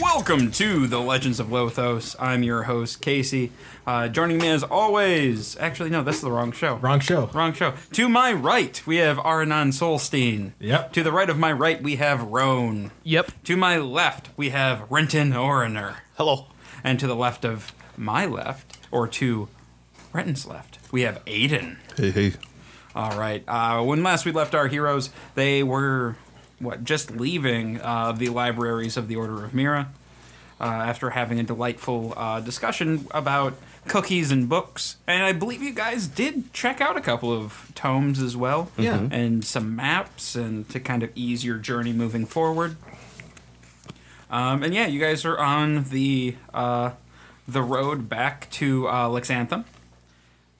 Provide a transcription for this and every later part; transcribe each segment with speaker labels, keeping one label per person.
Speaker 1: Welcome to the Legends of Lothos. I'm your host, Casey. Uh, joining me as always, actually, no, that's the wrong show.
Speaker 2: Wrong show.
Speaker 1: Wrong show. To my right, we have Arnon Solstein.
Speaker 2: Yep.
Speaker 1: To the right of my right, we have Roan.
Speaker 3: Yep.
Speaker 1: To my left, we have Renton Oriner.
Speaker 4: Hello.
Speaker 1: And to the left of my left, or to Renton's left, we have Aiden.
Speaker 4: Hey, hey.
Speaker 1: All right. Uh, when last we left our heroes, they were what just leaving uh, the libraries of the Order of Mira uh, after having a delightful uh, discussion about cookies and books. And I believe you guys did check out a couple of tomes as well,
Speaker 2: Yeah. Mhm.
Speaker 1: and some maps, and to kind of ease your journey moving forward. Um, and yeah, you guys are on the uh, the road back to uh, Lexanthem.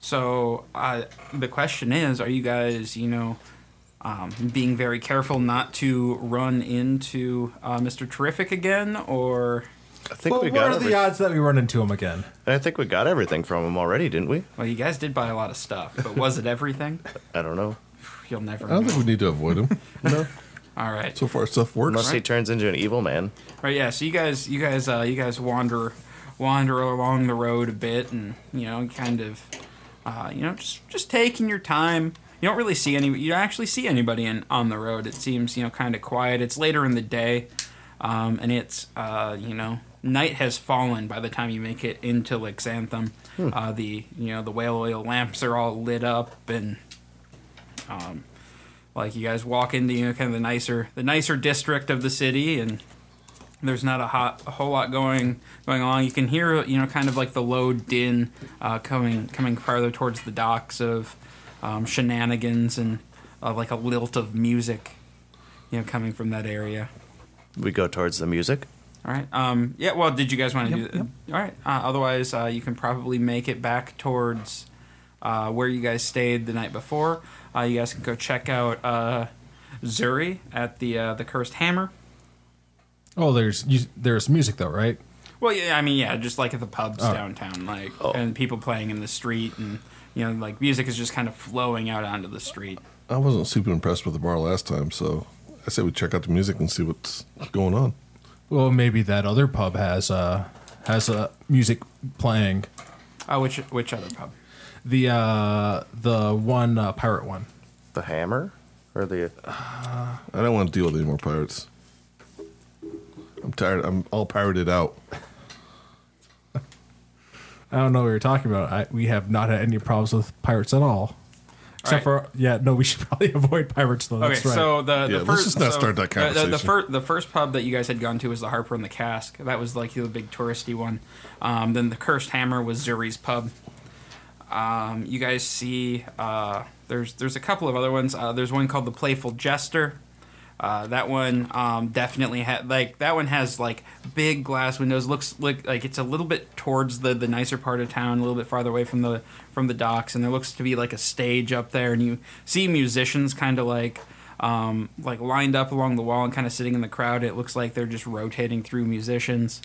Speaker 1: So uh, the question is, are you guys, you know, um, being very careful not to run into uh, Mr. Terrific again, or
Speaker 4: I think
Speaker 2: But
Speaker 4: we
Speaker 2: what
Speaker 4: got.
Speaker 2: are
Speaker 4: Every-
Speaker 2: the odds that we run into him again?
Speaker 4: I think we got everything from him already, didn't we?
Speaker 1: well, you guys did buy a lot of stuff, but was it everything?
Speaker 4: I don't know.
Speaker 1: You'll never
Speaker 5: I don't think
Speaker 1: know.
Speaker 5: we need to avoid him. no.
Speaker 1: All right,
Speaker 5: So far, stuff works.
Speaker 4: Unless he turns into an evil man.
Speaker 1: right, yeah. So you guys, you guys, uh, you guys wander, wander along the road a bit, and you know, kind of, uh, you know, just just taking your time. You don't really see any. You don't actually see anybody in, on the road. It seems you know kind of quiet. It's later in the day, um, and it's uh, you know night has fallen by the time you make it into Lexanthem. Uh, the you know the whale oil lamps are all lit up and. Um, like you guys walk into you know kind of the nicer the nicer district of the city and there's not a hot a whole lot going going on. You can hear you know kind of like the low din uh, coming coming farther towards the docks of um, shenanigans and uh, like a lilt of music, you know, coming from that area.
Speaker 4: We go towards the music.
Speaker 1: All right. Um, yeah. Well, did you guys want to do? All right. Uh, otherwise, uh, you can probably make it back towards uh, where you guys stayed the night before. Uh, you guys can go check out uh, Zuri at the uh, the Cursed Hammer.
Speaker 2: Oh, there's you, there's music though, right?
Speaker 1: Well, yeah, I mean, yeah, just like at the pubs downtown, like
Speaker 4: Oh.
Speaker 1: and people playing in the street, and you know, like music is just kind of flowing out onto the street.
Speaker 5: I wasn't super impressed with the bar last time, so I said we check out the music and see what's going on.
Speaker 2: Well, maybe that other pub has uh has uh, music playing.
Speaker 1: Oh, which which other pub?
Speaker 2: The uh the one uh, pirate one.
Speaker 4: The hammer? Or the.
Speaker 5: I don't want to deal with any more pirates. I'm tired. I'm all pirated out.
Speaker 2: I don't know what you're talking about. I, we have not had any problems with pirates at all. Except
Speaker 1: Alright.
Speaker 2: for yeah, no, we should probably avoid pirates though.
Speaker 1: Okay,
Speaker 2: That's right.
Speaker 1: so the, the
Speaker 5: Yeah, let's
Speaker 1: first
Speaker 5: just not
Speaker 1: so
Speaker 5: start that
Speaker 1: the- The, the,
Speaker 5: conversation.
Speaker 1: fir- the first pub that you guys had gone to was the Harper and the Cask. That was like the big touristy one. Um, then the Cursed Hammer was Zuri's pub. Um, you guys see uh, there's there's a couple of other ones. Uh, there's one called the Playful Jester. Uh, that one um, definitely had like that one has like big glass windows. Looks like like it's a little bit towards the the nicer part of town, a little bit farther away from the from the docks, and there looks to be like a stage up there, and you see musicians kind of like. Um, like lined up along the wall and kind of sitting in the crowd. It looks like they're just rotating through musicians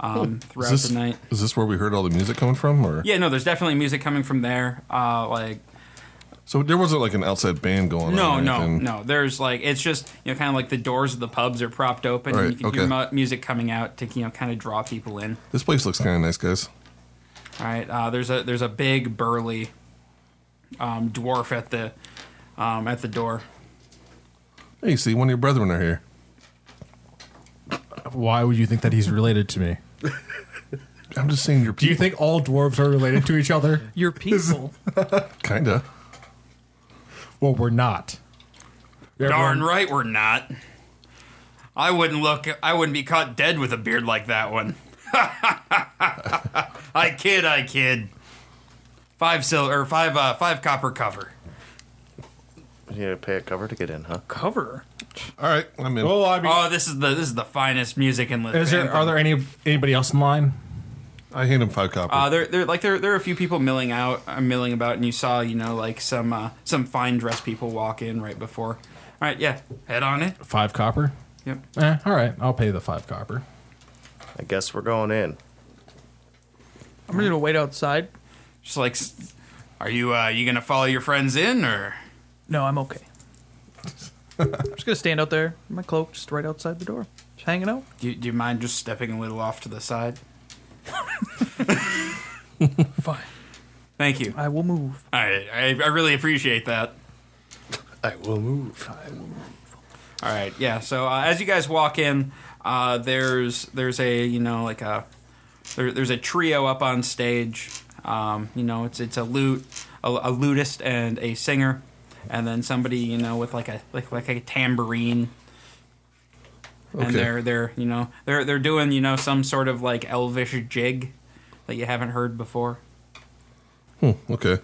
Speaker 1: um,
Speaker 5: Is
Speaker 1: throughout
Speaker 5: this,
Speaker 1: the night.
Speaker 5: is this where we heard all the music coming from? Or
Speaker 1: Yeah, no, there's definitely music coming from there. Uh, like
Speaker 5: so there wasn't like an outside band going
Speaker 1: no,
Speaker 5: on. or
Speaker 1: no,
Speaker 5: anything?
Speaker 1: no. There's like it's just you know kind of like the doors of the pubs are propped open and
Speaker 5: Right,
Speaker 1: you can hear
Speaker 5: okay.
Speaker 1: mu- music coming out to you know kind of draw people in.
Speaker 5: This place looks kind of nice, guys.
Speaker 1: All right, uh, there's a there's a big burly um, dwarf at the um, at the door.
Speaker 5: Hey, see, one of your brethren are here.
Speaker 2: why would you think that he's related to me?
Speaker 5: I'm just saying, your people.
Speaker 2: Do you think all dwarves are related to each other?
Speaker 3: Your people.
Speaker 5: Kinda.
Speaker 2: Well, we're not.
Speaker 1: Darn right we're not. I wouldn't look. I wouldn't be caught dead with a beard like that one. I kid. I kid. Five sil or five uh, five copper cover.
Speaker 4: You had to pay a cover to get in, huh?
Speaker 3: Cover.
Speaker 5: All right, I'm in.
Speaker 2: Well, I mean,
Speaker 1: Oh, this is the this is the finest music in Lithuania.
Speaker 2: is there are there any anybody else in line?
Speaker 5: I hand him five copper.
Speaker 1: Uh, there, there, like there, there are a few people milling out, uh, milling about, and you saw, you know, like some uh, some fine dressed people walk in right before. All right, yeah, head on it.
Speaker 2: Five copper.
Speaker 1: Yep.
Speaker 2: Eh, all right, I'll pay the five copper.
Speaker 4: I guess we're going in.
Speaker 3: I'm gonna wait outside.
Speaker 1: Just like, s- are you uh, you gonna follow your friends in or?
Speaker 3: No, I'm okay. I'm just gonna stand out there in my cloak, just right outside the door. hanging out.
Speaker 1: Do you, do you mind just stepping a little off to the side?
Speaker 3: Fine.
Speaker 1: Thank you.
Speaker 3: I will move.
Speaker 1: I, I, I really appreciate that.
Speaker 4: I will move.
Speaker 1: All right, yeah. So uh, as you guys walk in, uh, there's there's a you know like a there, there's a trio up on stage. Um, you know, it's it's a lute, a, a lutist and a singer, and then somebody you know with like a like like a tambourine.
Speaker 5: Okay.
Speaker 1: And they're they're you know they're they're doing you know some sort of like elvish jig that you haven't heard before.
Speaker 5: Hmm, okay.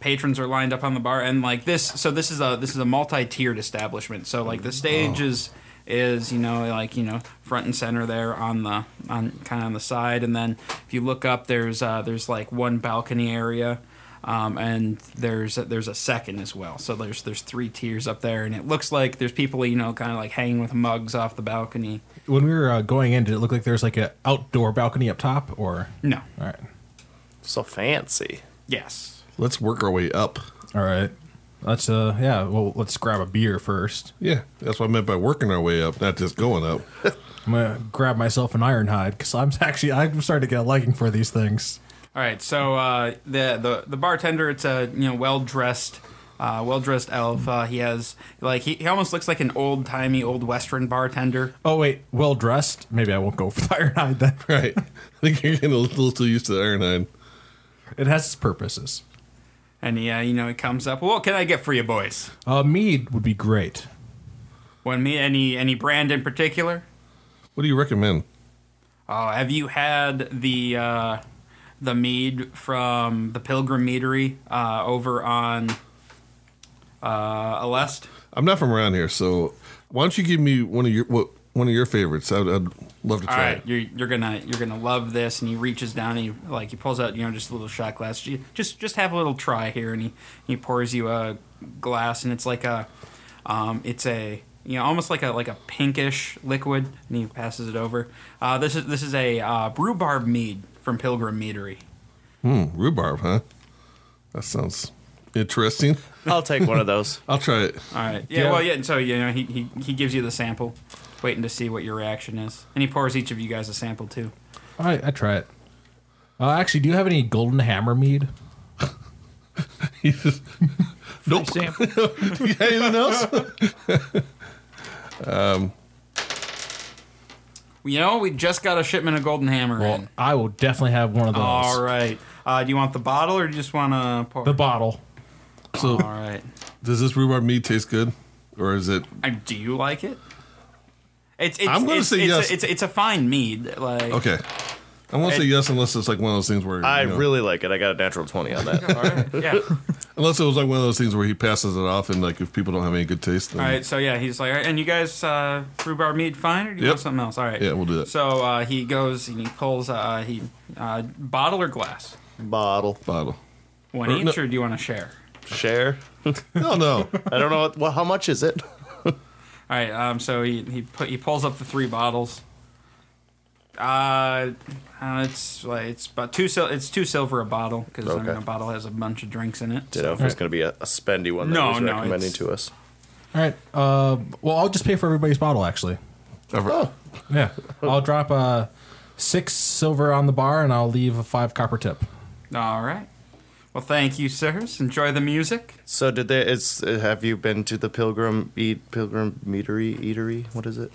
Speaker 1: patrons are lined up on the bar and like this so this is a this is a multi-tiered establishment so like the stage is is you know like you know front and center there on the on kind of on the side and then if you look up there's uh there's like one balcony area um, and there's there's a second as well so there's there's three tiers up there and it looks like there's people you know kind of like hanging with mugs off the balcony
Speaker 2: When we were uh, going in, did it look like there was like an outdoor balcony up top, or
Speaker 1: no
Speaker 2: all right,
Speaker 4: So fancy.
Speaker 1: yes
Speaker 5: Let's work our way up.
Speaker 2: all right? Let's uh, yeah. Well, let's grab a beer first.
Speaker 5: Yeah, that's what I meant by working our way up, not just going up.
Speaker 2: I'm gonna grab myself an ironhide because I'm actually I'm starting to get a liking for these things.
Speaker 1: All right, so uh, the, the the bartender, it's a you know well dressed, uh, well dressed elf. Uh, he has like he, he almost looks like an old timey old western bartender.
Speaker 2: Oh wait, well dressed. Maybe I won't go for the ironhide then.
Speaker 5: right. I think you're getting a little too used to the Iron Iron.
Speaker 2: It has its purposes.
Speaker 1: And he uh, you know he comes up. What can I get for you boys?
Speaker 2: Uh, mead would be great.
Speaker 1: One me any any brand in particular?
Speaker 5: What do you recommend?
Speaker 1: Oh, have you had the uh, the mead from the Pilgrim Meadery uh, over on uh, Alest?
Speaker 5: I'm not from around here, so why don't you give me one of your what one of your favorites? I'd, I'd love to
Speaker 1: All
Speaker 5: try
Speaker 1: right,
Speaker 5: it.
Speaker 1: you're, you're gonna you're gonna love this. And he reaches down and he like he pulls out you know just a little shot glass. Ju- Just just have a little try here, and he he pours you a glass, and it's like a um, it's a you know almost like a like a pinkish liquid, and he passes it over. Uh, this is this is a uh, rhubarb mead from Pilgrim Meadery.
Speaker 5: Hmm, rhubarb, huh? That sounds interesting.
Speaker 4: I'll take one of those.
Speaker 5: I'll try it.
Speaker 1: All right, yeah,
Speaker 2: Yeah.
Speaker 1: well, yeah. And so you know he, he he gives you the sample, waiting to see what your reaction is, and he pours each of you guys a sample too.
Speaker 2: All right, I try it. Uh, actually, do you have any golden hammer mead?
Speaker 3: Nope. Example.
Speaker 5: Yeah, anything else?
Speaker 1: You know, we just got a shipment of golden hammer in.
Speaker 2: Well, I will definitely have one of those.
Speaker 1: All right. Uh, do you want the bottle or do you just want to pour?
Speaker 2: The bottle.
Speaker 5: So,
Speaker 1: All right.
Speaker 5: does this rhubarb mead taste good, or is it?
Speaker 1: Uh, do you like it? It's, it's,
Speaker 5: I'm gonna
Speaker 1: it's,
Speaker 5: say
Speaker 1: it's,
Speaker 5: yes.
Speaker 1: A, it's, a- it's a fine mead. Like
Speaker 5: Okay, I won't
Speaker 1: It-
Speaker 5: say yes unless it's like one of those things where
Speaker 4: I
Speaker 5: you know,
Speaker 4: really like it. I got a natural 20 on that.
Speaker 1: All right. Yeah.
Speaker 5: unless it was like one of those things where he passes it off and like if people don't have any good taste, then
Speaker 1: All right. So yeah, he's like, "All right, and you guys uh, rhubarb mead fine, or do you
Speaker 5: Yep.
Speaker 1: want something else? All right.
Speaker 5: Yeah, we'll do that.
Speaker 1: So uh, he goes and he pulls uh, he uh, bottle or glass,
Speaker 4: Bottle.
Speaker 5: bottle.
Speaker 1: one
Speaker 5: Or
Speaker 1: each,
Speaker 5: no-
Speaker 1: or do you want to share?
Speaker 4: Share.
Speaker 5: No, no.
Speaker 4: I don't know. What, well, how much is it?
Speaker 1: All right. Um. So he he put, he pulls up the three bottles. Uh, uh, it's like it's about two sil- it's two silver a bottle because I mean,
Speaker 4: Okay.
Speaker 1: a bottle has a bunch of drinks in it.
Speaker 4: Did know if it's going to be a, a spendy one that
Speaker 1: No,
Speaker 4: no, was
Speaker 1: no,
Speaker 4: recommending
Speaker 1: it's-
Speaker 4: to us?
Speaker 2: All right. Uh, well, I'll just pay for everybody's bottle, actually.
Speaker 5: Oh.
Speaker 2: Yeah. I'll drop uh, six silver on the bar and I'll leave a five copper tip.
Speaker 1: All right. Well, thank you, sirs. Enjoy the music.
Speaker 4: So did they? Is have you been to the Pilgrim Eat Pilgrim Meadery Eatery? What is it?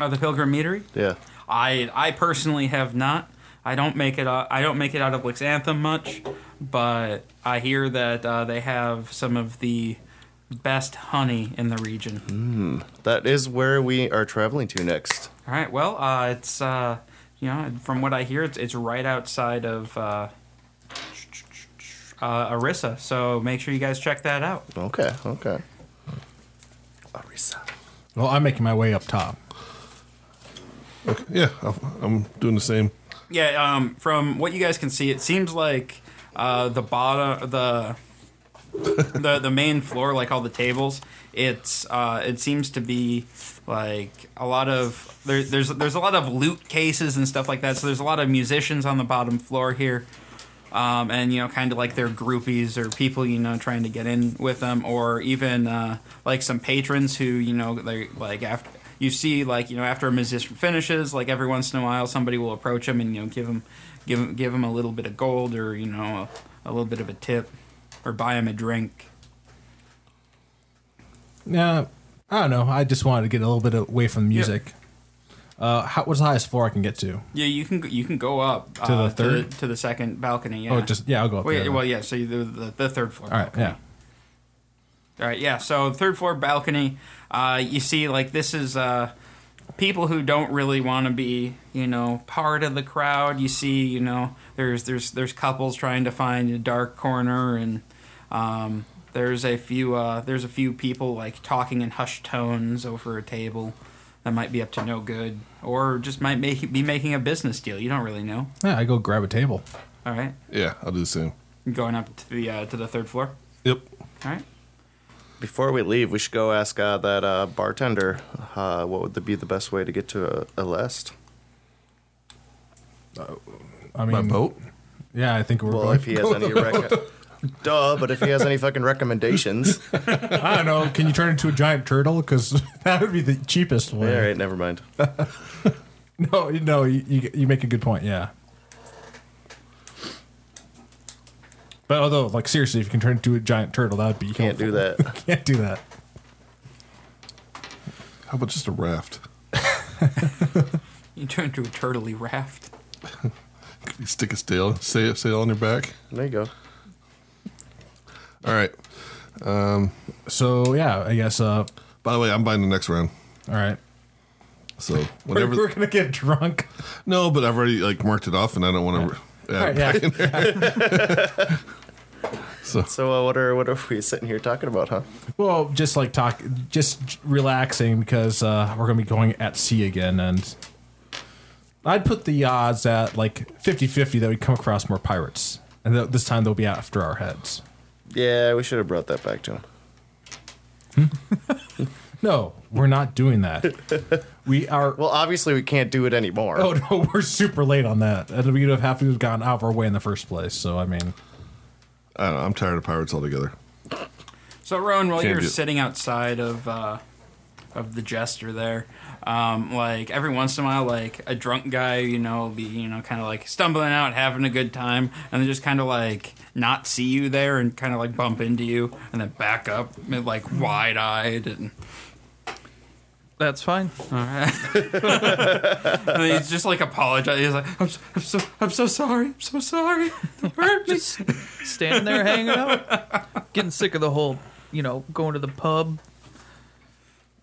Speaker 1: Uh, the Pilgrim Meadery.
Speaker 4: Yeah.
Speaker 1: I I personally have not. I don't make it. Out, I don't make it out of Lixanthem much, but I hear that uh, they have some of the best honey in the region.
Speaker 4: That is where we are traveling to next.
Speaker 1: All right. Well, uh, it's uh, you know, from what I hear, it's it's right outside of uh, uh, Arissa. So make sure you guys check that out.
Speaker 4: Okay. Okay. Arisa.
Speaker 2: Well, I'm making my way up top.
Speaker 5: Okay. Yeah, I'll, I'm doing the same.
Speaker 1: Yeah. Um, from what you guys can see, it seems like uh, the bottom the. the the main floor like all the tables it's uh it seems to be like a lot of there, there's there's a lot of loot cases and stuff like that so there's a lot of musicians on the bottom floor here um, and you know kind of like their groupies or people you know trying to get in with them or even uh, like some patrons who you know they like after you see like you know after a musician finishes, like every once in a while somebody will approach him and you know give him give him give him a little bit of gold or you know a, a little bit of a tip or buy him a drink.
Speaker 2: Yeah, I don't know. I just wanted to get a little bit away from the music. Uh, how, what's the highest floor I can get to?
Speaker 1: Yeah, you can you can go up
Speaker 2: the
Speaker 1: uh,
Speaker 2: third?
Speaker 1: to, the second balcony. Yeah.
Speaker 2: Oh, just yeah, I'll go up
Speaker 1: Well,
Speaker 2: there.
Speaker 1: yeah,
Speaker 2: then.
Speaker 1: well, yeah. So you, the, the the third floor.
Speaker 2: All right, yeah.
Speaker 1: All right, yeah. So third floor balcony. Uh, you see, like this is uh, people who don't really want to be, you know, part of the crowd. You see, you know, there's there's there's couples trying to find a dark corner, and um, there's a few uh, there's a few people like talking in hushed tones over a table that might be up to no good, or just might make, be making a business deal. You don't really know.
Speaker 2: Yeah, I go grab a table.
Speaker 1: All right,
Speaker 5: Yeah, I'll do the same.
Speaker 1: going up to the uh, to the third floor.
Speaker 5: Yep.
Speaker 1: All right.
Speaker 4: Before we leave, we should go ask uh, that uh, bartender uh, what would be the best way to get to uh, a, a lest.
Speaker 2: I mean,
Speaker 5: My
Speaker 1: Mm.
Speaker 5: boat.
Speaker 2: Yeah, I think we're
Speaker 4: Well,
Speaker 2: going.
Speaker 4: if he has any rec- duh, but if he has any fucking recommendations, all
Speaker 2: I don't know. Can you turn into a giant turtle? Because that would be the cheapest way.
Speaker 4: right, never mind.
Speaker 2: No, you- no, you, you you make a good point. Yeah. But although, like seriously, if you can turn into a giant turtle, that would be
Speaker 4: Can't do
Speaker 2: helpful.
Speaker 4: that.
Speaker 2: Can't do that.
Speaker 5: How about just a raft?
Speaker 1: You turn into a turtley raft.
Speaker 5: You stick a sail, sail, sail on your back.
Speaker 4: There you go.
Speaker 5: All right.
Speaker 2: So yeah, I guess. Uh,
Speaker 5: By the way, I'm buying the next round.
Speaker 2: all right.
Speaker 5: So
Speaker 2: We're,
Speaker 5: whatever.
Speaker 2: we're gonna get drunk.
Speaker 5: No, but I've already like marked it off, and I don't want to.
Speaker 2: All right, yeah.
Speaker 4: So uh, what are what are we sitting here talking about, huh?
Speaker 2: Well, just like talk, just j- relaxing because uh, we're gonna be going at sea again, and I'd put the odds at like 50-50 that we come across more pirates, and th- this time they'll be after our heads.
Speaker 4: Yeah, we should have brought that back to him.
Speaker 2: No, we're not doing that. we are.
Speaker 4: Well, obviously we can't do it anymore.
Speaker 2: Oh no, we're super late on that, and we would have have to have gone out of our way in the first place. So I mean,
Speaker 5: I don't know. I'm tired of pirates altogether.
Speaker 1: So Rowan, while
Speaker 5: Can't
Speaker 1: you're
Speaker 5: do it.
Speaker 1: sitting outside of uh, of the jester there, um, like every once in a while, like a drunk guy, you know, will be you know kind of like stumbling out, having a good time, and then just kind of like not see you there and kind of like bump into you and then back up like wide eyed and
Speaker 3: That's fine.
Speaker 1: and then he's just like apologize. He's like, I'm so, I'm so, I'm so sorry. I'm so sorry. It hurt me."
Speaker 3: Just standing there hanging out, getting sick of the whole, you know, going to the pub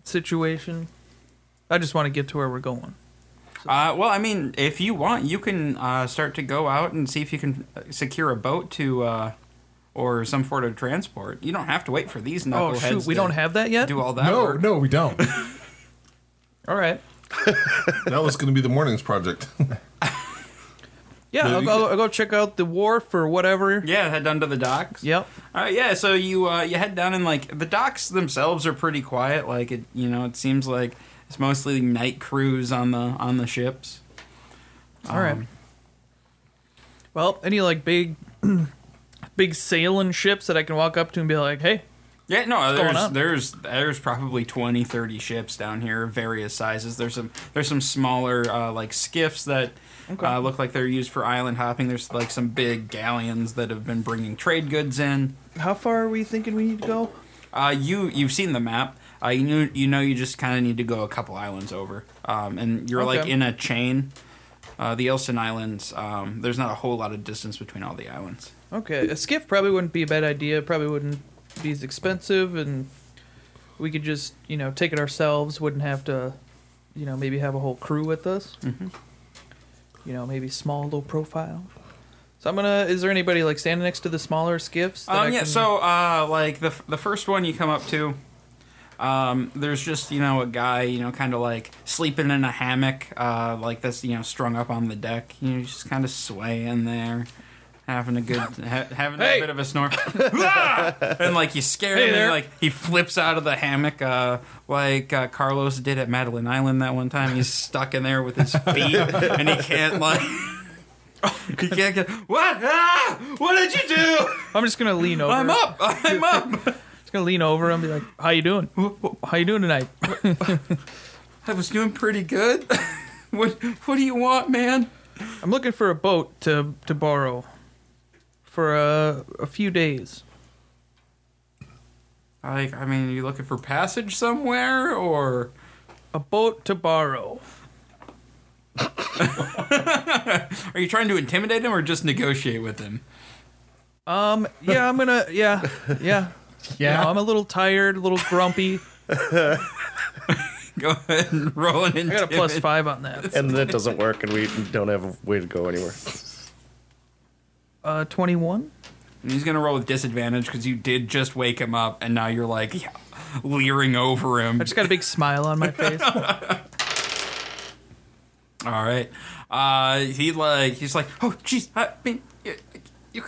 Speaker 3: situation. I just want to get to where we're going.
Speaker 1: Uh, well, I mean, if you want, you can uh, start to go out and see if you can uh, secure a boat to uh, or some sort of transport. You don't have to wait for these
Speaker 3: Oh
Speaker 1: knuckleheads.
Speaker 3: shoot, we
Speaker 1: to
Speaker 3: don't have that yet.
Speaker 1: do all that.
Speaker 2: no,
Speaker 1: work.
Speaker 2: no, we don't.
Speaker 3: All right.
Speaker 5: That was going to be the morning's project.
Speaker 3: Yeah,
Speaker 5: No,
Speaker 3: I'll
Speaker 5: you
Speaker 3: go, I'll go check out the wharf or whatever.
Speaker 1: Yeah, head down to the docks.
Speaker 3: Yep.
Speaker 1: All right, yeah. So you uh, you head down and like the docks themselves are pretty quiet. Like it, you know, it seems like it's mostly night crews on the on the ships.
Speaker 3: All right.
Speaker 1: Um,
Speaker 3: Well, any like big, big sailing ships that I can walk up to and be like, "Hey,
Speaker 1: Yeah, no,
Speaker 3: going
Speaker 1: there's
Speaker 3: up?
Speaker 1: there's there's probably 20, 30 ships down here of various sizes. There's some there's some smaller uh, like skiffs that
Speaker 3: Okay.
Speaker 1: uh, look like they're used for island hopping. There's like some big galleons that have been bringing trade goods in.
Speaker 3: how far are we thinking we need to go?"
Speaker 1: Uh, you you've seen the map. Uh, you knew you know you just kind of need to go a couple islands over, um, and you're like
Speaker 3: Okay.
Speaker 1: in a chain. Uh, the Elson Islands. Um, there's not a whole lot of distance between all the islands.
Speaker 3: Okay, a skiff probably wouldn't be a bad idea. Probably wouldn't be as expensive, and we could just you know take it ourselves. Wouldn't have to, you know, maybe have a whole crew with us. Mm-hmm. You know, maybe small, low profile. So I'm gonna. Is there anybody like standing next to the smaller skiffs? that I
Speaker 1: Um, yeah,
Speaker 3: can-
Speaker 1: so uh, like the f- the first one you come up to, um, there's just you know a guy you know kind of like sleeping in a hammock, uh, like that's you know strung up on the deck. You know, just kind of swaying there, having a good ha- having
Speaker 3: Hey!
Speaker 1: a bit of a snore, Ah! and like you scare
Speaker 3: Hey
Speaker 1: him,
Speaker 3: there.
Speaker 1: and like he flips out of the hammock, uh, like uh, Carlos did at Madeline Island that one time. He's stuck in there with his feet, and he can't like. He can't get what? Ah! What did you do?
Speaker 3: I'm just gonna lean over.
Speaker 1: I'm up. I'm up.
Speaker 3: Just gonna lean over and be like, "How you doing? How you doing tonight?"
Speaker 1: I was doing pretty good. what What do you want, man?
Speaker 3: I'm looking for a boat to to borrow for a a few days.
Speaker 1: Like, I mean, are you looking for passage somewhere, or
Speaker 3: A boat to borrow.
Speaker 1: are you trying to intimidate him, or just negotiate with him?
Speaker 3: Um, yeah, I'm gonna, yeah, yeah,
Speaker 2: Yeah.
Speaker 3: No, I'm a little tired, a little grumpy.
Speaker 1: Go ahead and roll an
Speaker 3: I got a
Speaker 1: intimidate.
Speaker 3: plus five on that.
Speaker 4: and that doesn't work, and we don't have a way to go anywhere.
Speaker 3: Uh, 21.
Speaker 1: And he's gonna roll with disadvantage because you did just wake him up, and now you're like leering over him.
Speaker 3: I just got a big smile on my face.
Speaker 1: All right. Uh, he like he's like, oh jeez, I mean, you, you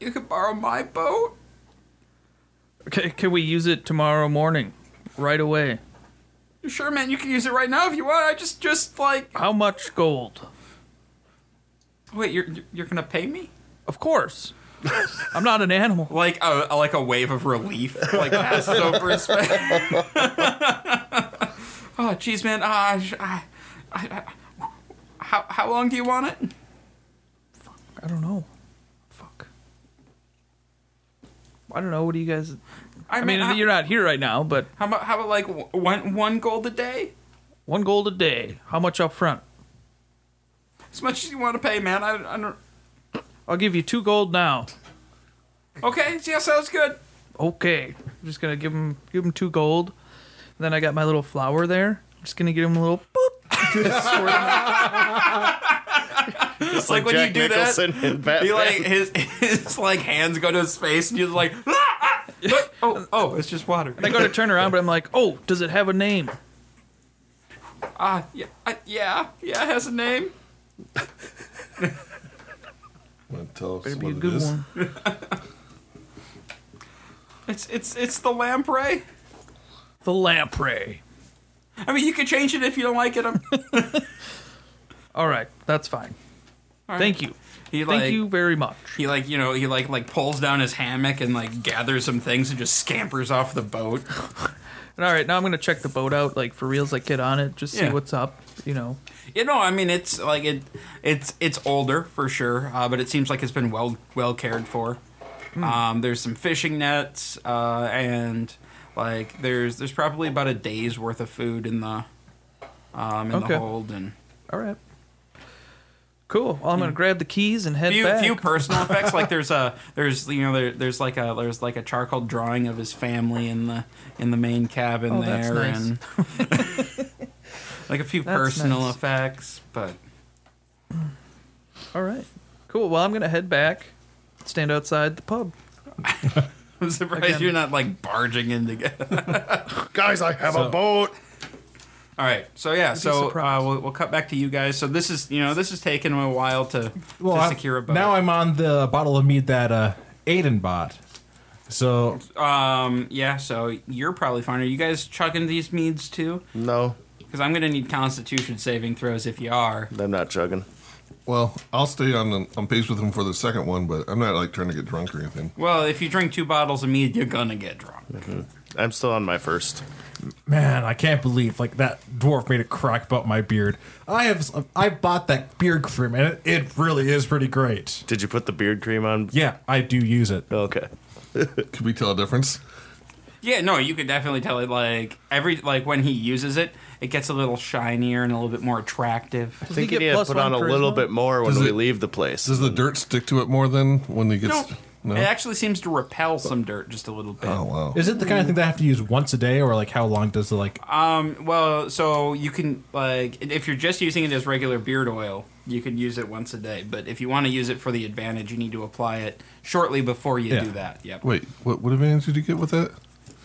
Speaker 1: you could borrow my boat.
Speaker 3: Okay, can we use it tomorrow morning? Right away.
Speaker 1: Sure, man, you can use it right now if you want. I just just like
Speaker 3: How much gold?
Speaker 1: wait, you're you're gonna pay me?
Speaker 3: Of course. I'm not an animal.
Speaker 1: Like a like a wave of relief like passes over his face. oh jeez, man, uh, I, I, I, how how long do you want it?
Speaker 3: I don't know. Fuck. I don't know. What do you guys? I mean,
Speaker 1: how,
Speaker 3: you're not here right now, but
Speaker 1: how about how about like w- one one gold a day?
Speaker 3: one gold a day. How much up front?
Speaker 1: As much as you want to pay, man. I, I don't.
Speaker 3: I'll give you two gold now.
Speaker 1: Okay, yeah, sounds good.
Speaker 3: okay. I'm just gonna give him give him two gold. Then I got my little flower there. I'm just gonna give him a little boop. Just sort of-
Speaker 4: It's
Speaker 1: like when you do that,
Speaker 4: and Batman.
Speaker 1: He like his his like hands go to his face and you're like "Ah, ah, oh oh it's just water.
Speaker 3: I go to turn around, but I'm like, oh, does it have a name?
Speaker 1: Ah yeah I, yeah yeah it has a name.
Speaker 5: Want to tell us
Speaker 3: Better be
Speaker 5: what
Speaker 3: a
Speaker 5: it
Speaker 3: good
Speaker 5: is?
Speaker 3: one.
Speaker 1: It's it's it's the lamprey.
Speaker 3: The lamprey.
Speaker 1: I mean you can change it if you don't like it. I'm,
Speaker 3: All right, that's fine.
Speaker 1: All
Speaker 3: Thank you.
Speaker 1: He like
Speaker 3: Thank you very much.
Speaker 1: he like you know he like like pulls down his hammock and like gathers some things and just scampers off the boat.
Speaker 3: And all right, now I'm gonna check the boat out, like for reals, like get on it, just see
Speaker 1: Yeah.
Speaker 3: what's up. You know,
Speaker 1: You know I mean it's like it it's it's older for sure, uh, but it seems like it's been well well cared for.
Speaker 3: Hmm.
Speaker 1: Um, there's some fishing nets, uh, and like there's there's probably about a day's worth of food in the um, in
Speaker 3: Okay.
Speaker 1: the hold and
Speaker 3: all right. Cool. Well, I'm gonna grab the keys and head
Speaker 1: few
Speaker 3: back.
Speaker 1: few personal effects. Like there's a there's you know there, there's like a there's like a charcoal drawing of his family in the in the main cabin
Speaker 3: Oh, that's
Speaker 1: there
Speaker 3: nice.
Speaker 1: and like a few
Speaker 3: That's
Speaker 1: personal
Speaker 3: nice.
Speaker 1: effects, but
Speaker 3: all right. Cool. Well, I'm gonna head back. Stand outside the pub.
Speaker 1: I'm surprised
Speaker 3: Again.
Speaker 1: you're not like barging in together.
Speaker 4: guys, I have a boat.
Speaker 1: All right. So yeah. So uh,
Speaker 3: surprised.
Speaker 1: we'll, we'll cut back to you guys. So this is you know this is taking a while to,
Speaker 2: Well,
Speaker 1: to
Speaker 2: I-
Speaker 1: secure a boat.
Speaker 2: now I'm on the bottle of mead that uh, Aiden bought. So
Speaker 1: um yeah. So you're probably fine. Are you guys chugging these meads too?
Speaker 4: No,
Speaker 1: Because I'm gonna need Constitution saving throws if you are.
Speaker 4: I'm not chugging.
Speaker 5: Well, I'll stay on the, on pace with him for the second one, but I'm not like trying to get drunk or anything.
Speaker 1: Well, if you drink two bottles of mead, you're gonna get drunk.
Speaker 4: I'm still on my first.
Speaker 2: man, I can't believe like that dwarf made a crack about my beard. I have I bought that beard cream and it, it really is pretty great.
Speaker 4: Did you put the beard cream on?
Speaker 2: Yeah, I do use it.
Speaker 4: Okay.
Speaker 5: Could we tell a difference?
Speaker 1: Yeah. No, you can definitely tell it. Like every like when he uses it, it gets a little shinier and a little bit more attractive.
Speaker 4: I
Speaker 3: Does
Speaker 4: think
Speaker 3: he
Speaker 4: you
Speaker 3: get
Speaker 4: need to
Speaker 3: plus
Speaker 4: put
Speaker 3: one
Speaker 4: on a little
Speaker 3: charisma?
Speaker 4: bit more when
Speaker 5: Does
Speaker 4: we
Speaker 5: it-
Speaker 4: leave the place.
Speaker 5: Does the dirt stick to it more than when he
Speaker 1: No,
Speaker 5: gets? No.
Speaker 1: it actually seems to repel some dirt just a little bit.
Speaker 5: oh wow.
Speaker 2: Is it the kind of thing that I have to use once a day, or like how long does the like?
Speaker 1: Um, well, so you can like if you're just using it as regular beard oil, you can use it once a day. But if you want to use it for the advantage, you need to apply it shortly before you
Speaker 2: Yeah.
Speaker 1: do that. Yep.
Speaker 5: Wait, what what advantage did you get with that?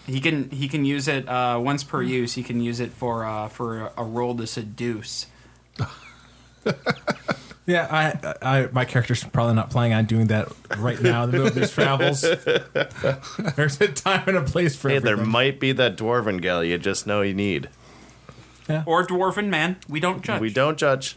Speaker 1: He can he can use it uh, once per use. He can use it for uh, for a roll to seduce.
Speaker 2: Yeah, I, I my character's probably not planning on doing that right now in the middle of these travels. There's a time and a place for
Speaker 4: hey, there
Speaker 2: everything.
Speaker 4: might be that dwarven gal you just know you need.
Speaker 1: Or dwarven man, we don't judge.
Speaker 4: We don't judge.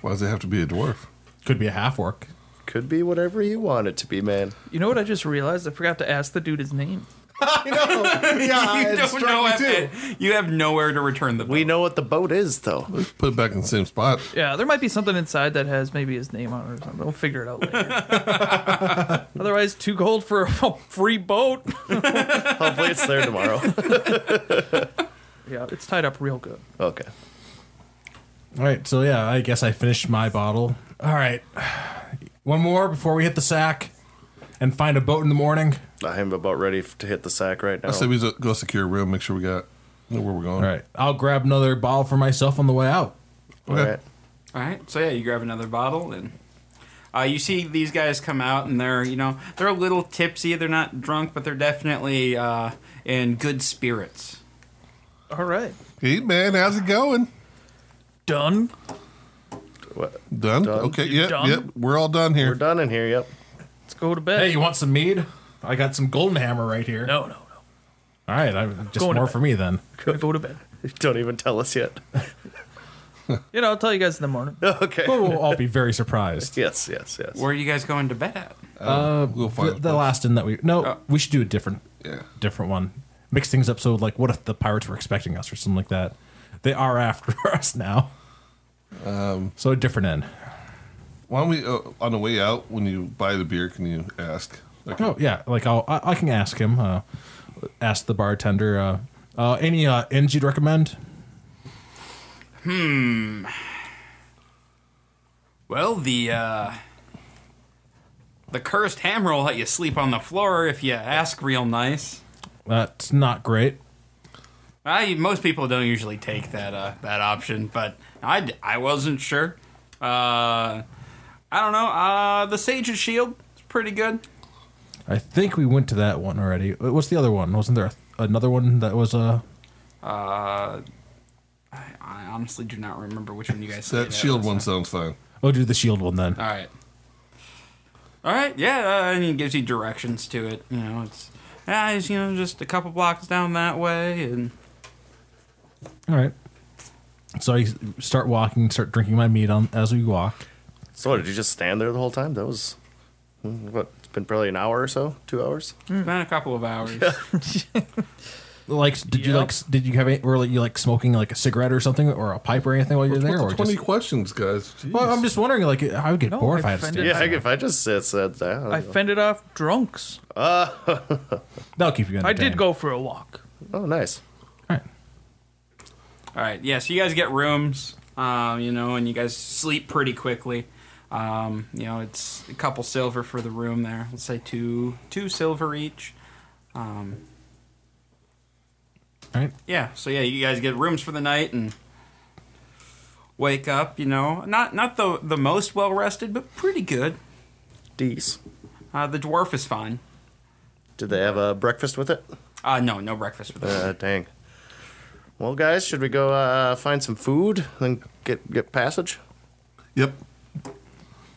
Speaker 5: Why does it have to be a dwarf?
Speaker 2: Could be a half orc.
Speaker 4: could be whatever you want it to be, man.
Speaker 3: You know what I just realized? I forgot to ask the dude his name.
Speaker 4: I know. Yeah,
Speaker 1: you
Speaker 4: it
Speaker 1: don't
Speaker 4: struck
Speaker 1: know
Speaker 4: me
Speaker 1: if
Speaker 4: too.
Speaker 1: it- You have nowhere to return the boat.
Speaker 4: We know what the boat is, though.
Speaker 5: Put it back in the same spot.
Speaker 3: Yeah, there might be something inside that has maybe his name on it or something. We'll figure it out later. Otherwise, too cold for a free boat.
Speaker 4: Hopefully, it's there tomorrow.
Speaker 3: Yeah, it's tied up real good.
Speaker 4: okay.
Speaker 2: All right, so yeah, I guess I finished my bottle. All right, one more before we hit the sack and find a boat in the morning.
Speaker 4: I am about ready f- to hit the sack right now.
Speaker 5: I say we just go secure a room, make sure we got know where we're going.
Speaker 2: All right, I'll grab another bottle for myself on the way out.
Speaker 4: All right.
Speaker 1: All right. So yeah, you grab another bottle and uh, you see these guys come out and they're you know they're a little tipsy. They're not drunk, but they're definitely uh, in good spirits.
Speaker 3: All right.
Speaker 5: Hey man, how's it going?
Speaker 3: Done.
Speaker 4: What-
Speaker 5: Done.
Speaker 4: Done.
Speaker 5: Okay.
Speaker 3: You
Speaker 5: Yep.
Speaker 3: done?
Speaker 5: Yep. We're all done here.
Speaker 4: We're done in here. Yep.
Speaker 3: Let's go to bed.
Speaker 2: Hey, you want some mead? I got some golden hammer right here.
Speaker 3: No, no, no.
Speaker 2: All right, I, just
Speaker 3: Going to
Speaker 2: more
Speaker 3: bed.
Speaker 2: for me then.
Speaker 3: Go, go to bed.
Speaker 4: Don't even tell us yet.
Speaker 3: You know, I'll tell you guys in the morning.
Speaker 4: Okay.
Speaker 2: Oh, We'll all be very surprised.
Speaker 4: Yes. Yes. Yes.
Speaker 1: Where are you guys going to bed at?
Speaker 5: Uh, we'll
Speaker 2: The,
Speaker 5: find
Speaker 2: the last in that we no,
Speaker 3: Uh.
Speaker 2: we should do a different,
Speaker 5: Yeah.
Speaker 2: different one. Mix things up. So like, what if the pirates were expecting us or something like that? They are after us now. Um, so a different end.
Speaker 5: Why don't we uh, on the way out when you buy the beer? Can you ask? Like,
Speaker 2: Oh yeah, like I'll, I, I can ask him. Uh, ask the bartender. Uh, uh, any uh, ends you'd recommend?
Speaker 1: Well, the uh, the cursed hammer will let you sleep on the floor if you ask real nice.
Speaker 2: That's not great.
Speaker 1: I most people don't usually take that uh, that option, but I, d- I wasn't sure. Uh, I don't know. Uh, the Sage's Shield is pretty good.
Speaker 2: I think we went to that one already. Uh, What's the other one? Wasn't there a- another one that was uh,
Speaker 1: Uh, I, I honestly do not remember which one you guys
Speaker 5: that
Speaker 1: stayed at
Speaker 5: shield
Speaker 1: last
Speaker 5: E one
Speaker 1: time.
Speaker 5: sounds fine.
Speaker 2: Oh, do the shield one then.
Speaker 1: All right. All right. Yeah, uh, and it gives you directions to it. You know, it's yeah, it's, you know, just a couple blocks down that way, and
Speaker 2: All right. So I start walking, start drinking my meat on as we walk.
Speaker 4: So what, did you just stand there the whole time? That was mm, what? It's been probably an hour or so, two hours.
Speaker 1: it's been a couple of hours.
Speaker 2: Like, did you
Speaker 3: Yep.
Speaker 2: like? s- Did you have any? Were like, you like smoking like a cigarette or something, or a pipe or anything while you're there?
Speaker 5: What's
Speaker 2: Or
Speaker 5: the Twenty
Speaker 2: just,
Speaker 5: questions, guys. Jeez.
Speaker 2: well, I'm just wondering. Like, I would get
Speaker 3: No,
Speaker 2: bored
Speaker 3: I
Speaker 2: if I had to
Speaker 3: offended
Speaker 2: stay.
Speaker 4: Yeah, I- if I just said, said that,
Speaker 3: I fended off drunks.
Speaker 2: That'll keep you.
Speaker 3: I did
Speaker 2: entertained.
Speaker 3: go for a walk.
Speaker 4: oh, nice.
Speaker 2: All right.
Speaker 1: All right. Yeah. So you guys get rooms, um, you know, and you guys sleep pretty quickly. Um, you know, it's a couple silver for the room there. Let's say two two silver each. Um,
Speaker 2: All right.
Speaker 1: yeah. So yeah, you guys get rooms for the night and wake up. You know, not not the the most well rested, but pretty good.
Speaker 4: Dees.
Speaker 1: Uh, the dwarf is fine.
Speaker 4: Did they have a uh, breakfast with it?
Speaker 1: Uh, no, no breakfast with us.
Speaker 4: Uh, dang. Well, guys, should we go uh, find some food, then get get passage?
Speaker 5: Yep.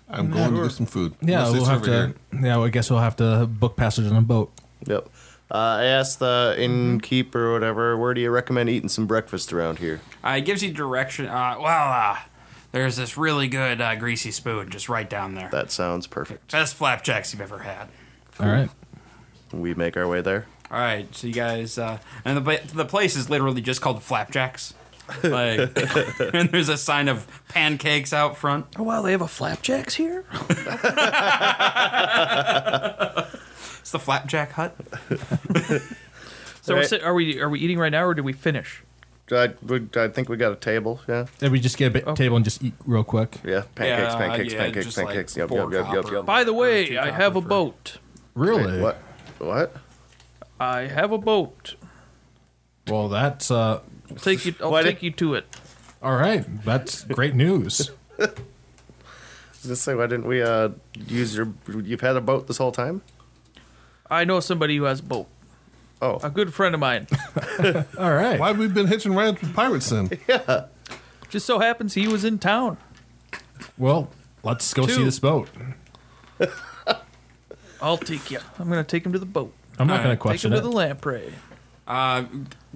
Speaker 5: I'm going to get some food.
Speaker 2: Yeah,
Speaker 5: Unless they
Speaker 2: we'll have
Speaker 5: serve it
Speaker 2: to. Yeah, well, I guess we'll have to book passage on a boat.
Speaker 4: Yep. Uh, I asked the innkeeper or whatever, where do you recommend eating some breakfast around here?
Speaker 1: Uh, it gives you direction. Uh, well, uh, there's this really good uh, greasy spoon just right down there.
Speaker 4: That sounds perfect.
Speaker 1: Best flapjacks you've ever had.
Speaker 2: All right.
Speaker 4: We make our way there.
Speaker 1: All right, so you guys, uh, and the pla- the place is literally just called Flapjacks. Like, and there's a sign of pancakes out front.
Speaker 3: Oh, wow, they have a flapjacks here?
Speaker 1: It's the Flapjack Hut.
Speaker 3: So we're
Speaker 4: Right.
Speaker 3: sit- are we are we eating right now or did we finish?
Speaker 4: I, we- I think we got a table. Yeah.
Speaker 2: Then we just get a bit,
Speaker 3: Oh.
Speaker 2: table and just eat real quick.
Speaker 4: Yeah.
Speaker 1: Yeah,
Speaker 4: Pancakes, pancakes,
Speaker 1: yeah,
Speaker 4: pancakes,
Speaker 1: just like
Speaker 4: pancakes. Yup, yup,
Speaker 1: four
Speaker 4: yup, yup,
Speaker 1: copper.
Speaker 4: yup.
Speaker 3: By the way,
Speaker 1: two
Speaker 3: I
Speaker 1: copper
Speaker 3: have a
Speaker 1: for-
Speaker 3: boat.
Speaker 2: Really?
Speaker 4: Wait, what? What?
Speaker 3: I have a boat.
Speaker 2: Well, that's uh,
Speaker 3: I'll take you I'll
Speaker 4: Why
Speaker 3: take
Speaker 4: did-
Speaker 3: you to it.
Speaker 2: all right. That's great news.
Speaker 4: Just say, why didn't we uh, use your? You've had a boat this whole time.
Speaker 3: I know somebody who has a boat.
Speaker 4: Oh,
Speaker 1: Uh,
Speaker 3: A good friend of mine.
Speaker 2: All right.
Speaker 5: Why have we been hitching rides with pirates then?
Speaker 3: Just so happens he was in town.
Speaker 2: Well, let's go see
Speaker 3: Two.
Speaker 2: this boat.
Speaker 3: I'll take you. I'm gonna take him to the boat.
Speaker 2: I'm not
Speaker 1: All
Speaker 2: going
Speaker 1: right,
Speaker 2: to question
Speaker 3: take
Speaker 2: it.
Speaker 3: him to the lamprey.
Speaker 1: Uh,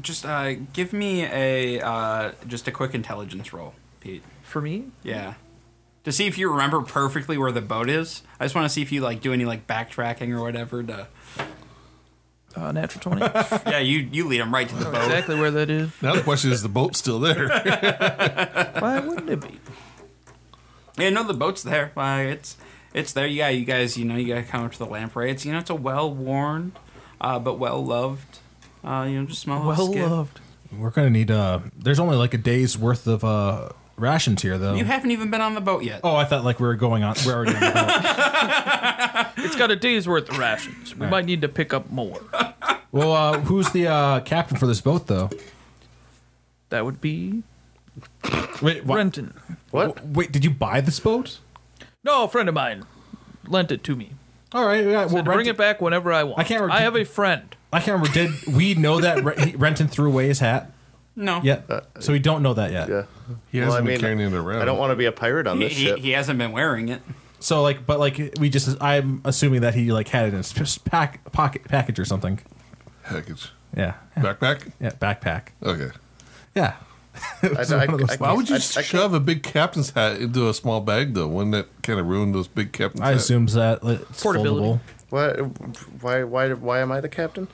Speaker 1: just uh, give me a uh, just a quick intelligence roll, Pete.
Speaker 3: For me,
Speaker 1: Yeah, to see if you remember perfectly where the boat is. I just want to see if you like do any like backtracking or whatever. To
Speaker 3: Uh, natural 20.
Speaker 1: yeah, you you lead them right to the boat.
Speaker 3: exactly where that is.
Speaker 5: Now the question is, the boat still there?
Speaker 3: Why wouldn't it be?
Speaker 1: Yeah, no, the boat's there. Like it's it's there. Yeah, you guys, you know, you gotta come up to the lamprey. It's you know, it's a well worn, uh, but well loved. Uh, you know, just smell of
Speaker 3: Well
Speaker 1: skip.
Speaker 3: loved.
Speaker 2: We're gonna need uh there's only like a day's worth of uh rations here though.
Speaker 1: You haven't even been on the boat yet.
Speaker 2: oh, I thought like we were going on we're already on the boat.
Speaker 3: It's got a day's worth of rations. We might need to pick up more.
Speaker 2: Well uh who's the uh captain for this boat though?
Speaker 3: That would be
Speaker 2: Wait, wha-
Speaker 3: Renton.
Speaker 4: What?
Speaker 2: Wait, did you buy this boat?
Speaker 3: No, a friend of mine lent it to me.
Speaker 2: All right, yeah, well,
Speaker 3: Said to bring
Speaker 2: Renton-
Speaker 3: it back whenever I want.
Speaker 2: I can't
Speaker 3: I
Speaker 2: repeat-
Speaker 3: have a friend.
Speaker 2: I can't remember. Did we know that Re- he- Renton threw away his hat
Speaker 1: no.
Speaker 2: yet? so we don't know that yet.
Speaker 4: Yeah.
Speaker 5: He
Speaker 4: Well,
Speaker 5: hasn't
Speaker 4: I
Speaker 5: been
Speaker 4: mean,
Speaker 5: carrying it around.
Speaker 4: I don't want to be a pirate on
Speaker 1: He,
Speaker 4: this
Speaker 1: he,
Speaker 4: ship.
Speaker 1: he hasn't been wearing it.
Speaker 2: So like, but like, we just I'm assuming that he like had it in his p- pack, pocket package or something.
Speaker 5: package.
Speaker 2: Yeah,
Speaker 5: Backpack.
Speaker 2: yeah, backpack.
Speaker 5: Okay.
Speaker 2: Yeah,
Speaker 4: I,
Speaker 2: one of those-
Speaker 5: Why would you
Speaker 4: I- I can't-
Speaker 5: shove a big captain's hat into a small bag though? Wouldn't that kind of ruin those big captain's
Speaker 2: I
Speaker 5: hat?
Speaker 2: assumes that like, it's
Speaker 3: Portability.
Speaker 2: foldable.
Speaker 4: Why, why, why, why am I the captain?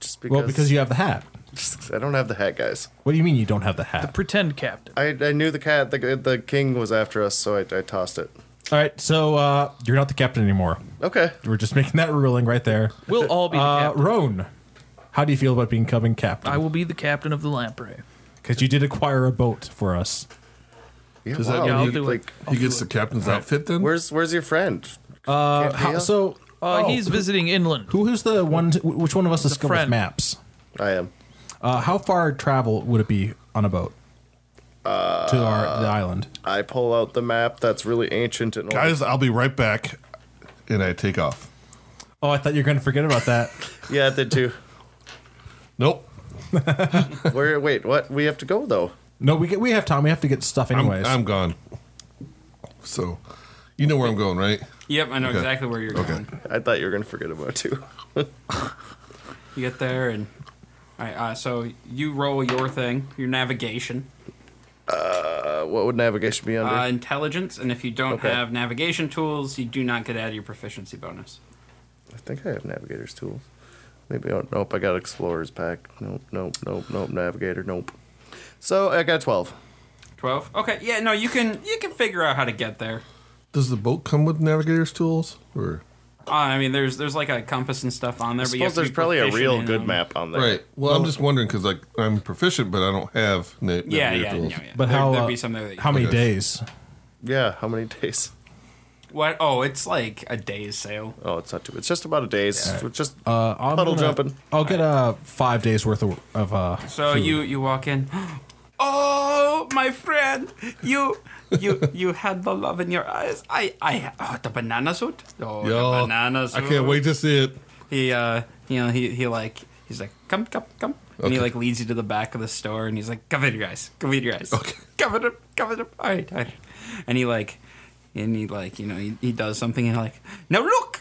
Speaker 4: Just because,
Speaker 2: Well, because you have the hat.
Speaker 4: I don't have the hat, guys.
Speaker 2: What do you mean you don't have the hat?
Speaker 3: Pretend captain.
Speaker 4: I, I knew the cat, the, the king was after us, so I, I tossed it.
Speaker 2: All right, so uh, you're not the captain anymore.
Speaker 4: Okay.
Speaker 2: We're just making that ruling right there.
Speaker 3: We'll all be the
Speaker 2: Uh,
Speaker 3: captain.
Speaker 2: Roan, how do you feel about becoming
Speaker 3: I
Speaker 2: captain?
Speaker 3: will be the captain of the Lamprey.
Speaker 2: Because you did acquire a boat for us.
Speaker 4: Yeah,
Speaker 5: Does that
Speaker 4: wow.
Speaker 5: mean
Speaker 3: Yeah, I'll
Speaker 5: he,
Speaker 3: do it.
Speaker 4: like,
Speaker 5: he gets the captain's outfit then?
Speaker 4: Where's Where's your friend?
Speaker 2: Uh,
Speaker 4: Can't be
Speaker 2: how-
Speaker 4: us.
Speaker 2: so
Speaker 3: Uh,
Speaker 2: oh,
Speaker 3: he's
Speaker 2: who-
Speaker 3: visiting inland.
Speaker 2: Who is the one? Which one of us is good with
Speaker 3: friend.
Speaker 2: maps?
Speaker 4: I am.
Speaker 2: Uh, how far travel would it be on a boat
Speaker 3: Uh,
Speaker 2: to our the island?
Speaker 4: I pull out the map that's really ancient and old.
Speaker 5: Guys, I'll be right back, and I take off.
Speaker 2: Oh, I thought you were going to forget about that.
Speaker 4: Yeah, I did too.
Speaker 5: Nope.
Speaker 4: Where? Wait, what? We have to go though.
Speaker 2: no, we get, we have time. We have to get stuff
Speaker 5: I'm,
Speaker 2: anyways.
Speaker 5: I'm gone. So, you know where I'm going, right?
Speaker 1: Yep, I know
Speaker 5: Okay.
Speaker 1: exactly where you're going.
Speaker 4: I thought you were gonna forget about it, too.
Speaker 1: You get there and all right. Uh, so you roll your thing, your navigation,
Speaker 4: Uh, what would navigation be under?
Speaker 1: uh, intelligence, and if you don't
Speaker 4: Okay.
Speaker 1: have navigation tools, you do not get out of your proficiency bonus.
Speaker 4: I think I have navigator's tools. Maybe I don't. Nope. I got explorer's pack. Nope. Nope. Nope. Nope. Navigator. Nope. So I got twelve.
Speaker 1: 12 okay yeah no you can you can figure out how to get there
Speaker 5: Does the boat come with navigator's tools? Or
Speaker 1: uh, i mean there's there's like a compass and stuff on there
Speaker 4: I
Speaker 1: but you have
Speaker 4: suppose
Speaker 1: to
Speaker 4: there's
Speaker 1: be
Speaker 4: probably a
Speaker 1: proficient
Speaker 4: real
Speaker 1: in um,
Speaker 4: good
Speaker 1: them.
Speaker 4: map on there.
Speaker 5: right? Well, I'm just wondering because like I'm proficient, but I don't have na-
Speaker 1: yeah
Speaker 5: navigator
Speaker 1: yeah,
Speaker 5: tools.
Speaker 1: yeah, yeah.
Speaker 2: but
Speaker 1: there,
Speaker 2: how
Speaker 1: there'd
Speaker 2: uh,
Speaker 1: be some there that you-
Speaker 2: how many
Speaker 5: Okay.
Speaker 2: days?
Speaker 4: Yeah. How many days?
Speaker 1: what oh it's like a day's sail
Speaker 4: Oh, it's not too. It's just about a days. It's just
Speaker 2: Uh, I'm
Speaker 4: puddle
Speaker 2: gonna-
Speaker 4: jumping.
Speaker 2: I'll get uh, five days worth of, of uh.
Speaker 1: so
Speaker 4: Hmm.
Speaker 2: food.
Speaker 1: you you walk in oh my friend you you you had the love in your eyes i i oh the banana suit oh the
Speaker 5: Yo,
Speaker 1: banana
Speaker 5: I
Speaker 1: suit
Speaker 5: can't wait to see it.
Speaker 1: he uh you know he he like he's like come come come and he
Speaker 5: Okay.
Speaker 1: like leads you to the back of the store and he's like cover your eyes cover your eyes
Speaker 5: Okay.
Speaker 1: cover them cover them all right all right and he like and he like you know he, he does something and like now look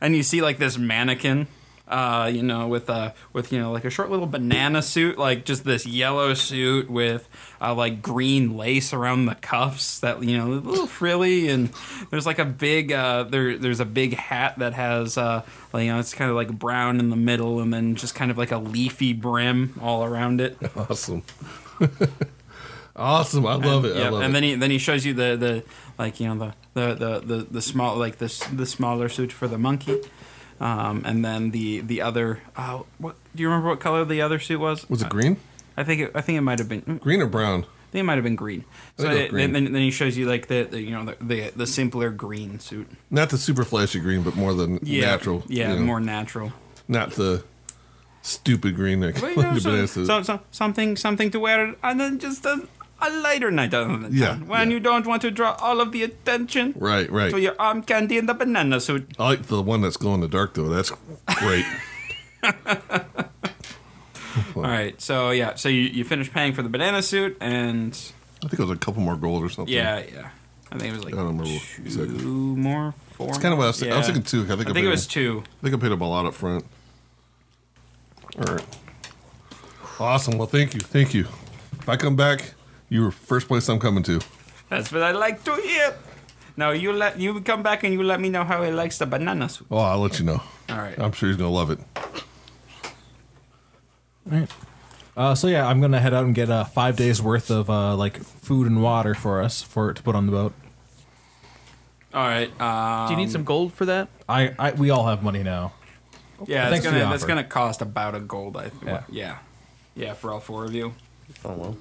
Speaker 1: and you see like this mannequin uh you know with uh with you know like a short little banana suit like just this yellow suit with uh like green lace around the cuffs that you know a little frilly and there's like a big uh there there's a big hat that has uh like, you know it's kind of like brown in the middle and then just kind of like a leafy brim all around it
Speaker 5: Awesome. awesome. I love it. I
Speaker 1: Yep,
Speaker 5: love
Speaker 1: and
Speaker 5: it.
Speaker 1: then he then he shows you the the like you know the the the the, the small like this the smaller suit for the monkey, um, and then the the other. Oh, what do you remember? What color the other suit was?
Speaker 5: was it green?
Speaker 1: I think it, I think it might have been mm, I
Speaker 5: Green or brown?
Speaker 1: think it might have been green. So
Speaker 5: think it was
Speaker 1: it-
Speaker 5: green.
Speaker 1: Then, then he shows you like the, the you know the, the the simpler green suit.
Speaker 5: Not the super flashy green, but more the n- natural.
Speaker 1: Yeah,
Speaker 5: you know,
Speaker 1: more natural.
Speaker 5: Not the stupid green that
Speaker 1: Well,
Speaker 5: comes
Speaker 1: you know,
Speaker 5: with
Speaker 1: so,
Speaker 5: bananas.
Speaker 1: so, so, something something to wear, and then just a, a lighter night out of the
Speaker 5: Yeah,
Speaker 1: town, when
Speaker 5: yeah.
Speaker 1: you don't want to draw all of the attention
Speaker 5: Right, right.
Speaker 1: to your arm candy and the banana suit.
Speaker 5: I like the one that's glow in the dark though. That's great.
Speaker 1: All right, so yeah, so you, you finish paying for the banana suit, and
Speaker 5: I think it was a couple more gold or something.
Speaker 1: yeah, yeah, I think it was like
Speaker 5: I don't remember
Speaker 1: two
Speaker 5: exactly.
Speaker 1: more, four.
Speaker 5: It's kind of what I was, I was thinking too. I think I,
Speaker 1: I
Speaker 5: paid
Speaker 1: think it was
Speaker 5: him-
Speaker 1: two.
Speaker 5: I think I paid him a lot up front. All right. Awesome. Well, thank you, thank you. If I come back, you were first place I'm coming to.
Speaker 1: That's what I like to hear. No, you let you come back and you let me know how he likes the banana soup.
Speaker 5: Oh, I'll let you know.
Speaker 1: All right.
Speaker 5: I'm sure he's gonna love it.
Speaker 2: Right. Uh, so yeah, I'm gonna head out and get uh, five days worth of uh, like food and water for us for it to put on the boat.
Speaker 1: All right. Uh,
Speaker 2: Um,
Speaker 3: Do you need some gold for that?
Speaker 2: I, I we all have money now.
Speaker 1: yeah, that's
Speaker 2: Thanks for
Speaker 1: gonna
Speaker 2: the
Speaker 1: that's
Speaker 2: offer.
Speaker 1: gonna cost about a gold. I think.
Speaker 2: Yeah.
Speaker 1: Yeah. yeah, for all four of you.
Speaker 4: Oh well.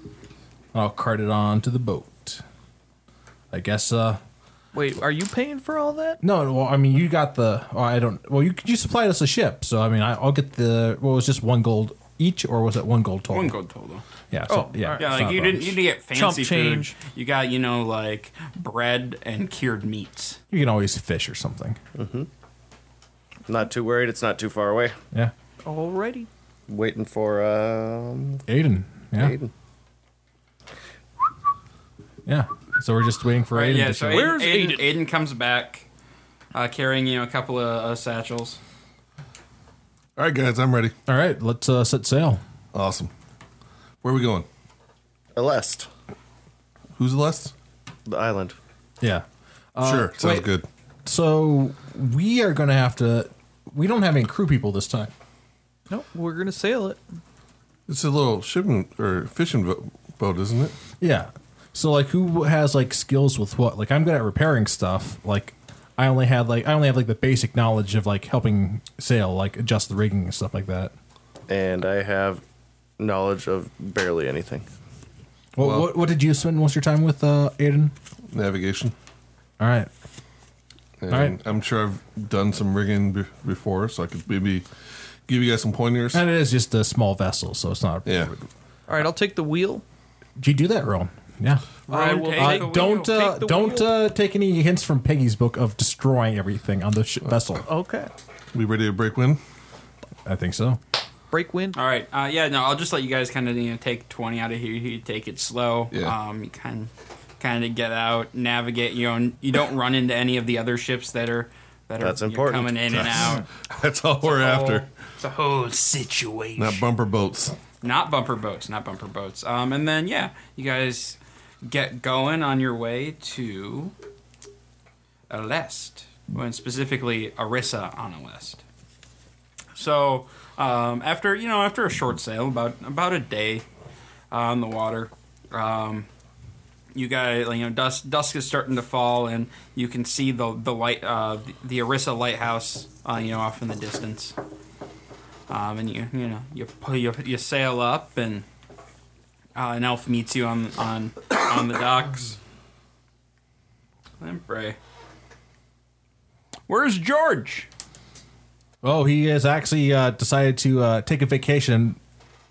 Speaker 2: I'll cart it on to the boat. I guess. Uh,
Speaker 3: Wait, are you paying for all that?
Speaker 2: no, well, I mean, you got the. Oh, I don't. Well, you you supplied us a ship, so I mean, I, I'll get the. Well, it was just one gold each, or was it one gold total?
Speaker 1: One gold total.
Speaker 2: Yeah. So,
Speaker 3: Oh,
Speaker 2: yeah.
Speaker 3: all right.
Speaker 2: it's
Speaker 1: Yeah, like
Speaker 2: not
Speaker 1: you
Speaker 2: a
Speaker 1: didn't
Speaker 2: bonus.
Speaker 1: you didn't get fancy
Speaker 3: Chump
Speaker 1: food.
Speaker 3: change.
Speaker 1: You got you know like bread and cured meats.
Speaker 2: You can always fish or something.
Speaker 4: Not too worried. It's not too far away.
Speaker 2: Yeah.
Speaker 3: Alrighty.
Speaker 4: Waiting for um.
Speaker 2: Aiden. Yeah.
Speaker 4: Aiden.
Speaker 2: Yeah. So we're just waiting for
Speaker 1: Right.
Speaker 2: Aiden.
Speaker 1: Yeah.
Speaker 2: to
Speaker 1: So
Speaker 2: show up.
Speaker 1: Aiden,
Speaker 3: Where's
Speaker 1: Aiden, Aiden comes back, uh, carrying you know a couple of uh, satchels.
Speaker 5: All right, guys, I'm ready.
Speaker 2: all right, let's uh, set sail.
Speaker 5: Awesome. Where are we going?
Speaker 4: Alest,
Speaker 5: Who's the last?
Speaker 4: the island.
Speaker 2: Yeah.
Speaker 1: Uh,
Speaker 5: sure, sounds
Speaker 2: wait.
Speaker 5: good.
Speaker 2: So we are going to have to. We don't have any crew people this time.
Speaker 3: No, we're gonna sail it.
Speaker 5: It's a little shipping or fishing vo- boat, isn't it?
Speaker 2: Yeah. So like, who has like skills with what? Like, I'm good at repairing stuff. Like, I only had like I only have like the basic knowledge of like helping sail, like adjust the rigging and stuff like that.
Speaker 4: And I have knowledge of barely anything.
Speaker 2: What
Speaker 5: Well-
Speaker 2: what, what did you spend most of your time with, uh, Aiden?
Speaker 5: Navigation.
Speaker 2: All right.
Speaker 5: And
Speaker 2: right.
Speaker 5: I'm sure I've done some rigging be- before, so I could maybe give you guys some pointers.
Speaker 2: And it is just a small vessel, so it's not.
Speaker 5: Yeah.
Speaker 3: Alright, I'll take the wheel.
Speaker 2: Did you do that, Rowan? Yeah.
Speaker 3: I
Speaker 1: Rowan
Speaker 3: will
Speaker 1: takes
Speaker 2: Uh,
Speaker 3: take
Speaker 1: the
Speaker 2: don't
Speaker 1: wheel.
Speaker 2: uh,
Speaker 3: Take the
Speaker 2: don't
Speaker 3: wheel.
Speaker 2: uh, take any hints from Peggy's book of destroying everything on the
Speaker 5: Uh,
Speaker 2: sh- vessel.
Speaker 5: oh,
Speaker 3: Okay.
Speaker 5: We ready to break wind?
Speaker 2: I think so.
Speaker 3: Break wind.
Speaker 1: All right. Uh, yeah. No, I'll just let you guys kind of you know take twenty out of here. You take it slow.
Speaker 5: Yeah.
Speaker 1: Um, you kind kind of get out, navigate. You know, you don't run into any of the other ships that are that are
Speaker 4: That's
Speaker 1: you know,
Speaker 4: important.
Speaker 1: coming in and out.
Speaker 5: That's all we're after.
Speaker 1: It's a whole situation.
Speaker 5: Not bumper boats.
Speaker 1: not bumper boats, not bumper boats. Um, and then yeah, you guys get going on your way to Alest, and specifically Arissa on Alest. So um, after you know after a short sail, about about a day uh, on the water, um, you guys like, you know dusk dusk is starting to fall, and you can see the the light uh, the, the Arissa lighthouse uh, you know off in the distance. Um, and you you know you pull you, you sail up and uh, an elf meets you on on on the docks. Limprey. Where's George?
Speaker 2: Oh, he has actually uh, decided to uh, take a vacation.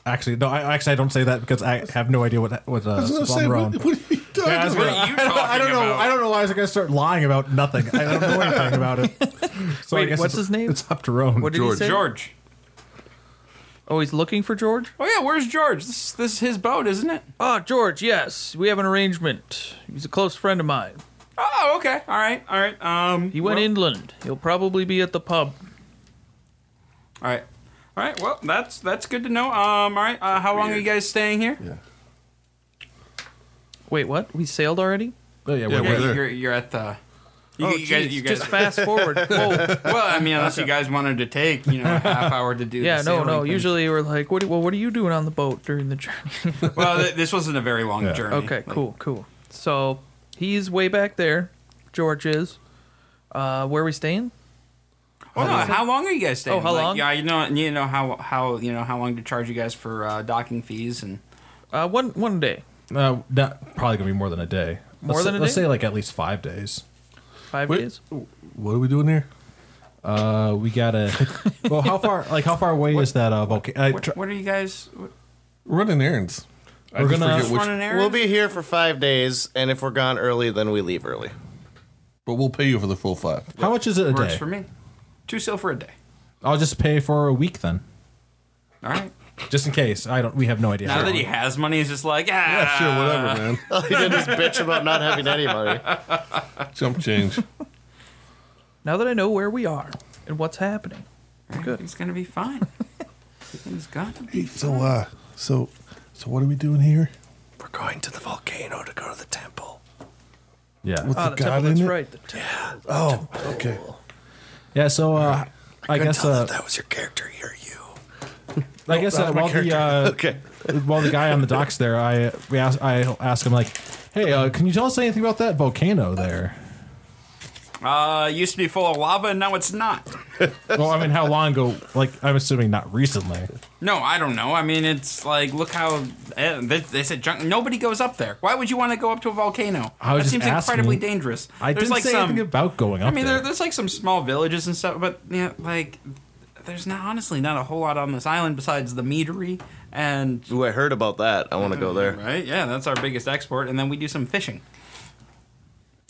Speaker 2: Actually, no, I, actually I don't say that because I have no idea what what uh,
Speaker 5: I was
Speaker 2: Savon
Speaker 5: gonna say,
Speaker 2: Rowan-
Speaker 5: what, what are you talking
Speaker 2: Yeah, I was
Speaker 1: What are
Speaker 2: gonna-
Speaker 5: about?
Speaker 1: you
Speaker 2: I don't- I don't
Speaker 1: talking
Speaker 2: know.
Speaker 1: about?
Speaker 2: I don't know why I was going to start lying about nothing. I don't know anything about it. So I
Speaker 3: Wait,
Speaker 2: guess it's-
Speaker 3: what's his name?
Speaker 2: It's up to Rowan.
Speaker 3: What did
Speaker 5: George.
Speaker 3: he say?
Speaker 1: George.
Speaker 3: Oh, he's looking for George?
Speaker 1: Oh yeah, where's George? This this is his boat, isn't it?
Speaker 3: Oh, George, yes. We have an arrangement. He's a close friend of mine.
Speaker 1: Oh, okay. All right, all right. Um,
Speaker 3: He went
Speaker 1: well-
Speaker 3: inland. He'll probably be at the pub.
Speaker 1: All right, all right. Well, that's that's good to know. Um, all right. Uh, how long are you guys staying here?
Speaker 5: Yeah.
Speaker 3: Wait, what? We sailed already?
Speaker 2: Oh, yeah,
Speaker 5: Yeah,
Speaker 2: we're
Speaker 5: we're
Speaker 2: good.
Speaker 5: there.
Speaker 1: You're, you're at the. You,
Speaker 3: oh,
Speaker 1: you guys,
Speaker 3: jeez,
Speaker 1: you guys.
Speaker 3: just fast forward. Whoa.
Speaker 1: well, I mean, unless you guys wanted to take, you know, a half hour to do.
Speaker 3: Yeah,
Speaker 1: the
Speaker 3: no,
Speaker 1: sailing
Speaker 3: no.
Speaker 1: thing.
Speaker 3: Usually we're like, what? Well, what are you doing on the boat during the journey?
Speaker 1: well, th- this wasn't a very long
Speaker 2: Yeah.
Speaker 1: journey.
Speaker 3: okay,
Speaker 1: Like,
Speaker 3: cool, cool. So he's way back there. George is. Uh, where are we staying?
Speaker 1: Well, no, how long are you guys staying?
Speaker 3: Oh, how
Speaker 1: Like,
Speaker 3: long?
Speaker 1: Yeah, you know, you know how how you know how long to charge you guys for uh, docking fees and.
Speaker 3: Uh, one one day,
Speaker 2: Uh, not probably going to be more than a day.
Speaker 3: More
Speaker 2: let's,
Speaker 3: than a
Speaker 2: let's
Speaker 3: day?
Speaker 2: say like at least five days.
Speaker 3: five
Speaker 5: Wait.
Speaker 3: days.
Speaker 5: What are we doing here?
Speaker 2: Uh, we gotta. well, how far? Like how far away is that uh, volcano? I
Speaker 1: What,
Speaker 2: tr-
Speaker 1: what are you guys? What,
Speaker 5: We're running errands. I
Speaker 2: We're
Speaker 5: just
Speaker 2: gonna-
Speaker 5: forget which-
Speaker 1: running errands?
Speaker 4: We'll be here for five days, and if we're gone early, then we leave early.
Speaker 5: but we'll pay you for the full five.
Speaker 2: how much is it a
Speaker 1: Works
Speaker 2: day?
Speaker 1: for me. Two silver a day.
Speaker 2: I'll just pay for a week then,
Speaker 1: All right.
Speaker 2: just in case. I don't. We have no idea.
Speaker 1: Now
Speaker 2: how
Speaker 1: that he
Speaker 2: long.
Speaker 1: has money, he's just like, ah,
Speaker 5: Yeah, sure, whatever, man.
Speaker 2: Ah.
Speaker 4: All he did was bitch about not having any money.
Speaker 5: Jump change.
Speaker 3: Now that I know where we are and what's happening,
Speaker 1: It's gonna be fine. Everything's gonna be.
Speaker 5: so, uh, so, so, what are we doing here?
Speaker 4: We're going to the volcano to go to the temple.
Speaker 2: Yeah.
Speaker 5: With
Speaker 3: Ah,
Speaker 5: the
Speaker 3: the
Speaker 5: god
Speaker 3: temple.
Speaker 5: in
Speaker 3: That's
Speaker 5: it?
Speaker 3: right. The temple.
Speaker 5: Oh, okay.
Speaker 2: Yeah. So uh, I, guess uh,
Speaker 5: that was your character here. You.
Speaker 2: I guess uh, while the uh,
Speaker 5: Okay.
Speaker 2: while the guy on the docks there, I we asked I asked him like, "Hey, uh, can you tell us anything about that volcano there?"
Speaker 1: Uh, it used to be full of lava, and now it's not.
Speaker 2: well, I mean, how long ago? Like, I'm assuming not recently.
Speaker 1: No, I don't know. I mean, it's like look how eh, they, they said junk. Nobody goes up there. Why would you want to go up to a volcano?
Speaker 2: I
Speaker 1: that
Speaker 2: was just
Speaker 1: seems
Speaker 2: asking.
Speaker 1: incredibly dangerous.
Speaker 2: I didn't say anything about going up
Speaker 1: I mean, there,
Speaker 2: there.
Speaker 1: there's like some small villages and stuff, but yeah, like there's not honestly not a whole lot on this island besides the meadery and
Speaker 4: Ooh, I heard about that. I want to go there.
Speaker 1: right. Yeah, that's our biggest export, and then we do some fishing.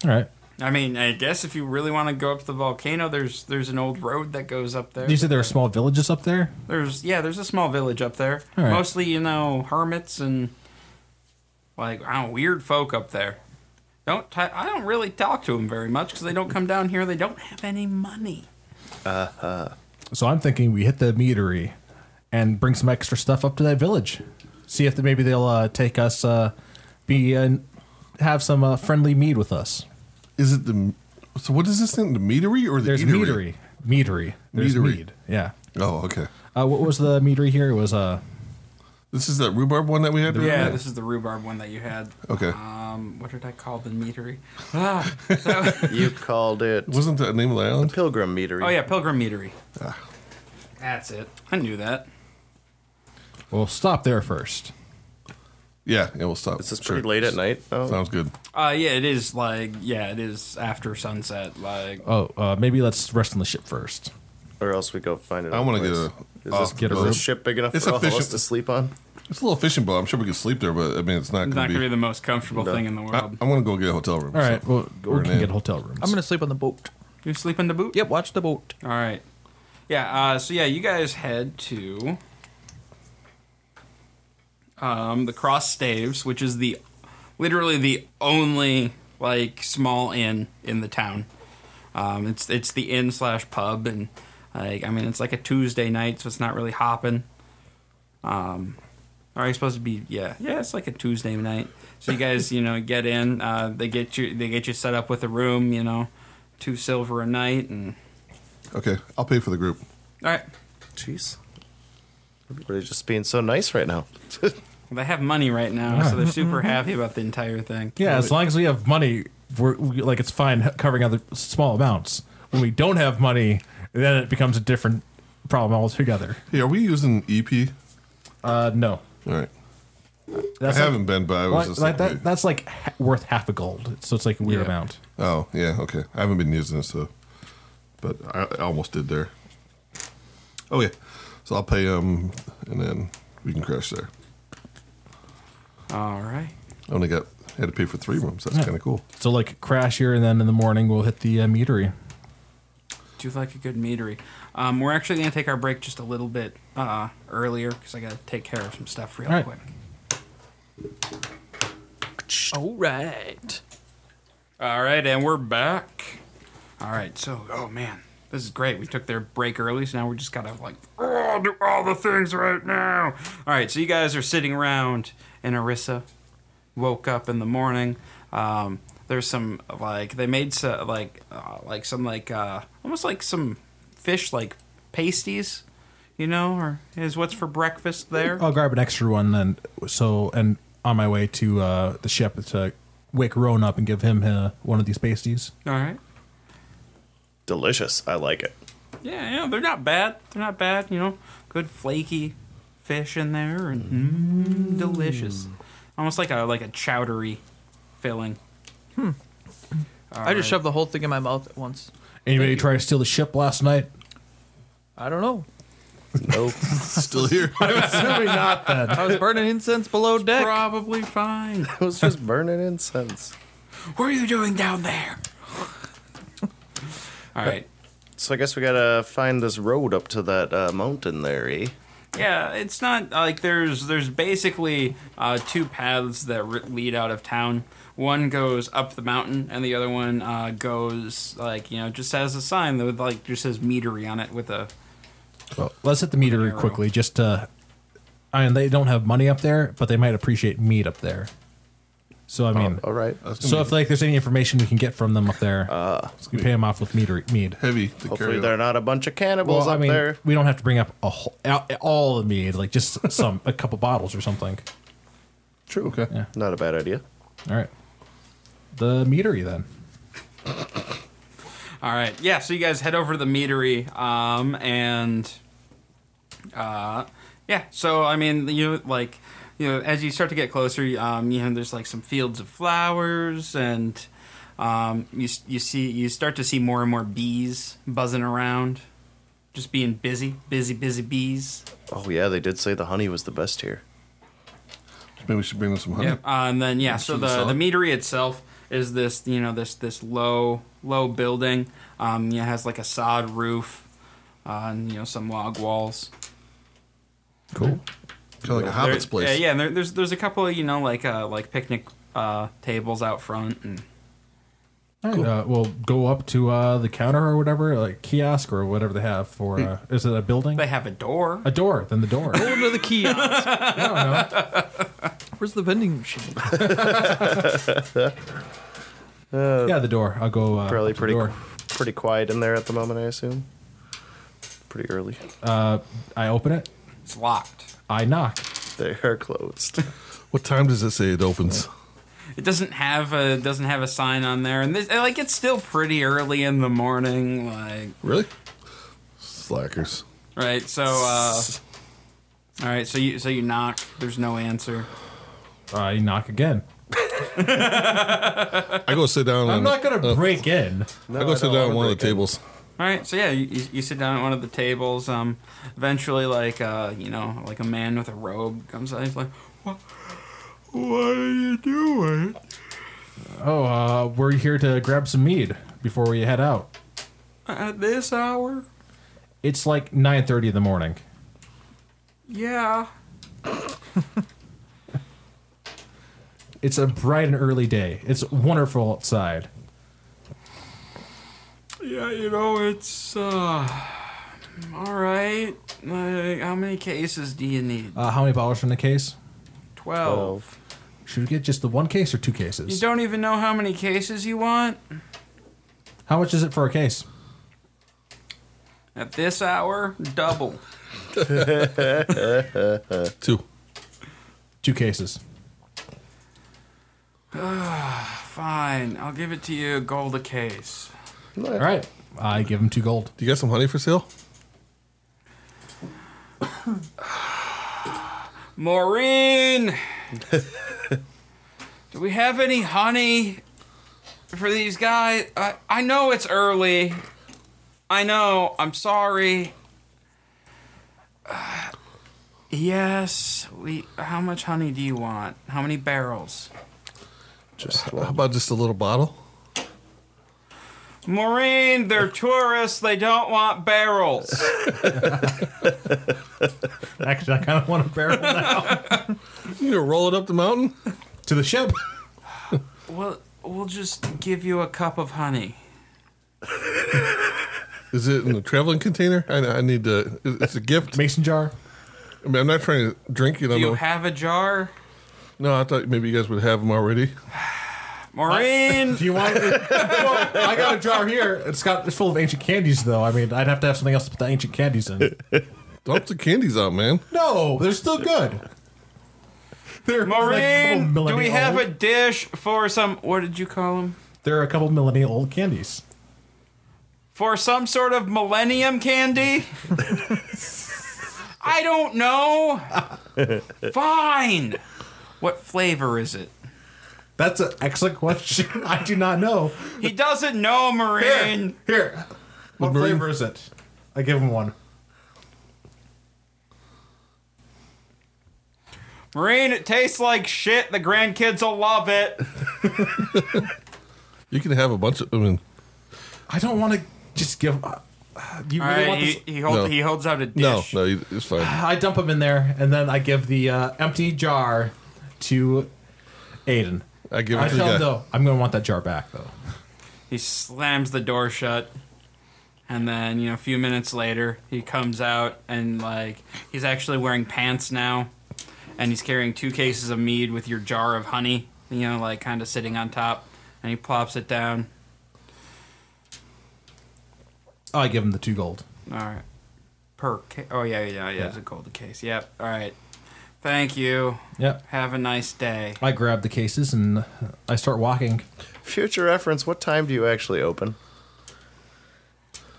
Speaker 2: All right.
Speaker 1: I mean, I guess if you really want to go up the volcano, there's there's an old road that goes up there.
Speaker 2: You said there are small villages up there.
Speaker 1: There's yeah, there's a small village up there.
Speaker 2: All right.
Speaker 1: Mostly, you know, hermits and like I don't know, weird folk up there. Don't t- I don't really talk to them very much because they don't come down here. They don't have any money.
Speaker 2: So I'm thinking we hit the meadery and bring some extra stuff up to that village. See if maybe they'll uh, take us, uh, be uh, have some uh, friendly mead with us.
Speaker 5: Is it the? So what is this thing? The meadery or the
Speaker 2: There's
Speaker 5: eatery?
Speaker 2: meadery, meadery, there's
Speaker 5: Meadery.
Speaker 2: mead. Yeah.
Speaker 5: Oh, okay.
Speaker 2: Uh, what was the meadery here? It was uh,
Speaker 5: This is that rhubarb one that we had. the other
Speaker 1: Yeah,
Speaker 5: night?
Speaker 1: this is the rhubarb one that you had.
Speaker 5: Okay.
Speaker 1: Um, what did I call the meatery? Ah,
Speaker 4: You called it
Speaker 5: Wasn't that the name of the island?
Speaker 4: Pilgrim Meadery.
Speaker 1: oh yeah, pilgrim meatery. That's it. I knew that.
Speaker 2: well, stop there first.
Speaker 5: Yeah. Yeah. We'll stop.
Speaker 4: This is
Speaker 5: Sure.
Speaker 4: pretty late at night. Oh,
Speaker 5: Sounds good.
Speaker 1: Uh, yeah, it is like yeah, it is after sunset. Like
Speaker 2: Oh, uh, maybe let's rest on the ship first.
Speaker 4: or else we go find it.
Speaker 5: I wanna get a- Oh,
Speaker 4: Is this,
Speaker 5: get
Speaker 2: a
Speaker 4: is
Speaker 2: rope.
Speaker 4: this ship big enough
Speaker 5: It's
Speaker 4: for all of us
Speaker 5: efficient.
Speaker 4: to sleep on?
Speaker 5: It's a little fishing boat. I'm sure we could sleep there, but I mean, it's not
Speaker 1: it's not
Speaker 5: going to
Speaker 1: gonna be
Speaker 5: be.
Speaker 1: the most comfortable
Speaker 4: No.
Speaker 1: thing in the
Speaker 5: I,
Speaker 1: world.
Speaker 5: I'm going to go get a hotel room.
Speaker 2: All right, well,
Speaker 5: Or
Speaker 2: we
Speaker 5: an
Speaker 2: can get
Speaker 5: inn.
Speaker 2: hotel rooms.
Speaker 3: I'm gonna sleep on the boat.
Speaker 1: you sleep in the boot.
Speaker 3: Yep, watch the boat.
Speaker 1: All right. Yeah. Uh, so yeah, you guys head to um, the Cross Staves, which is the literally the only like small inn in the town. Um, it's it's the inn slash pub, and like I mean, it's like a Tuesday night, so it's not really hopping. Um, are you supposed to be? Yeah, yeah. It's like a Tuesday night. So you guys, you know, get in. Uh, they get you. They get you set up with a room. You know, two silver a night, and
Speaker 5: Okay. I'll pay for the group.
Speaker 1: all right.
Speaker 4: Jeez. Everybody's just being so nice right now.
Speaker 1: They have money right now, so they're super happy about the entire thing.
Speaker 2: Yeah, as long as we have money, we're we, like it's fine covering other small amounts. When we don't have money, then it becomes a different problem altogether.
Speaker 5: Hey, are we using EP?
Speaker 2: Uh, no,
Speaker 5: All right.
Speaker 2: that's
Speaker 5: I
Speaker 2: like-
Speaker 5: haven't been, but I was
Speaker 2: like,
Speaker 5: just
Speaker 2: like
Speaker 5: like,
Speaker 2: that, that's like ha- worth half a gold, so it's like a weird
Speaker 1: Yeah.
Speaker 2: amount.
Speaker 5: Oh, yeah. Okay. I haven't been using it, so. But I, I almost did there. Oh, yeah. So I'll pay them, and then we can crash there.
Speaker 1: All right.
Speaker 5: I only got had to pay for three rooms. That's kind of cool.
Speaker 2: So like crash here, and then in the morning we'll hit the uh, meadery.
Speaker 1: Do you like a good meatery. Um, we're actually going to take our break just a little bit uh, earlier because I got to take care of some stuff real
Speaker 2: All right.
Speaker 1: quick.
Speaker 3: All right.
Speaker 1: All right, and we're back. All right, so, oh man, this is great. We took their break early, so now we just got to, like, oh, do all the things right now. All right, so you guys are sitting around in Arissa. woke up in the morning. Um, there's some like they made so, like uh, like some like uh, almost like some fish like pasties, you know, or is what's for breakfast there.
Speaker 2: I'll grab an extra one, and so and on my way to uh, the ship to wake Roan up and give him uh, one of these pasties.
Speaker 1: All right.
Speaker 4: Delicious. I like it.
Speaker 1: Yeah, yeah, they're not bad. They're not bad, you know. Good flaky fish in there and mm, delicious. Almost like a like a chowdery filling. Hmm.
Speaker 3: I just shoved the whole thing in my mouth at once.
Speaker 2: Anybody try to steal the ship last night?
Speaker 3: I don't know.
Speaker 4: No.
Speaker 5: Still here.
Speaker 2: Maybe not then.
Speaker 3: I was burning incense below deck.
Speaker 1: Probably fine.
Speaker 4: I was just burning incense.
Speaker 1: what are you doing down there? All right.
Speaker 4: So I guess we gotta find this road up to that uh, mountain there, eh?
Speaker 1: Yeah, it's not like there's there's basically uh, two paths that re- lead out of town. One goes up the mountain, and the other one uh, goes like you know just has a sign that would, like just says meatery on it with a
Speaker 2: Well, let's hit the meter
Speaker 1: arrow.
Speaker 2: quickly. Just uh, to, I mean, they don't have money up there, but they might appreciate meat up there. So I mean,
Speaker 4: All right.
Speaker 5: That's Oh, gonna
Speaker 2: so
Speaker 5: be Uh,
Speaker 2: if like there's any information we can get from them up there, we pay them off with mead. or- mead.
Speaker 5: heavy to
Speaker 4: Hopefully
Speaker 5: carry.
Speaker 4: they're not a bunch of cannibals
Speaker 2: Well, I
Speaker 4: up
Speaker 2: mean,
Speaker 4: there.
Speaker 2: we don't have to bring up a whole, all- all the mead, like just some a couple bottles or something.
Speaker 5: True. Okay.
Speaker 2: Yeah.
Speaker 4: Not a bad idea.
Speaker 2: All right, the meadery then.
Speaker 1: All right. Yeah. So you guys head over to the meadery, um, and uh, yeah. So I mean, you know, like you know, as you start to get closer, um, you know, there's like some fields of flowers, and um, you s- you see you start to see more and more bees buzzing around, just being busy, busy, busy bees.
Speaker 4: Oh yeah, they did say the honey was the best here.
Speaker 5: Maybe we should bring them some honey.
Speaker 1: Yeah. Uh, and then yeah, so
Speaker 5: see
Speaker 1: the
Speaker 5: the
Speaker 1: the
Speaker 5: solid.
Speaker 1: meadery itself is this you know this this low low building. Um, it has like a sod roof, uh, and you know some log walls.
Speaker 2: Cool.
Speaker 5: Kind of like a
Speaker 1: There-
Speaker 5: hobbit's place.
Speaker 1: Yeah, yeah. And there, there's there's a couple of you know like uh, like picnic uh, tables out front, and
Speaker 2: All right, uh, we'll go up to uh, the counter or whatever, like kiosk or whatever they have
Speaker 4: Hmm.
Speaker 2: for. Uh, is it a building?
Speaker 1: they have a door.
Speaker 2: A door. Then the door.
Speaker 3: Go into the kiosk.
Speaker 2: I don't know.
Speaker 3: Where's the vending machine?
Speaker 2: yeah, the door. I'll go. Uh,
Speaker 4: Probably
Speaker 2: up to the
Speaker 4: pretty
Speaker 2: door.
Speaker 4: pretty quiet in there at the moment, I assume. Pretty early.
Speaker 2: I open it.
Speaker 1: It's locked.
Speaker 2: I knock.
Speaker 4: They are closed.
Speaker 5: What time does it say it opens?
Speaker 1: It doesn't have a doesn't have a sign on there, and this, and, like it's still pretty early in the morning, like
Speaker 5: Really? Slackers.
Speaker 1: right. So uh, all right, so you so you knock. There's no answer.
Speaker 2: I knock again.
Speaker 5: I go sit down.
Speaker 2: I'm
Speaker 5: on-
Speaker 2: not gonna
Speaker 5: uh,
Speaker 2: break in.
Speaker 5: I go
Speaker 4: I
Speaker 5: sit
Speaker 4: don't wanna
Speaker 5: down at one
Speaker 4: break
Speaker 5: of the
Speaker 4: in.
Speaker 5: tables.
Speaker 1: All right, so yeah, you, you- you sit down at one of the tables. Um, eventually, like uh, you know, like a man with a robe comes out. He's like, "What? What are you doing?"
Speaker 2: Oh, uh, we're here to grab some mead before we head out.
Speaker 1: At this hour?
Speaker 2: It's like 9:30 in the morning.
Speaker 1: Yeah.
Speaker 2: It's a bright and early day. It's wonderful outside.
Speaker 1: Yeah, you know, it's, uh. Alright. Like, how many cases do you need?
Speaker 2: Uh, how many bottles from the case?
Speaker 1: Twelve.
Speaker 4: Twelve.
Speaker 2: Should we get just the one case or two cases?
Speaker 1: You don't even know how many cases you want?
Speaker 2: How much is it for a case?
Speaker 1: At this hour, double.
Speaker 5: Two.
Speaker 2: Two cases.
Speaker 1: Fine, I'll give it to you gold a case.
Speaker 2: All right. I give him two gold.
Speaker 5: Do you got some honey for sale?
Speaker 1: Maureen! Do we have any honey for these guys? I, I know it's early. I know. I'm sorry. Uh, yes. We. How much honey do you want? How many barrels?
Speaker 4: Just
Speaker 5: How
Speaker 4: one.
Speaker 5: about just a little bottle?
Speaker 1: Maureen, they're tourists. They don't want barrels.
Speaker 2: Actually, I kind of want a barrel now.
Speaker 5: You gonna roll it up the mountain?
Speaker 2: to the ship.
Speaker 1: well, we'll just give you a cup of honey.
Speaker 5: Is it in a traveling container? I, I need to. It's a gift.
Speaker 2: Mason jar.
Speaker 5: I mean, I'm not trying to drink it.
Speaker 1: Do
Speaker 5: I'm
Speaker 1: you
Speaker 5: a-
Speaker 1: have a jar?
Speaker 5: no, I thought maybe you guys would have them already.
Speaker 1: Maureen!
Speaker 2: Do you want? well, I got a jar here. It's got it's full of ancient candies though. I mean, I'd have to have something else to put the ancient candies in.
Speaker 5: Dump the candies out, man.
Speaker 2: No, they're still good. They're
Speaker 1: Maureen, do we have
Speaker 2: old.
Speaker 1: a dish for some? What did you call them?
Speaker 2: They're a couple millennial old candies.
Speaker 1: For some sort of millennium candy? I don't know. Fine. What flavor is it?
Speaker 2: That's an excellent question. I do not know.
Speaker 1: He doesn't know, Maureen.
Speaker 2: Here, what
Speaker 5: Maureen-
Speaker 2: flavor is it? I give him one.
Speaker 1: Maureen, it tastes like shit. The grandkids will love it.
Speaker 5: You can have a bunch of. I mean,
Speaker 2: I don't want to just give. Uh, you
Speaker 1: All
Speaker 2: really
Speaker 1: right,
Speaker 2: want this?
Speaker 1: he, he, hold,
Speaker 5: No.
Speaker 1: he holds out a
Speaker 5: no,
Speaker 1: dish.
Speaker 5: no, you- it's fine.
Speaker 2: I dump him in there, and then I give the uh, empty jar to Aiden.
Speaker 5: I give it
Speaker 2: I
Speaker 5: to the
Speaker 2: tell
Speaker 5: guy.
Speaker 2: him though, I'm going to want that jar back though.
Speaker 1: He slams the door shut. And then, you know, a few minutes later, he comes out and, like, he's actually wearing pants now. And he's carrying two cases of mead with your jar of honey. you know, like kind of sitting on top, and he plops it down.
Speaker 2: I give him the two gold.
Speaker 1: All right. Per ca- oh yeah yeah yeah, it's a gold case. Yep. All right. Thank you.
Speaker 2: Yep.
Speaker 1: Have a nice day.
Speaker 2: I grab the cases and I start walking.
Speaker 4: Future reference, what time do you actually open?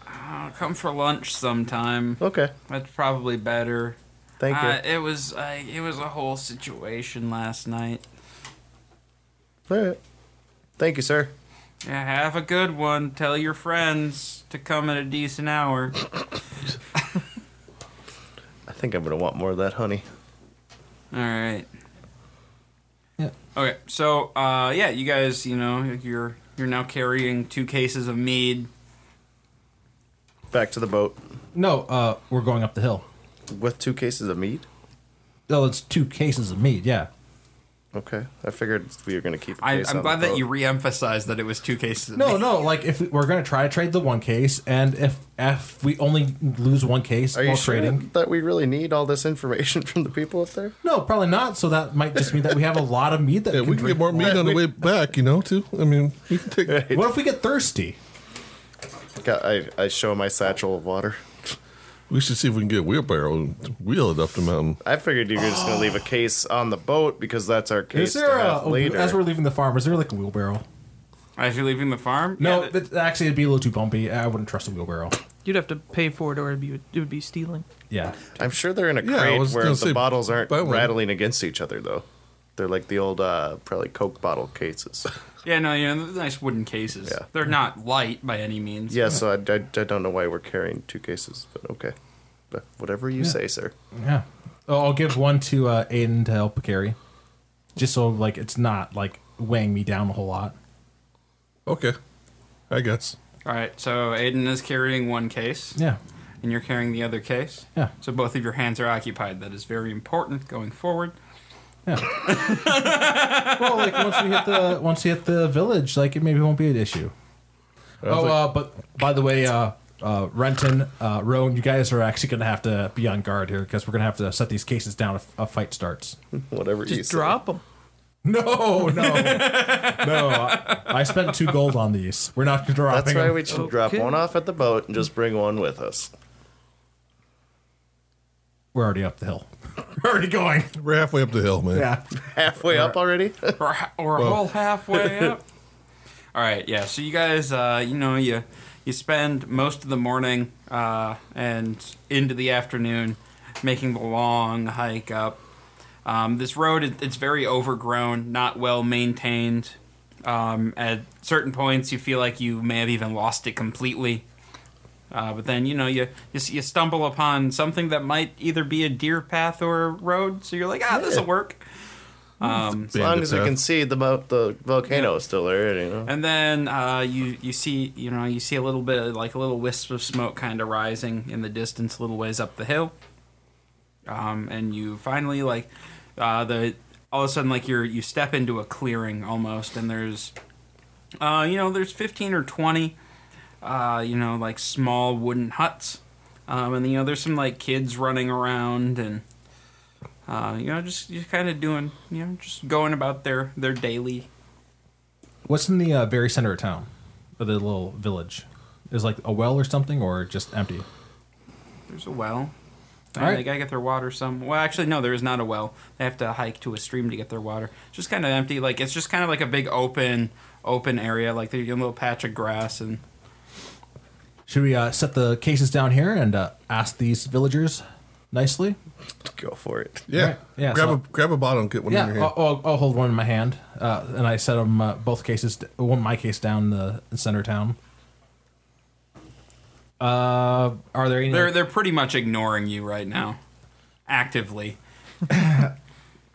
Speaker 1: I'll come for lunch sometime.
Speaker 4: Okay.
Speaker 1: That's probably better.
Speaker 4: Thank you.
Speaker 1: Uh, it was uh, it was a whole situation last night.
Speaker 4: All right. Thank you, sir.
Speaker 1: Yeah, have a good one. Tell your friends to come at a decent hour.
Speaker 4: I think I'm going to want more of that honey.
Speaker 1: All right.
Speaker 2: Yeah.
Speaker 1: Okay. So, uh, yeah, you guys, you know, you're you're now carrying two cases of mead.
Speaker 4: Back to the boat
Speaker 2: No, uh, we're going up the hill.
Speaker 4: with two cases of meat.
Speaker 2: Oh, it's two cases of mead. Yeah.
Speaker 4: Okay. I figured we were going to keep a
Speaker 1: I,
Speaker 4: case
Speaker 1: I'm
Speaker 4: on
Speaker 1: glad
Speaker 4: the
Speaker 1: that you
Speaker 4: boat.
Speaker 1: re-emphasized that it was two cases. Of
Speaker 2: No,
Speaker 1: mead.
Speaker 2: no. Like if we, we're gonna try to trade the one case, and if if we only lose one case
Speaker 4: Are you
Speaker 2: while
Speaker 4: sure
Speaker 2: trading,
Speaker 4: that we really need all this information from the people up there?
Speaker 2: no, probably not. So that might just mean that we have a lot of mead that
Speaker 5: Yeah,
Speaker 2: we
Speaker 5: we
Speaker 2: can
Speaker 5: can get
Speaker 2: drink.
Speaker 5: more meat on the way back, you know, too. I mean, we can take.
Speaker 2: What if we get thirsty?
Speaker 4: Got- I, I show my satchel of water.
Speaker 5: We should see if we can get a wheelbarrow and wheel it up the mountain.
Speaker 4: I figured you were just going to leave a case on the boat because that's our case
Speaker 2: Is there
Speaker 4: to
Speaker 2: a,
Speaker 4: have later.
Speaker 2: as we're leaving the farm? Is there like a wheelbarrow?
Speaker 1: As you're leaving the farm.
Speaker 2: No,
Speaker 1: Yeah, that-
Speaker 2: but actually, it'd be a little too bumpy. I wouldn't trust a wheelbarrow.
Speaker 3: You'd have to pay for it, or it'd be it would be stealing.
Speaker 2: Yeah.
Speaker 4: I'm sure they're in a
Speaker 5: Yeah, I
Speaker 4: crate
Speaker 5: was
Speaker 4: where
Speaker 5: gonna
Speaker 4: the
Speaker 5: say,
Speaker 4: bottles aren't
Speaker 5: buy one.
Speaker 4: rattling against each other, though. They're like the old, uh, probably Coke bottle cases.
Speaker 1: yeah, no, you know, they're nice wooden cases.
Speaker 4: Yeah.
Speaker 1: They're not light by any means.
Speaker 4: yeah, so I, I, I don't know why we're carrying two cases, but okay. But whatever you say, sir.
Speaker 2: Yeah. Oh, I'll give one to uh, Aiden to help carry, just so like it's not like weighing me down a whole lot.
Speaker 5: Okay, I guess.
Speaker 1: All right. So Aiden is carrying one case,
Speaker 2: Yeah.
Speaker 1: and you're carrying the other case.
Speaker 2: Yeah.
Speaker 1: So both of your hands are occupied. That is very important going forward.
Speaker 2: Well, like once we hit the once we hit the village, like it maybe won't be an issue. Oh, uh, but by the way, uh, uh, Renton, uh, Roan, you guys are actually gonna have to be on guard here because we're gonna have to set these cases down if a fight starts.
Speaker 4: Whatever you
Speaker 3: Just
Speaker 4: say.
Speaker 3: drop them.
Speaker 2: No, no, no. I, I spent two gold on these. We're not dropping.
Speaker 4: That's why
Speaker 2: them.
Speaker 4: we should drop
Speaker 3: Okay.
Speaker 4: one off at the boat and just bring one with us.
Speaker 2: We're already up the hill. We're already going.
Speaker 5: We're halfway up the hill, man.
Speaker 2: Yeah.
Speaker 4: Halfway up already?
Speaker 1: or or a whole halfway up. All right, yeah. So you guys, uh, you know, you you spend most of the morning uh, and into the afternoon making the long hike up. Um, this road it, it's very overgrown, not well maintained. Um, at certain points, you feel like you may have even lost it completely. Uh, but then you know you, you s- you stumble upon something that might either be a deer path or a road, so you're like, ah, this will work. Um,
Speaker 4: As long
Speaker 5: Bandit
Speaker 4: as we
Speaker 5: path.
Speaker 4: can see the mo- the volcano is still there, you know.
Speaker 1: And then uh, you you see you know you see a little bit of, like a little wisp of smoke kind of rising in the distance, a little ways up the hill. Um, and you finally like uh, the all of a sudden like you're you step into a clearing almost, and there's uh, you know there's fifteen or twenty uh, you know like small wooden huts, um, and you know there's some like kids running around and. Uh, you know, just just kind of doing, you know, just going about their their daily
Speaker 2: What's in the uh, very center of town, or the little village? Is like a well or something, or just empty?
Speaker 1: There's a well.
Speaker 2: All right.
Speaker 1: They gotta get their water some. Well, actually, no, there is not a well. They have to hike to a stream to get their water. It's just kind of empty. Like it's just kind of like a big open, open area. Like there's a little patch of grass and.
Speaker 2: Should we uh, set the cases down here and uh, ask these villagers nicely?
Speaker 4: Go for it.
Speaker 5: Yeah.
Speaker 2: Right. Yeah,
Speaker 5: Grab
Speaker 2: so-
Speaker 5: a grab a bottle and get one
Speaker 2: Yeah,
Speaker 5: in your hand.
Speaker 2: I'll, I'll, I'll hold one in my hand, uh, and I set 'em, uh, both cases, one my case down the center of town. Uh, are there any?
Speaker 1: They're they're pretty much ignoring you right now, actively.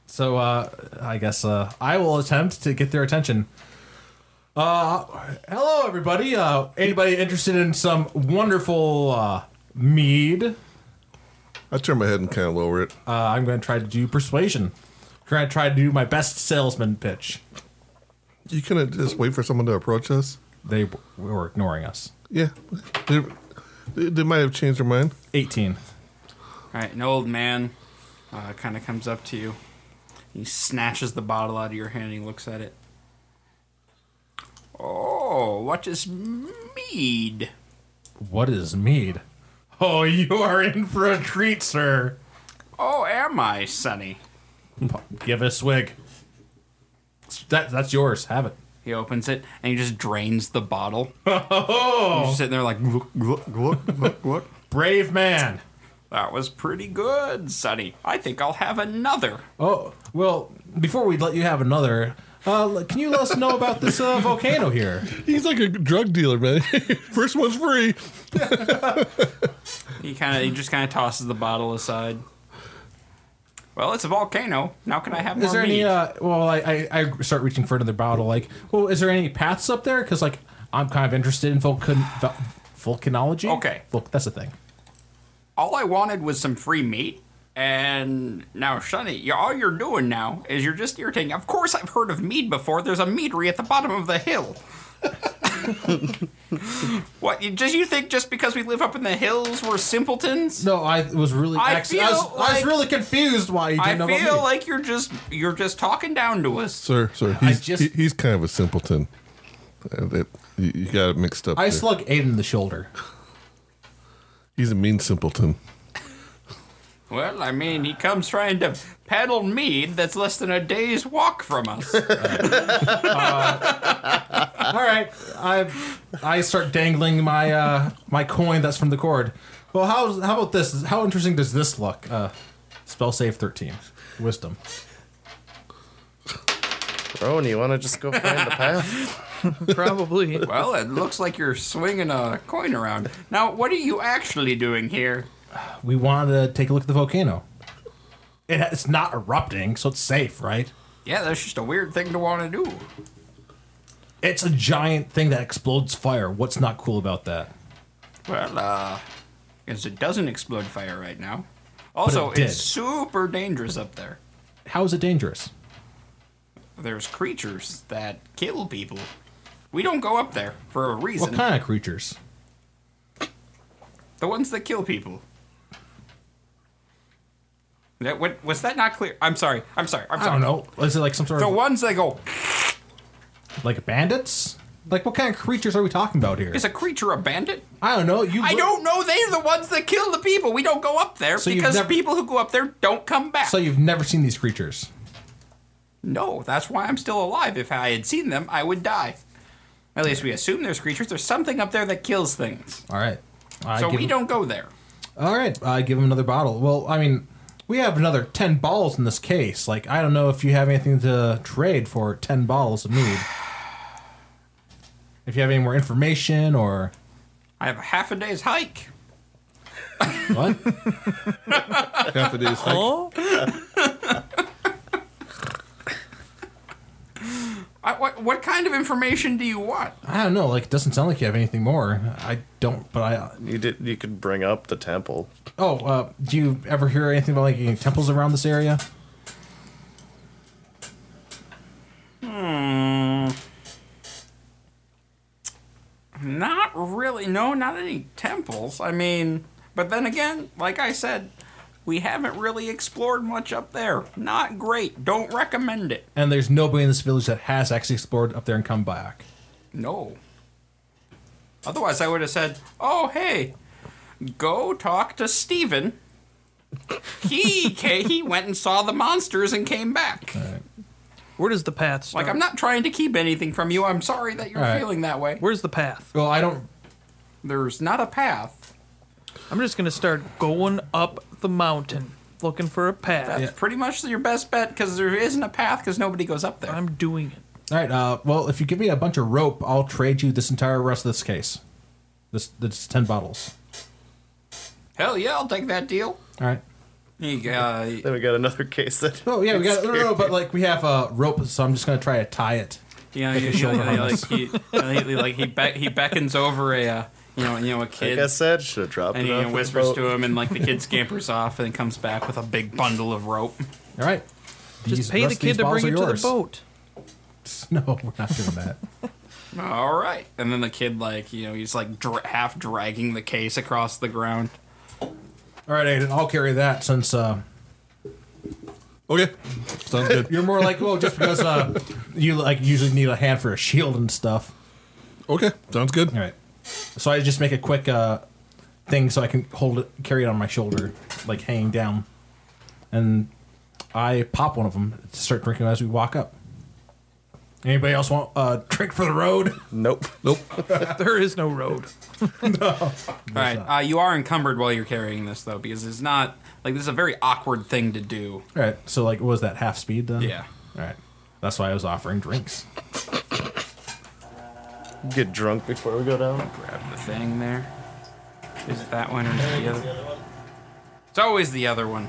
Speaker 2: so uh, I guess uh, I will attempt to get their attention. Uh, hello everybody. Uh, anybody interested in some wonderful uh, mead? Uh,
Speaker 5: I turn my head and kind of lower it.
Speaker 2: I'm going to try to do persuasion. Try to try to do my best salesman pitch.
Speaker 5: you couldn't just wait for someone to approach us.
Speaker 2: They w- were ignoring us.
Speaker 5: Yeah, they, they, they might have changed their mind.
Speaker 2: 18.
Speaker 1: All right, an old man, uh, kind of comes up to you. He snatches the bottle out of your hand and he looks at it. Oh, what is mead?
Speaker 2: What is mead? Oh, you are in for a treat, sir.
Speaker 1: Oh, am I, Sonny?
Speaker 2: Give it a swig. That, that's yours. Have it.
Speaker 1: He opens it and he just drains the bottle. Oh! He's just sitting there like, "Gluck, gluck, gluck, gluck, gluck."
Speaker 2: Brave man.
Speaker 1: that was pretty good, Sonny. I think I'll have another.
Speaker 2: Oh, well, before we let you have another, uh, l- can you let us know about this uh, volcano here?
Speaker 5: He's like a drug dealer, man. First one's free.
Speaker 1: He kind of, he just kind of tosses the bottle aside. Well, it's a volcano. Now can I have more
Speaker 2: Is there any,
Speaker 1: mead?
Speaker 2: uh, well, I, I, I start reaching for another bottle, like, well, is there any paths up there? Because, like, I'm kind of interested in vulcan, vo- volcanology.
Speaker 1: Okay.
Speaker 2: Look, that's a thing.
Speaker 1: all I wanted was some free meat. And now, Shunny, you, all you're doing now is you're just irritating. Of course, I've heard of mead before. There's a meadery at the bottom of the hill. what? You just you think just because we live up in the hills we're simpletons?
Speaker 2: No, I was really,
Speaker 1: I
Speaker 2: actually, I,
Speaker 1: feel
Speaker 2: was, I was
Speaker 1: like-
Speaker 2: really confused why you didn't
Speaker 1: I
Speaker 2: know about
Speaker 1: feel
Speaker 2: mead.
Speaker 1: like you're just you're just talking down to us.
Speaker 5: Sir, sir, he's,
Speaker 2: just-
Speaker 5: he- he's kind of a simpleton. Uh, that- you, you got it mixed up.
Speaker 2: I
Speaker 5: there.
Speaker 2: slug eight in the shoulder.
Speaker 5: he's a mean simpleton.
Speaker 1: Well, I mean, he comes trying to peddle mead that's less than a day's walk from us.
Speaker 2: All right, I I start dangling my uh, my coin that's from the cord. Well, how how about this? How interesting does this look? Uh, spell save thirteen, wisdom.
Speaker 4: Rowan, you want to just go find the path?
Speaker 3: Probably.
Speaker 1: well, it looks like you're swinging a coin around. Now, what are you actually doing here?
Speaker 2: We wanted to take a look at the volcano. It, it's not erupting, so it's safe, right?
Speaker 1: Yeah, that's just a weird thing to want to do.
Speaker 2: It's a giant thing that explodes fire. What's not cool about that?
Speaker 1: Well, uh, because it doesn't explode fire right now. Also,
Speaker 2: it did.
Speaker 1: it's super dangerous up there.
Speaker 2: How is it dangerous?
Speaker 1: There's creatures that kill people. We don't go up there for a reason.
Speaker 2: What kind of creatures?
Speaker 1: The ones that kill people. That, what, was that not clear? I'm sorry. I'm sorry. I'm
Speaker 2: I
Speaker 1: sorry.
Speaker 2: don't know. Is it like some sort
Speaker 1: The
Speaker 2: of
Speaker 1: ones that go.
Speaker 2: like bandits? Like what kind of creatures are we talking about here?
Speaker 1: Is a creature a bandit?
Speaker 2: I don't know. You
Speaker 1: I
Speaker 2: look-
Speaker 1: don't know. They're the ones that kill the people. We don't go up there
Speaker 2: So you've
Speaker 1: because
Speaker 2: never-
Speaker 1: people who go up there don't come back.
Speaker 2: So you've never seen these creatures.
Speaker 1: No, that's why I'm still alive. If I had seen them, I would die. At least we assume there's creatures. There's something up there that kills things.
Speaker 2: All right. I
Speaker 1: so
Speaker 2: give
Speaker 1: we
Speaker 2: him-
Speaker 1: don't go there.
Speaker 2: All right. I give him another bottle. Well, I mean, we have another ten bottles in this case. Like, I don't know if you have anything to trade for ten bottles of mead. If you have any more information or
Speaker 1: I have a half a day's hike.
Speaker 2: what?
Speaker 5: Half a day's hike.
Speaker 3: Oh,
Speaker 1: I, what, what kind of information do you want?
Speaker 2: I don't know. Like, it doesn't sound like you have anything more. I don't. But I.
Speaker 4: You did. You could bring up the temple.
Speaker 2: Oh, uh, do you ever hear anything about like any temples around this area?
Speaker 1: Not really. No, not any temples. I mean, but then again, like I said, we haven't really explored much up there. Not great. Don't recommend it.
Speaker 2: And there's nobody in this village that has actually explored up there and come back.
Speaker 1: No. Otherwise, I would have said, "Oh, hey, go talk to Steven. He ca- he went and saw the monsters and came back.
Speaker 3: where does the path start?
Speaker 1: Like I'm not trying to keep anything from you. I'm sorry that you're
Speaker 2: All right.
Speaker 1: feeling that way.
Speaker 3: Where's the path?
Speaker 2: Well, I don't.
Speaker 1: There's not a path.
Speaker 3: I'm just gonna start going up the mountain looking for a path.
Speaker 1: That's pretty much your best bet because there isn't a path because nobody goes up there.
Speaker 3: I'm doing it.
Speaker 2: All right. Uh, well, if you give me a bunch of rope, I'll trade you this entire rest of this case. This, this ten bottles.
Speaker 1: Hell yeah, I'll take that deal.
Speaker 2: All right.
Speaker 1: He, uh,
Speaker 4: Then we got another case that.
Speaker 2: Oh yeah, we got no, no, no, but like we have uh, rope, so I'm just gonna try to tie it.
Speaker 1: Yeah, he, he,
Speaker 2: shoulder
Speaker 1: he,
Speaker 2: harness.
Speaker 1: like he, he like he, be- he beckons over a uh, you know you know a kid.
Speaker 4: Like I said, should have dropped
Speaker 1: And
Speaker 4: it.
Speaker 1: he
Speaker 4: off in the
Speaker 1: whispers
Speaker 4: boat.
Speaker 1: to him, and like the kid scampers off, and comes back with a big bundle of rope.
Speaker 2: All right. These-
Speaker 3: Just pay the
Speaker 2: rest of these
Speaker 3: kid to
Speaker 2: bottles
Speaker 3: bring
Speaker 2: are
Speaker 3: it to the
Speaker 2: yours.
Speaker 3: boat.
Speaker 2: No, we're not doing that.
Speaker 1: All right, and then the kid like you know he's like dra- half dragging the case across the ground.
Speaker 2: All right, Aiden, I'll carry that since uh,
Speaker 5: Okay, sounds good.
Speaker 2: You're more like, well, just because uh, you like usually need a hand for a shield and stuff.
Speaker 5: Okay, sounds good.
Speaker 2: All right. So I just make a quick uh, thing so I can hold it, carry it on my shoulder, like hanging down, and I pop one of them. Start drinking as we walk up. Anybody else want a uh, drink for the road?
Speaker 4: Nope.
Speaker 5: Nope.
Speaker 3: There is no road.
Speaker 1: All right, uh, you are encumbered while you're carrying this though, because it's not like this is a very awkward thing to do.
Speaker 2: All right. So like, what was that half speed then?
Speaker 1: Yeah.
Speaker 2: All right. That's why I was offering drinks.
Speaker 4: Get drunk before we go down.
Speaker 1: Grab the thing there. Is it that one or is it the other? It's always the other one.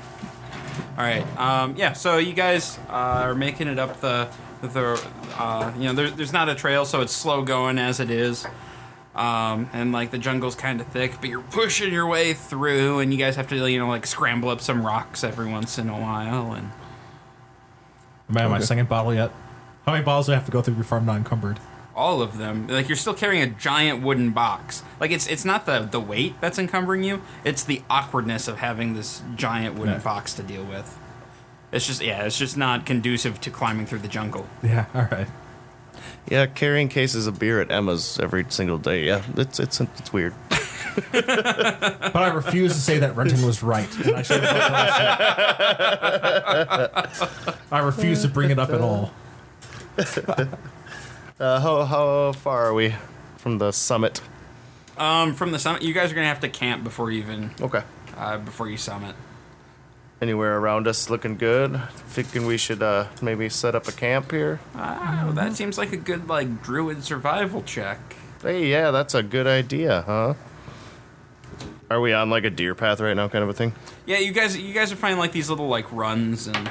Speaker 1: All right. Um, yeah. So you guys uh, are making it up the the uh, you know there, there's not a trail, so it's slow going as it is. Um, and like the jungle's kind of thick, but you're pushing your way through, and you guys have to you know like scramble up some rocks every once in a while, and
Speaker 2: Am I on my second bottle yet? How many bottles do I have to go through before I'm not encumbered?
Speaker 1: all of them. Like you're still carrying a giant wooden box. Like it's it's not the the weight that's encumbering you. It's the awkwardness of having this giant wooden
Speaker 2: Yeah.
Speaker 1: box to deal with. It's just yeah, it's just not conducive to climbing through the jungle.
Speaker 2: Yeah. All right.
Speaker 4: Yeah, carrying cases of beer at Emma's every single day. Yeah, it's it's it's weird.
Speaker 2: But I refuse to say that renting was right. and I, should've done that. I refuse to bring it up at all.
Speaker 4: Uh, how how far are we from the summit?
Speaker 1: Um, from the summit, you guys are gonna have to camp before you even
Speaker 4: Okay.
Speaker 1: uh, before you summit.
Speaker 4: Anywhere around us looking good? Thinking we should uh, maybe set up a camp here? Oh,
Speaker 1: Wow, that seems like a good like druid survival check.
Speaker 4: Hey, yeah, that's a good idea, huh? Are we on like a deer path right now, kind of a thing?
Speaker 1: Yeah, you guys you guys are finding like these little like runs and.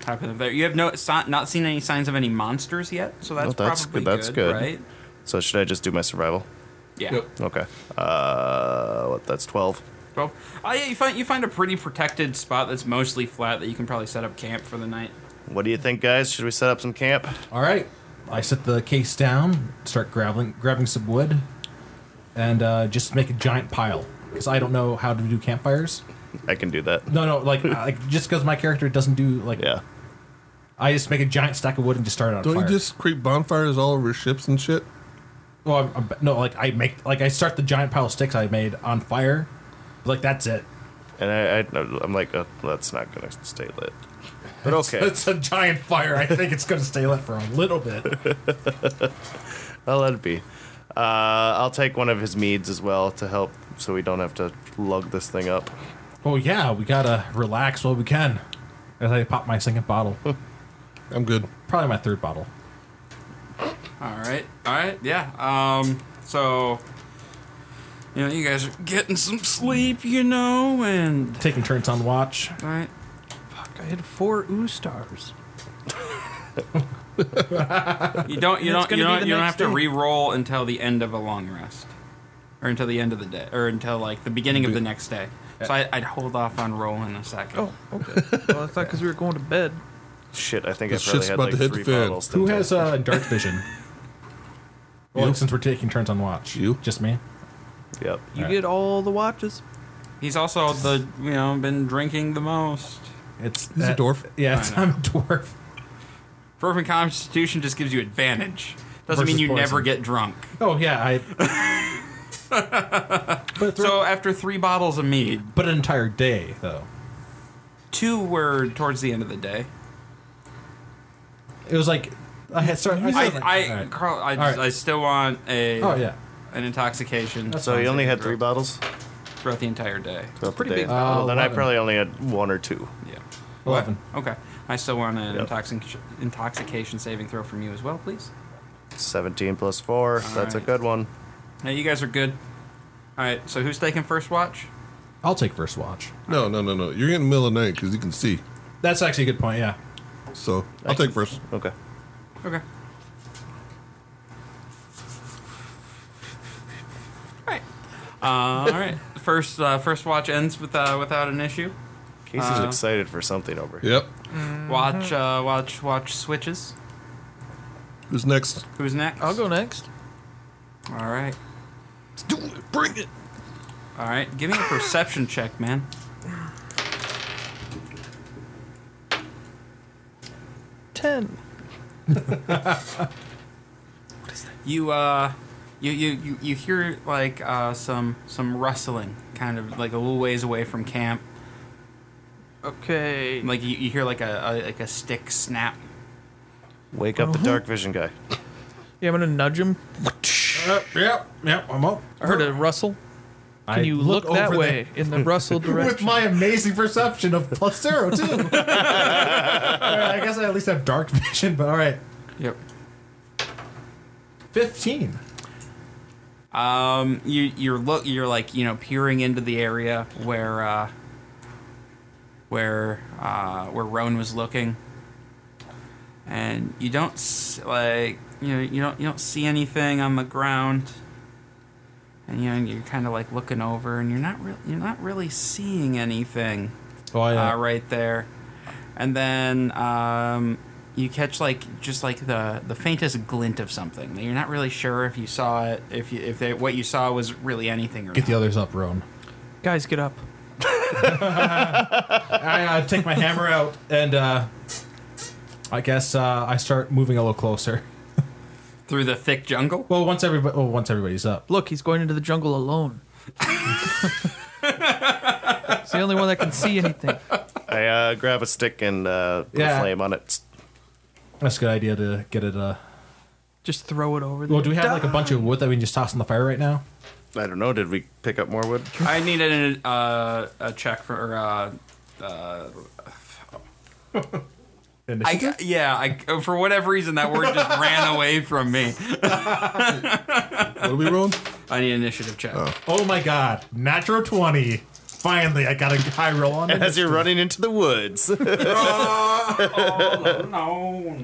Speaker 1: Type of there. You have no si- not seen any signs of any monsters yet, so that's,
Speaker 4: that's
Speaker 1: probably
Speaker 4: good, that's good.
Speaker 1: right?
Speaker 4: So should I just do my survival?
Speaker 1: Yeah.
Speaker 5: Yep.
Speaker 4: Okay. Uh, what? That's twelve.
Speaker 1: Well, oh yeah, you find you find a pretty protected spot that's mostly flat that you can probably set up camp for the night.
Speaker 4: What do you think, guys? Should we set up some camp?
Speaker 2: All right. I set the case down, start grabbing grabbing some wood, and uh, just make a giant pile because I don't know how to do campfires.
Speaker 4: I can do that.
Speaker 2: No, no, like like just because my character doesn't do like
Speaker 4: Yeah.
Speaker 2: I just make a giant stack of wood and just start it on
Speaker 5: Don't
Speaker 2: fire.
Speaker 5: you just create bonfires all over ships and shit?
Speaker 2: Well, I'm, I'm, no, like I make like I start the giant pile of sticks I made on fire. Like that's it.
Speaker 4: And I, I I'm like, uh, that's not gonna stay lit. But okay,
Speaker 2: It's a giant fire. I think it's going to stay lit for a little bit.
Speaker 4: I'll let it be. Uh, I'll take one of his meads as well to help, so we don't have to lug this thing up.
Speaker 2: Oh yeah, we gotta relax while we can. As I pop my second bottle,
Speaker 5: I'm good.
Speaker 2: probably my third bottle.
Speaker 1: All right, all right, yeah. Um, so you know, you guys are getting some sleep, you know, and
Speaker 2: Taking turns on watch.
Speaker 1: all right.
Speaker 3: Fuck, I had four ooh stars.
Speaker 1: You don't you
Speaker 3: It's
Speaker 1: don't you
Speaker 3: gonna be
Speaker 1: don't
Speaker 3: the
Speaker 1: you don't have
Speaker 3: next
Speaker 1: to
Speaker 3: day.
Speaker 1: re-roll until the end of a long rest, or until the end of the day, or until like the beginning of the next day. So I, I'd hold off on rolling a second.
Speaker 3: Oh, okay. well, I thought because we were going to bed.
Speaker 4: Shit, I think I
Speaker 5: This
Speaker 4: probably
Speaker 5: shit's
Speaker 4: had
Speaker 5: about
Speaker 4: like
Speaker 5: to hit the
Speaker 4: three
Speaker 5: fan.
Speaker 4: bottles.
Speaker 2: Who
Speaker 4: tonight.
Speaker 2: has uh, dark vision? well,
Speaker 5: You.
Speaker 2: since we're taking turns on watch,
Speaker 5: You.
Speaker 2: just me.
Speaker 4: Yep.
Speaker 3: You
Speaker 2: All right.
Speaker 3: get all the watches.
Speaker 1: He's also the you know been drinking the most.
Speaker 2: It's
Speaker 5: He's a dwarf.
Speaker 2: Yeah, it's,
Speaker 1: I know.
Speaker 2: I'm a dwarf.
Speaker 1: Dwarven Constitution just gives you advantage. Doesn't mean
Speaker 2: Versus
Speaker 1: you never
Speaker 2: poison.
Speaker 1: get drunk.
Speaker 2: Oh yeah, I. but, through-
Speaker 1: So after three bottles of mead,
Speaker 2: but an entire day though.
Speaker 1: two were towards the end of the day.
Speaker 2: It was like I had started.
Speaker 1: I,
Speaker 2: started like-
Speaker 1: I,
Speaker 2: all right.
Speaker 1: Carl, I,
Speaker 2: All right.
Speaker 1: I still want a
Speaker 2: oh yeah.
Speaker 1: an intoxication
Speaker 4: So he only had three bottles
Speaker 1: throughout the entire day.
Speaker 4: throughout the
Speaker 3: Pretty
Speaker 4: day.
Speaker 3: big.
Speaker 4: well, then I
Speaker 5: Uh,
Speaker 2: eleven.
Speaker 4: probably only had one or two.
Speaker 1: Yeah.
Speaker 2: Eleven.
Speaker 1: What? Okay. I still want an
Speaker 4: Yep.
Speaker 1: intoxic- intoxication saving throw from you as well, please.
Speaker 4: Seventeen plus four. that's
Speaker 1: right.
Speaker 4: a good one.
Speaker 1: Now you guys are good. All right. So who's taking first watch?
Speaker 2: I'll take first watch.
Speaker 5: No, no, no, no. You're getting middle of the night because you can see.
Speaker 2: That's actually a good point. Yeah.
Speaker 5: So I'll take first.
Speaker 4: Okay.
Speaker 1: Okay. All right. Uh, all right. First, uh, first watch ends with uh, without an issue.
Speaker 4: Casey's
Speaker 1: Uh,
Speaker 4: excited for something over here.
Speaker 5: Yep. Mm-hmm.
Speaker 1: Watch, uh, watch, watch switches.
Speaker 5: Who's next?
Speaker 1: Who's next?
Speaker 3: I'll go next.
Speaker 1: All right.
Speaker 5: Let's do it. Bring it.
Speaker 1: All right. Give me a perception check, man.
Speaker 3: ten.
Speaker 1: you uh you you, you, you hear like uh, some some rustling kind of like a little ways away from camp
Speaker 3: Okay.
Speaker 1: like you, you hear like a, a like a stick snap
Speaker 4: Wake up the dark vision guy.
Speaker 3: Yeah, I'm gonna nudge him.
Speaker 2: Yep, yep, yep, Uh, I'm up.
Speaker 3: I heard a rustle. Can you look, that way in the rustle direction?
Speaker 2: With my amazing perception of plus zero, too. All right, I guess I at least have dark vision, but all right.
Speaker 1: yep
Speaker 2: 15.
Speaker 1: um you you're look you're like you know peering into the area where uh where uh where Roan was looking and you don't s- like you know you don't you don't see anything on the ground and you know you're kind of like looking over and you're not real you're not really seeing anything
Speaker 2: Oh, yeah.
Speaker 1: uh, right there. And then um, you catch like just like the the faintest glint of something. You're not really sure if you saw it, if you, if they, what you saw was really anything or
Speaker 2: Get the
Speaker 1: not.
Speaker 2: others up, Roan.
Speaker 3: Guys, get up.
Speaker 2: I uh, take my hammer out, and uh, I guess uh, I start moving a little closer.
Speaker 1: through the thick jungle.
Speaker 2: Well, once everybody, well, once everybody's up.
Speaker 3: Look, he's going into the jungle alone. he's the only one that can see anything.
Speaker 4: I uh, grab a stick and uh, put
Speaker 2: Yeah.
Speaker 4: a flame on it.
Speaker 2: That's a good idea to get it. Uh,
Speaker 3: Just throw it over there.
Speaker 2: well, do we have like a bunch of wood that we can just toss on the fire right now?
Speaker 4: I don't know. Did we pick up more wood?
Speaker 1: I needed a, uh, a check for. Uh, uh, I,
Speaker 2: Initiative?
Speaker 1: g- yeah, I, for whatever reason that word just ran away from me.
Speaker 5: What are we rolling?
Speaker 1: I need an initiative check.
Speaker 2: oh my god, natural twenty! Finally, I got a high roll on it.
Speaker 4: As you're running into the woods.
Speaker 1: no.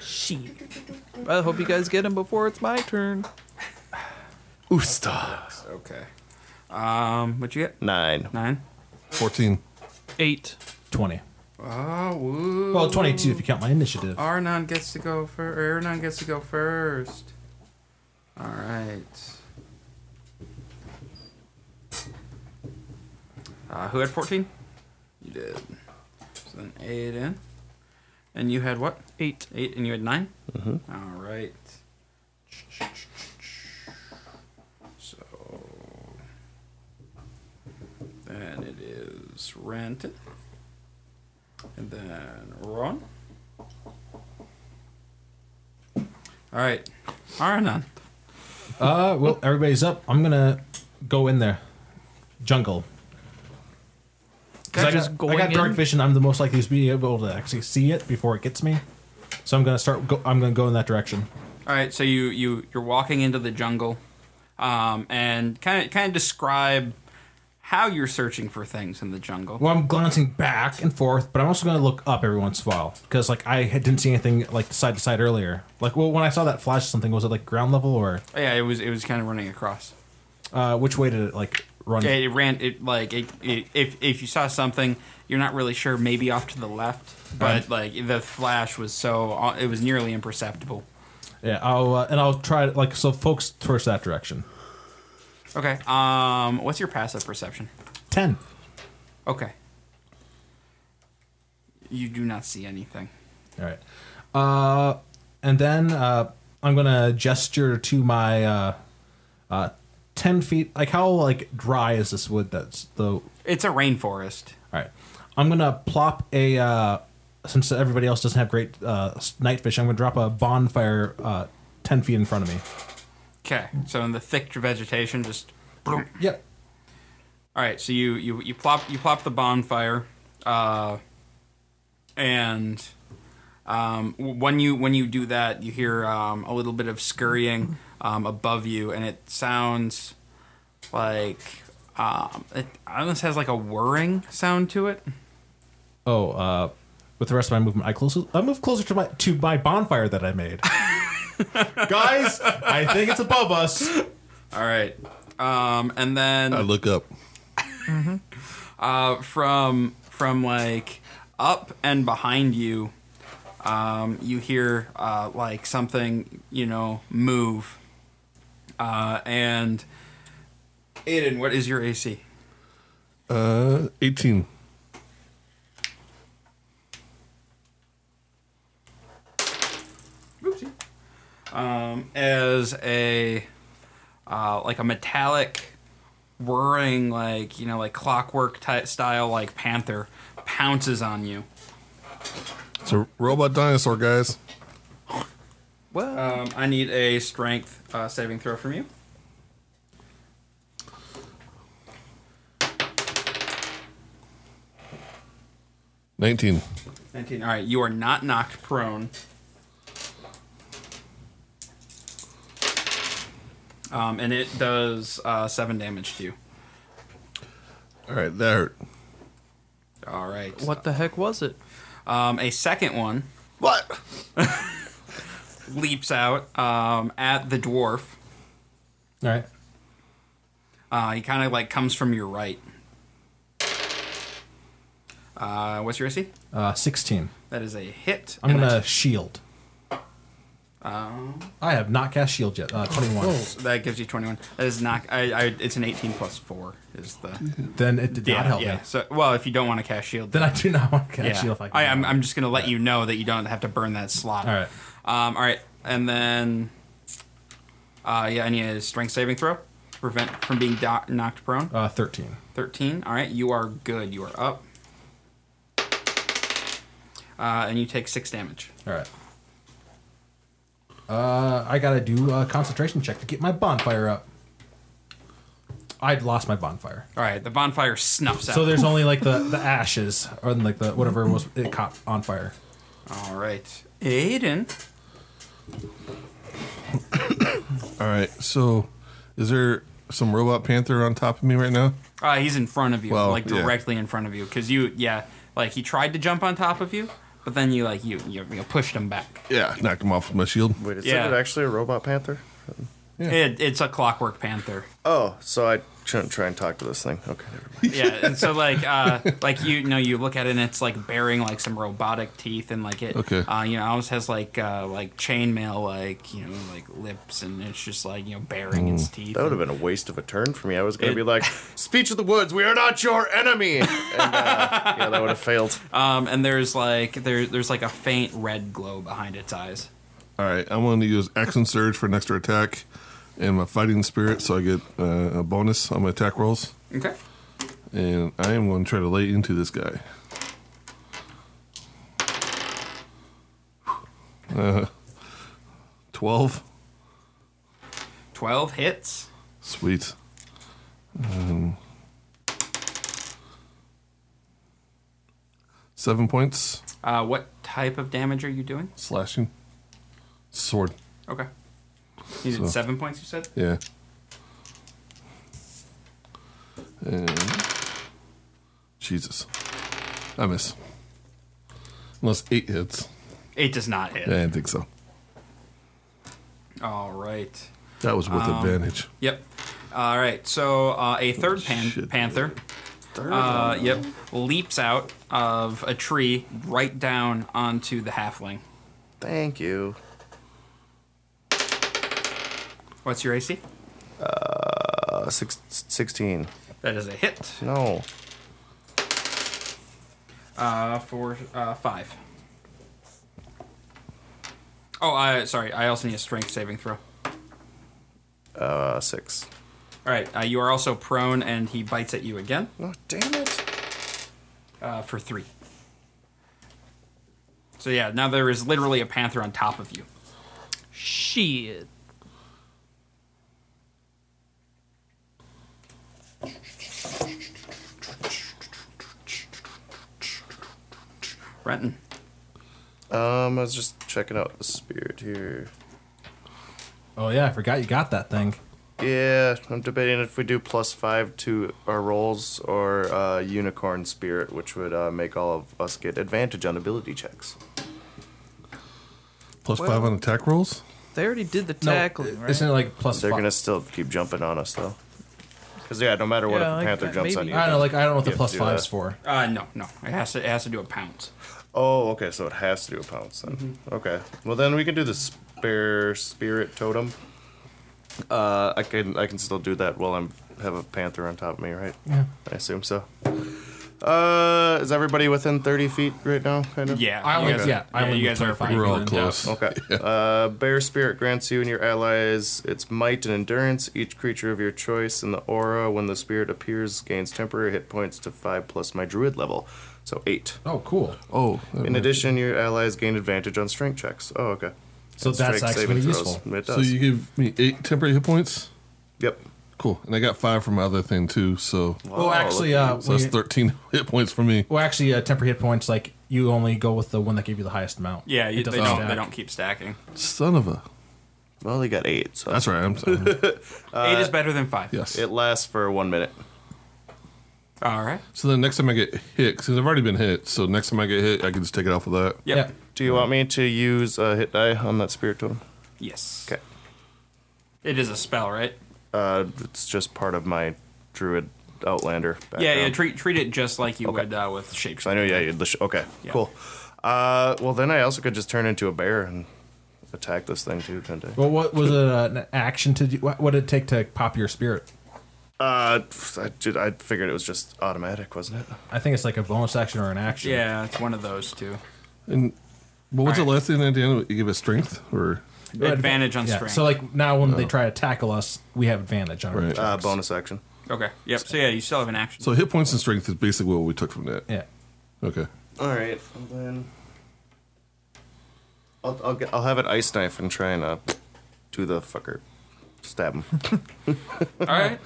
Speaker 3: Sheep. I hope you guys get him before it's my turn.
Speaker 4: Oosta.
Speaker 1: Okay. Um, what you get?
Speaker 4: Nine.
Speaker 1: Nine.
Speaker 5: 14.
Speaker 3: Eight.
Speaker 2: Twenty.
Speaker 1: Oh, woo.
Speaker 2: Well, twenty-two if you count my initiative.
Speaker 1: Arnon gets to go first. Arnon gets to go first. All right. Uh, who had 14? You did. So then 8 in. And you had what?
Speaker 3: Eight.
Speaker 1: 8 and you had 9? Mm-hmm. All right. So. Then it is Ranton. And then Ron. All right. Aranon.
Speaker 2: Uh, well, everybody's up. I'm gonna go in there. Jungle. Because I,
Speaker 3: Just
Speaker 2: got- I
Speaker 3: going
Speaker 2: got dark
Speaker 3: in?
Speaker 2: vision. I'm the most likely to be able to actually see it before it gets me. So I'm gonna start. Go, I'm gonna go in that direction.
Speaker 1: All right, so you you you're walking into the jungle, um, and kind of kind of describe how you're searching for things in the jungle.
Speaker 2: Well, I'm glancing back and forth, but I'm also gonna look up every once in a while because like I had- didn't see anything like side to side earlier. Like, well, when I saw that flash, something was it like ground level or
Speaker 1: Yeah, it was it was kind of running across.
Speaker 2: uh, which way did it like run?
Speaker 1: Yeah, it ran it like it, it, if if you saw something, you're not really sure. Maybe off to the left, but like the flash was so uh, it was nearly imperceptible.
Speaker 2: Yeah, I'll uh, and I'll try to, like so. Folks, towards that direction.
Speaker 1: Okay. Um, what's your passive perception?
Speaker 2: Ten.
Speaker 1: Okay. You do not see anything.
Speaker 2: All right. Uh, and then uh, I'm gonna gesture to my uh, uh, ten feet. Like how like dry is this wood? That's the
Speaker 1: It's a rainforest.
Speaker 2: All right. I'm going to plop a. Uh, since everybody else doesn't have great uh, s- night vision, I'm going to drop a bonfire uh, 10 feet in front of me.
Speaker 1: Okay. So in the thick vegetation, just. boom.
Speaker 2: Yep.
Speaker 1: All right, so you you you plop you plop the bonfire, uh, and um, w- when you when you do that, you hear um, a little bit of scurrying um, above you, and it sounds like um, it almost has like a whirring sound to it.
Speaker 2: Oh, uh, with the rest of my movement, I closer, I move closer to my to my bonfire that I made. Guys, I think it's above us.
Speaker 1: All right, um, and then
Speaker 5: I look up.
Speaker 1: uh, from from like up and behind you, um, you hear uh, like something you know move, uh, and Aiden, what is your AC?
Speaker 5: Uh, 18.
Speaker 1: uh, like a metallic whirring like you know like clockwork ty style like panther pounces on you
Speaker 5: It's a robot dinosaur, guys.
Speaker 3: Well,
Speaker 2: Uh,
Speaker 1: um, i need a strength uh, saving throw from you
Speaker 5: Nineteen.
Speaker 1: 19 all right you are not knocked prone um, and it does uh, seven damage to you
Speaker 5: All right, that hurt.
Speaker 1: all right
Speaker 3: what the heck was it?
Speaker 1: um, a second one
Speaker 5: What?
Speaker 1: leaps out um, at the dwarf
Speaker 2: All right.
Speaker 1: Uh, he kind of like comes from your right. Uh, what's your AC?
Speaker 2: Uh, 16.
Speaker 1: That is a hit.
Speaker 2: I'm
Speaker 1: And Oh.
Speaker 2: going to
Speaker 1: that's-
Speaker 2: shield. I have not cast shield yet. Uh, 21.
Speaker 1: That gives you 21. That is not. I, I, it's an 18 plus four is the.
Speaker 2: Then it did not help me.
Speaker 1: So well, if you don't want to cast shield,
Speaker 2: Then I do not want to cast
Speaker 1: yeah.
Speaker 2: shield. If I,
Speaker 1: I, am I'm just gonna let you know that you don't have to burn that slot.
Speaker 2: All right.
Speaker 1: Um. All right. And then. Uh. Yeah. I need a strength saving throw to prevent from being do- knocked prone.
Speaker 2: Uh, 13.
Speaker 1: 13. All right, you are good. You are up. Uh, and you take six damage.
Speaker 2: All right. Uh, I gotta do a concentration check to get my bonfire up. I'd lost my bonfire,
Speaker 1: All right, the bonfire snuffs out.
Speaker 2: so there's only like the, the ashes or like the whatever was it caught on fire.
Speaker 1: All right, Aiden.
Speaker 5: All right. So, is there some robot panther on top of me right now?
Speaker 1: Uh, he's in front of you,
Speaker 5: Well,
Speaker 1: like
Speaker 5: yeah.
Speaker 1: directly in front of you, because you, yeah, like he tried to jump on top of you, but then you, like you, you, you pushed him back.
Speaker 5: Yeah, knocked him off with my shield.
Speaker 4: Wait, is
Speaker 1: Yeah.
Speaker 4: it actually a robot panther?
Speaker 1: It, it's a clockwork panther.
Speaker 4: Oh, so I shouldn't try and talk to this thing. Okay, never mind.
Speaker 1: Yeah, and so like, uh, like you, know, you look at it and it's like bearing like some robotic teeth and like it,
Speaker 5: Okay.
Speaker 1: uh, you know, almost has like uh, like chainmail, like you know, like lips, and it's just like you know bearing
Speaker 5: Mm.
Speaker 1: its teeth.
Speaker 4: That would have been a waste of a turn for me. I was going
Speaker 1: It-
Speaker 4: to be like, "Speech of the woods, we are not your enemy." And, uh, yeah, that would have failed.
Speaker 1: Um, and there's like there, there's like a faint red glow behind its eyes.
Speaker 5: All right, I'm going to use action surge for an extra attack, and my fighting spirit, so I get uh, a bonus on my attack rolls.
Speaker 1: Okay.
Speaker 5: And I am going to try to lay into this guy. Uh, Twelve,
Speaker 1: Twelve hits.
Speaker 5: sweet. Um, seven points
Speaker 1: Uh, what type of damage are you doing?
Speaker 5: slashing, sword.
Speaker 1: Okay. You did
Speaker 5: So-
Speaker 1: seven points. You said.
Speaker 5: Yeah. And Jesus, I miss. Unless eight hits,
Speaker 1: It does not hit.
Speaker 5: yeah, I didn't think so.
Speaker 1: All right.
Speaker 5: That was with
Speaker 4: Um,
Speaker 5: advantage.
Speaker 1: Yep. All right. So uh, a third pan-
Speaker 5: shit.
Speaker 1: panther.
Speaker 4: Third
Speaker 1: Uh, yep. Leaps out of a tree right down onto the halfling.
Speaker 4: Thank you.
Speaker 1: What's your AC?
Speaker 4: Uh, six, 16.
Speaker 1: That is a hit
Speaker 4: No.
Speaker 1: uh, for uh, five. Oh, I, sorry. I also need a strength saving throw.
Speaker 4: Uh, 6.
Speaker 1: All right. Uh, you are also prone, and he bites at you again
Speaker 4: Oh, damn it.
Speaker 1: uh, for three. So yeah, now there is literally a panther on top of you.
Speaker 3: Shit.
Speaker 1: Renton.
Speaker 4: Um, I was just checking out the spirit here.
Speaker 2: Oh yeah, I forgot you got that thing.
Speaker 4: Yeah, I'm debating if we do plus 5 to our rolls or uh, unicorn spirit, which would uh, make all of us get advantage on ability checks.
Speaker 5: Plus
Speaker 3: Well-
Speaker 5: five on attack rolls.
Speaker 3: They already did the
Speaker 2: No, uh,
Speaker 3: tackling, right?
Speaker 2: Isn't it like plus
Speaker 4: They're
Speaker 2: five?
Speaker 4: going to still keep jumping on us, though. Because, yeah, no matter what, if
Speaker 3: Yeah, like
Speaker 4: a panther
Speaker 3: that,
Speaker 4: jumps on
Speaker 3: maybe.
Speaker 4: you.
Speaker 2: I don't know. Like I don't know what the
Speaker 4: Yeah,
Speaker 2: plus
Speaker 4: do
Speaker 2: five's
Speaker 4: that.
Speaker 2: for.
Speaker 1: Uh, no, no. It has to. It has to do a pounce.
Speaker 4: Oh, okay, so it has to do a pounce then. Okay. Well, then we can do the spare spirit totem. Uh, I can I can still do that while I'm have a panther on top of me, right?
Speaker 2: Yeah.
Speaker 4: I assume so. Uh, is everybody within 30 feet right now? Kind of.
Speaker 1: Yeah,
Speaker 2: I
Speaker 1: you
Speaker 2: only-
Speaker 1: guys-
Speaker 2: yeah, I only
Speaker 1: you
Speaker 2: went
Speaker 1: guys are
Speaker 2: 25.
Speaker 1: pretty
Speaker 5: We're all
Speaker 1: good.
Speaker 5: close.
Speaker 4: Okay. Uh, Bear Spirit grants you and your allies its might and endurance. Each creature of your choice in the aura, when the spirit appears, gains temporary hit points to five plus my druid level, so eight.
Speaker 2: Oh, cool.
Speaker 5: Oh, that
Speaker 4: In
Speaker 5: might-
Speaker 4: addition, your allies gain advantage on strength checks. Oh, okay.
Speaker 2: So that's
Speaker 4: strength
Speaker 2: actually
Speaker 4: saving throws.
Speaker 2: useful.
Speaker 4: It does.
Speaker 5: So you gave me eight temporary hit points.
Speaker 4: Yep.
Speaker 5: Cool, and I got five from my other thing too. So,
Speaker 4: Oh,
Speaker 2: Well, actually,
Speaker 4: look at
Speaker 2: uh,
Speaker 5: so that's
Speaker 2: we-
Speaker 5: thirteen hit points for me.
Speaker 2: Well, actually, uh, temporary hit points like you only go with the one that gave you the highest amount.
Speaker 1: Yeah, you,
Speaker 2: It
Speaker 1: they
Speaker 2: doesn't
Speaker 1: don't
Speaker 2: stack.
Speaker 1: they don't keep stacking.
Speaker 5: Son of a.
Speaker 4: Well, they got eight. So
Speaker 5: That's right. I'm sorry.
Speaker 4: Uh,
Speaker 1: Eight is better than five.
Speaker 5: yes.
Speaker 4: It lasts for one minute.
Speaker 1: All right.
Speaker 5: So then next time I get hit, because I've already been hit, so next time I get hit, I can just take it off of that.
Speaker 1: Yep.
Speaker 2: Yeah.
Speaker 4: Do you want me to use a hit die on that spirit totem?
Speaker 1: Yes.
Speaker 4: Okay.
Speaker 1: It is a spell, right?
Speaker 4: Uh, it's just part of my druid outlander. Background.
Speaker 1: Yeah, yeah. Treat treat it just like you
Speaker 4: Uh, um, Okay.
Speaker 1: would uh, with shapeshift.
Speaker 4: So I know, yeah, you the sh- okay,
Speaker 1: Yeah.
Speaker 4: cool. Uh, well, then I also could just turn into a bear and attack this thing too, couldn't I?
Speaker 2: Well, what was it, uh, an action to do? What, what did it take to pop your spirit?
Speaker 4: Uh, I, did, I figured it was just automatic, wasn't it?
Speaker 2: I think it's like a bonus action or an action.
Speaker 1: Yeah, it's one of those two.
Speaker 5: And what was
Speaker 1: All
Speaker 5: the
Speaker 1: right.
Speaker 5: last thing I did? You give it strength or
Speaker 1: Advantage on
Speaker 2: Yeah,
Speaker 1: strength.
Speaker 2: So like now when they try to tackle us, we have advantage on our
Speaker 5: Right.
Speaker 2: checks.
Speaker 4: Uh, bonus action.
Speaker 1: okay. Yep. So yeah, you still have an action.
Speaker 5: so hit points and strength is basically what we took from that.
Speaker 2: Yeah.
Speaker 5: Okay.
Speaker 4: All right, and then I'll I'll, get, I'll have an ice knife and try and uh, do the fucker, stab him.
Speaker 1: all right.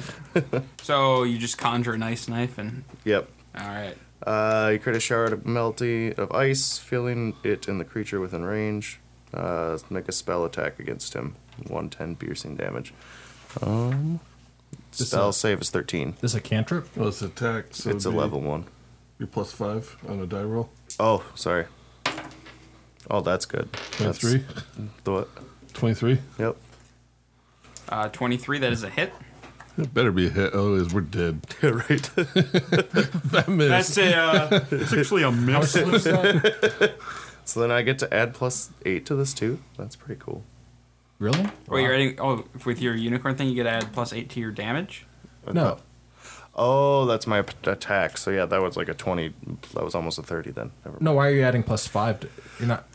Speaker 1: so you just conjure a nice knife and
Speaker 4: yep.
Speaker 1: all right.
Speaker 4: Uh, you create a shard of melty of ice, filling it and the creature within range. Uh, make a spell attack against him. 110 piercing damage. Um,
Speaker 2: This
Speaker 4: spell
Speaker 2: is-
Speaker 4: save is 13.
Speaker 2: This is a cantrip.
Speaker 5: Well, it's attack. So
Speaker 4: it's a level one.
Speaker 5: You're plus five on a die roll.
Speaker 4: Oh, sorry. Oh, that's good. That's
Speaker 5: 23?
Speaker 4: the what?
Speaker 5: 23?
Speaker 4: Yep.
Speaker 1: Uh, Twenty three. That is a hit.
Speaker 5: It better be a hit. Oh, is we're dead.
Speaker 4: right.
Speaker 5: that missed.
Speaker 1: a. Uh, it's actually a miss.
Speaker 4: so then I get to add plus 8 to this too. That's pretty cool.
Speaker 2: really?
Speaker 1: Wait, you're adding. Oh, with your unicorn thing, you get to add plus eight to your damage.
Speaker 2: No.
Speaker 4: Oh, that's my p- attack. So yeah, that was like a 20. That was almost a 30 then. Never mind.
Speaker 2: No, why are you adding plus five? To, you're not.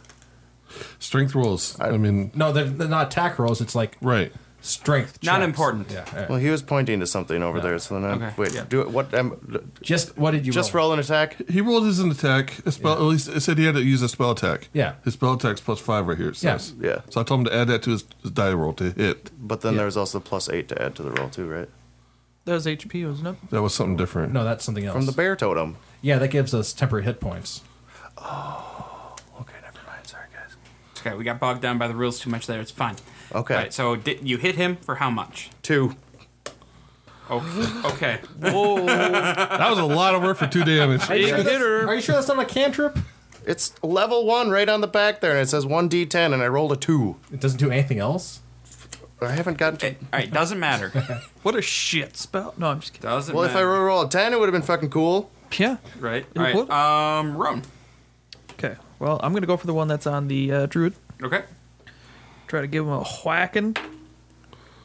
Speaker 5: Strength rolls. I,
Speaker 4: I-
Speaker 5: mean,
Speaker 2: No, they're, they're not attack rolls. It's like
Speaker 5: right.
Speaker 2: strength.
Speaker 1: Not
Speaker 2: checks.
Speaker 1: important.
Speaker 2: Yeah. all right.
Speaker 4: Well, he was pointing to something over there. So then I'm.
Speaker 1: Okay,
Speaker 4: Wait,
Speaker 1: yeah.
Speaker 4: do it. What? I'm,
Speaker 2: Just what did you
Speaker 4: Just
Speaker 2: roll?
Speaker 4: roll an attack.
Speaker 5: He rolled as an attack. A spell. At least it said he had to use a spell attack.
Speaker 2: Yeah.
Speaker 5: His spell attack's plus five right here. It
Speaker 2: Yeah.
Speaker 5: says.
Speaker 4: Yeah.
Speaker 5: So I told him to add that to his, his die roll to hit.
Speaker 4: But then
Speaker 2: Yeah.
Speaker 4: there was also plus eight to add to the roll too, right?
Speaker 3: That was HP, wasn't it?
Speaker 5: That was something different.
Speaker 2: No, that's something else.
Speaker 4: From the bear totem.
Speaker 2: yeah, that gives us temporary hit points.
Speaker 4: Okay, never mind. Sorry, guys.
Speaker 1: It's okay, we got bogged down by the rules too much there. It's fine.
Speaker 4: Okay.
Speaker 1: All right, so di- you hit him for how much?
Speaker 4: Two.
Speaker 1: Okay. okay.
Speaker 3: Whoa!
Speaker 5: That was a lot of work for two damage.
Speaker 3: Big hitter.
Speaker 2: Are you sure that's not a cantrip?
Speaker 4: It's level one right on the back there, and it says one d10, and I rolled a two.
Speaker 2: It doesn't do anything else.
Speaker 4: I haven't gotten to.
Speaker 1: All right. Doesn't matter.
Speaker 3: What a shit spell. No, I'm just kidding.
Speaker 1: Doesn't
Speaker 4: well, if I
Speaker 1: matter.
Speaker 4: roll, roll a ten, it would have been fucking cool.
Speaker 3: Yeah.
Speaker 1: right.
Speaker 3: You
Speaker 1: All right.
Speaker 3: would.
Speaker 1: Um, Roan.
Speaker 3: Okay. Well, I'm gonna go for the one that's on the uh, druid.
Speaker 1: Okay.
Speaker 3: Try to give him a whacking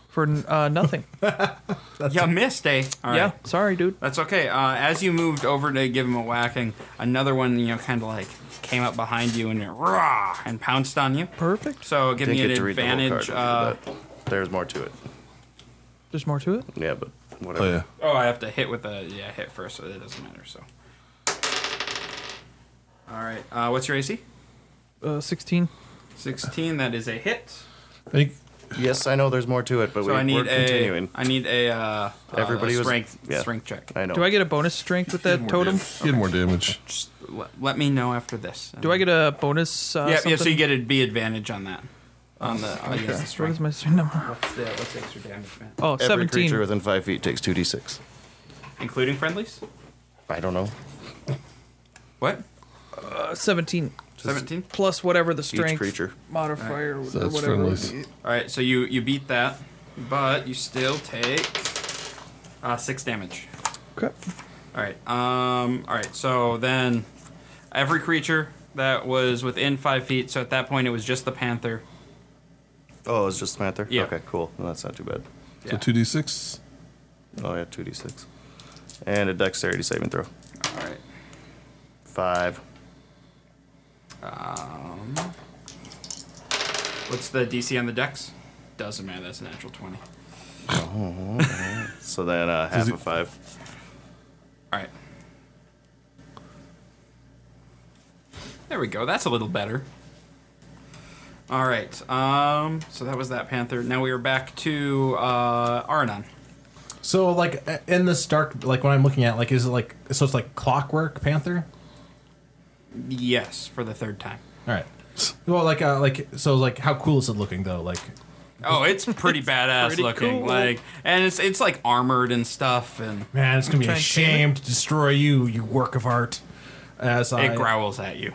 Speaker 3: for uh, nothing.
Speaker 1: you missed, eh? All right.
Speaker 3: yeah. Sorry, dude.
Speaker 1: That's okay. Uh, as you moved over to give him a whacking, another one, you know, kind of like came up behind you and it, rah, and pounced on you.
Speaker 3: Perfect.
Speaker 1: So give
Speaker 4: Didn't
Speaker 1: me
Speaker 4: get
Speaker 1: an
Speaker 4: to read the whole card.
Speaker 1: advantage. Uh,
Speaker 4: but There's more to it.
Speaker 3: There's more to it.
Speaker 4: Yeah, but whatever.
Speaker 5: Oh yeah.
Speaker 1: oh, I have to hit with a yeah hit first, so that doesn't matter. So. All right. Uh, what's your AC?
Speaker 3: Uh, 16.
Speaker 1: 16. That is a hit.
Speaker 5: Hey,
Speaker 4: Yes, I know there's more to it, but
Speaker 1: So
Speaker 4: we,
Speaker 1: I need
Speaker 4: we're
Speaker 1: a. I
Speaker 4: continuing.
Speaker 1: need a. Uh,
Speaker 4: Everybody
Speaker 1: uh,
Speaker 4: was-
Speaker 1: strength
Speaker 4: yeah.
Speaker 1: strength check.
Speaker 4: I know.
Speaker 3: Do I get a bonus strength with that totem?
Speaker 5: Get more damage.
Speaker 1: Just let, let me know after this.
Speaker 3: Do I get a bonus? Uh,
Speaker 1: yeah, yeah. So
Speaker 3: something?
Speaker 1: you get a B advantage on that. On the against the
Speaker 3: What
Speaker 1: strength.
Speaker 3: is my strength number?
Speaker 1: What's the what's the extra damage, man?
Speaker 3: Oh,
Speaker 4: Every
Speaker 3: 17.
Speaker 4: creature within five feet takes two d6.
Speaker 1: Including friendlies?
Speaker 4: I don't know.
Speaker 1: What?
Speaker 3: Uh, 17.
Speaker 1: Seventeen.
Speaker 3: Plus whatever the strength
Speaker 4: creature.
Speaker 3: modifier or
Speaker 5: So that's
Speaker 3: whatever.
Speaker 5: friendlies.
Speaker 1: All right. So you you beat that, but you still take uh, six damage.
Speaker 3: Okay.
Speaker 1: All right. Um. All right. So then, every creature that was within five feet. So at that point, it was just the panther.
Speaker 4: Oh, it's just Panther?
Speaker 1: Yeah.
Speaker 4: Okay, cool. Well, that's not too bad.
Speaker 1: Yeah.
Speaker 5: So two d six.
Speaker 4: Oh yeah, two d six, and a dexterity saving throw.
Speaker 1: All right.
Speaker 4: Five.
Speaker 1: What's the DC on the dex? Doesn't matter. That's a natural twenty.
Speaker 4: So then uh, half of five.
Speaker 1: All right. There we go. That's a little better. All right. Um, so that was that panther. Now we are back to uh, Arnon.
Speaker 2: So like uh, in this dark, like when I'm looking at, like is it like so it's like clockwork panther?
Speaker 1: Yes, for the third time.
Speaker 2: All right. Well, like uh, like so like how cool is it looking though? Like
Speaker 1: Oh, it's pretty badass
Speaker 3: pretty
Speaker 1: looking.
Speaker 3: cool.
Speaker 1: Like, and it's it's like armored and stuff, and
Speaker 2: man, it's gonna be a
Speaker 3: Trying to tame
Speaker 2: shame to destroy you, you work of art. As
Speaker 1: it
Speaker 2: I
Speaker 1: growls at you.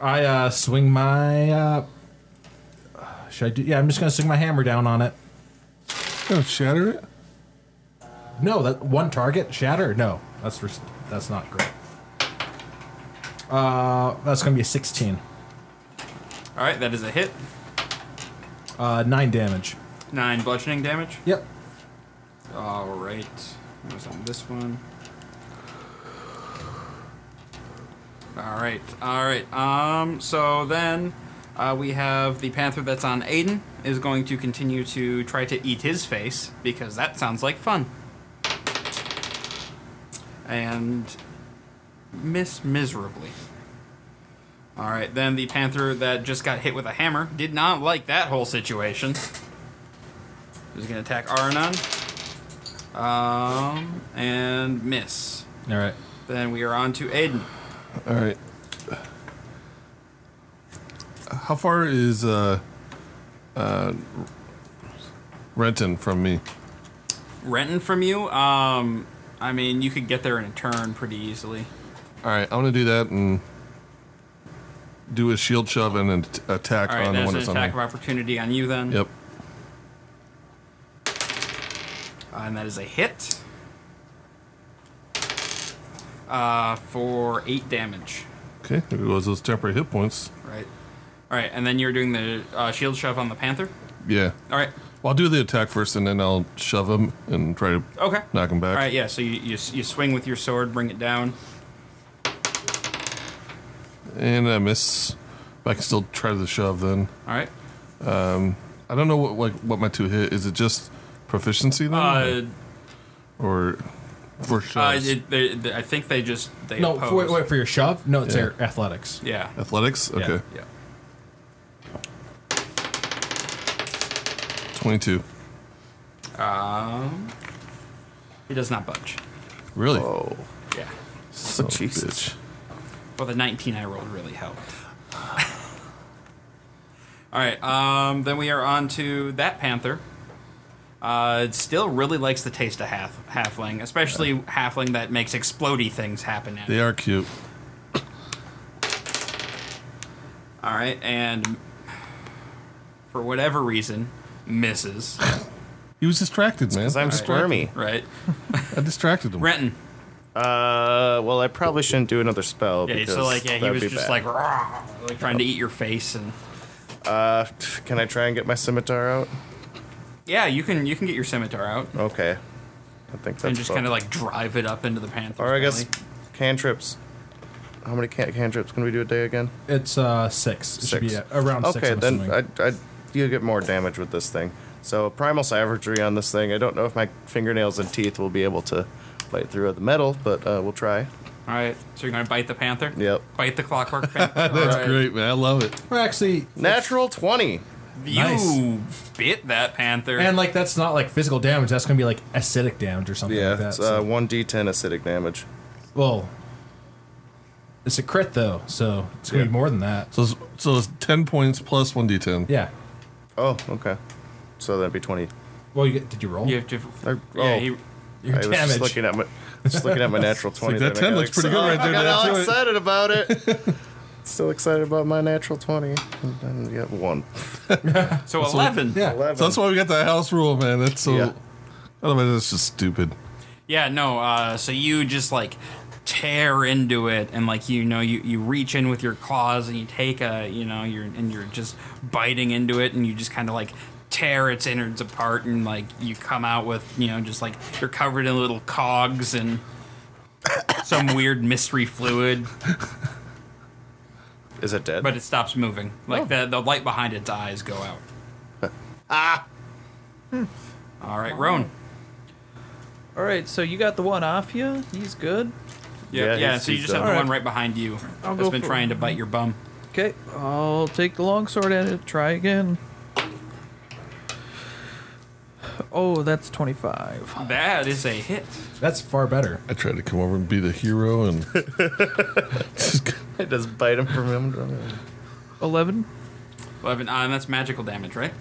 Speaker 2: I uh, swing my uh, should I do? Yeah, I'm just gonna swing my hammer down on it.
Speaker 5: Gonna shatter it.
Speaker 2: No, that one target shatter. No, that's for, that's not great. Uh, that's gonna be a 16.
Speaker 1: All right, that is a hit.
Speaker 2: Uh, nine damage.
Speaker 1: Nine bludgeoning damage.
Speaker 2: Yep.
Speaker 1: All right. That was on this one. All right. All right. Um. So then, uh, we have the panther that's on Aiden is going to continue to try to eat his face because that sounds like fun. And miss miserably. All right. Then the panther that just got hit with a hammer did not like that whole situation. Is going to attack Aranon. Um, and miss.
Speaker 2: All right.
Speaker 1: Then we are on to Aiden.
Speaker 5: All right. How far is uh, uh, Renton from me?
Speaker 1: Renton from you. Um, I mean, you could get there in a turn pretty easily.
Speaker 5: All right, I'm gonna do that and do a shield shove and an at- attack
Speaker 1: All right,
Speaker 5: on the
Speaker 1: there's
Speaker 5: one
Speaker 1: an
Speaker 5: that's
Speaker 1: attack
Speaker 5: on
Speaker 1: of
Speaker 5: me.
Speaker 1: opportunity on you then.
Speaker 5: Yep.
Speaker 1: Uh, and that is a hit. Uh, for eight damage.
Speaker 5: Okay, there goes those temporary hit points.
Speaker 1: Right. All right, and then you're doing the uh, shield shove on the panther.
Speaker 5: Yeah.
Speaker 1: All right.
Speaker 5: Well, I'll do the attack first, and then I'll shove him and try to
Speaker 1: Okay.
Speaker 5: knock him back.
Speaker 1: All right. Yeah. So you, you s- you swing with your sword, bring it down.
Speaker 5: And I miss. But I can still try the shove then.
Speaker 1: All right.
Speaker 5: I don't know what like what my two hit is. It just proficiency then,
Speaker 1: Uh,
Speaker 5: or for
Speaker 1: uh,
Speaker 5: shoves?
Speaker 1: it, they, they- I think they just they
Speaker 2: No,
Speaker 1: oppose.
Speaker 2: for, wait, wait for your shove. No, it's
Speaker 5: Yeah.
Speaker 2: your athletics.
Speaker 1: Yeah.
Speaker 5: Athletics. Okay,
Speaker 1: Yeah.
Speaker 5: twenty-two.
Speaker 1: Um, he does not budge.
Speaker 5: Really?
Speaker 4: Oh,
Speaker 1: Yeah.
Speaker 5: Son of a
Speaker 4: Jesus.
Speaker 5: bitch.
Speaker 1: Well, the 19 I rolled really helped. All right. Um, then we are on to that panther. Uh, it still really likes the taste of half halfling, especially halfling that makes explodey things happen. At it.
Speaker 5: They are cute.
Speaker 1: All right, and for whatever reason, misses.
Speaker 5: He was distracted, man.
Speaker 4: Because I'm squirmy.
Speaker 1: Right,
Speaker 5: I distracted him.
Speaker 1: Renton.
Speaker 4: Uh, well, I probably shouldn't do another spell.
Speaker 1: Yeah.
Speaker 4: because
Speaker 1: So like, yeah, he
Speaker 4: that'd
Speaker 1: was
Speaker 4: be
Speaker 1: just
Speaker 4: bad.
Speaker 1: like, "Rah," like trying to eat your face, and
Speaker 4: Uh, t- can I try and get my scimitar out?
Speaker 1: yeah, you can you can get your scimitar out.
Speaker 4: Okay. I think that's
Speaker 1: and just
Speaker 4: about-
Speaker 1: kind of like drive it up into the panther.
Speaker 4: Or I guess cantrips. How many can- cantrips can we do a day again?
Speaker 2: It's uh six. It should be
Speaker 4: Six.
Speaker 2: a- around six.
Speaker 4: Okay,
Speaker 2: I'm
Speaker 4: then
Speaker 2: assuming.
Speaker 4: I, I, you get more damage with this thing. So primal savagery on this thing. I don't know if my fingernails and teeth will be able to bite through the metal, but uh, we'll try.
Speaker 1: All right, so you're gonna bite the panther.
Speaker 4: Yep.
Speaker 1: Bite the clockwork panther.
Speaker 5: That's
Speaker 2: Alright.
Speaker 5: great, man. I love it.
Speaker 2: Well, actually,
Speaker 4: Natural twenty.
Speaker 1: you
Speaker 2: Nice.
Speaker 1: bit that panther.
Speaker 2: and like that's not like physical damage. That's gonna be like acidic damage or something
Speaker 4: Yeah,
Speaker 2: like that.
Speaker 4: it's
Speaker 2: so-
Speaker 4: uh, one d10 acidic damage.
Speaker 2: well, it's a crit though, so it's gonna
Speaker 5: Yeah.
Speaker 2: be more than that.
Speaker 5: So, it's, so it's ten points plus one d10.
Speaker 2: Yeah.
Speaker 4: Oh, okay. So that'd be twenty.
Speaker 2: Well, you get, did you roll?
Speaker 1: you have to.
Speaker 4: Or-
Speaker 1: yeah,
Speaker 4: oh.
Speaker 1: he,
Speaker 2: Your
Speaker 4: I was
Speaker 2: damage.
Speaker 4: just looking at my, just looking at my natural twenty.
Speaker 5: that
Speaker 4: there,
Speaker 5: 10
Speaker 4: I got
Speaker 5: looks pretty good right there,
Speaker 4: I got
Speaker 5: that's
Speaker 4: all
Speaker 5: right.
Speaker 4: excited about it. Still excited about my natural twenty. And then you got one.
Speaker 1: so eleven.
Speaker 2: yeah.
Speaker 4: Eleven.
Speaker 5: So that's why we got that house rule, man. That's so.
Speaker 4: Yeah.
Speaker 5: Otherwise, that's just stupid.
Speaker 1: Yeah, no. Uh, so you just like tear into it, and like you know, you, you reach in with your claws, and you take a, you know, you're and you're just biting into it, and you just kind of like tear its innards apart, and like you come out with, you know, just like you're covered in little cogs and some weird mystery fluid,
Speaker 4: Is it dead?
Speaker 1: but it stops moving.
Speaker 3: Oh.
Speaker 1: Like the, the light behind its eyes go out. ah. All right, Roan.
Speaker 3: All right, so you got the one off you. He's good.
Speaker 1: Yeah,
Speaker 4: Yeah,
Speaker 1: yeah.
Speaker 4: he's-
Speaker 1: so you
Speaker 4: he's
Speaker 1: just have
Speaker 4: done.
Speaker 1: the
Speaker 3: All
Speaker 1: one
Speaker 3: right.
Speaker 1: right behind you.
Speaker 3: I'll
Speaker 1: that's
Speaker 3: go
Speaker 1: been
Speaker 3: for-
Speaker 1: trying to bite your bum.
Speaker 3: Okay, I'll take the longsword at it. Try again. Oh, that's 25.
Speaker 1: That is a hit.
Speaker 2: That's far better.
Speaker 5: I tried to come over and be the hero and.
Speaker 4: it does bite him from him.
Speaker 3: 11
Speaker 1: Eleven. Uh, and that's magical damage, right?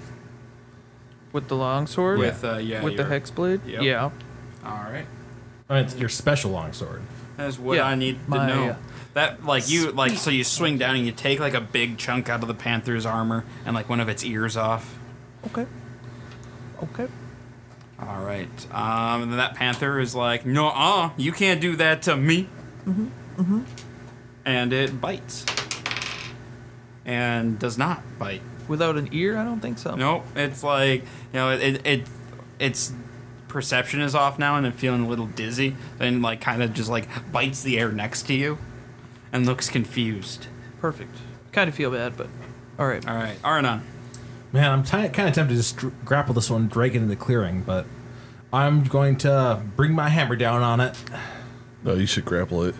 Speaker 3: with the longsword?
Speaker 1: With uh, yeah.
Speaker 3: with the
Speaker 1: your-
Speaker 3: hex blade?
Speaker 1: Yep.
Speaker 3: Yeah.
Speaker 1: All right.
Speaker 2: I mean, it's your special longsword.
Speaker 1: That's what
Speaker 3: Yeah,
Speaker 1: I need to
Speaker 3: my, uh,
Speaker 1: know. That like you like so you swing down and you take like a big chunk out of the panther's armor and like one of its ears off.
Speaker 3: Okay. Okay.
Speaker 1: All right. Um, and then that panther is like, no, uh, you can't do that to me. Mm-hmm. Mm-hmm. And it bites. And does not bite.
Speaker 3: Without an ear? I don't think so.
Speaker 1: Nope. It's like you know, it, it, it its perception is off now, and I'm feeling a little dizzy, and like kind of just like bites the air next to you, and looks confused.
Speaker 3: Perfect. Kind of feel bad, but. All right.
Speaker 1: All right, Aranon.
Speaker 2: Man, I'm t- kind of tempted to just dr- grapple this one, drag it into clearing, but I'm going to bring my hammer down on it.
Speaker 5: No, you should grapple it.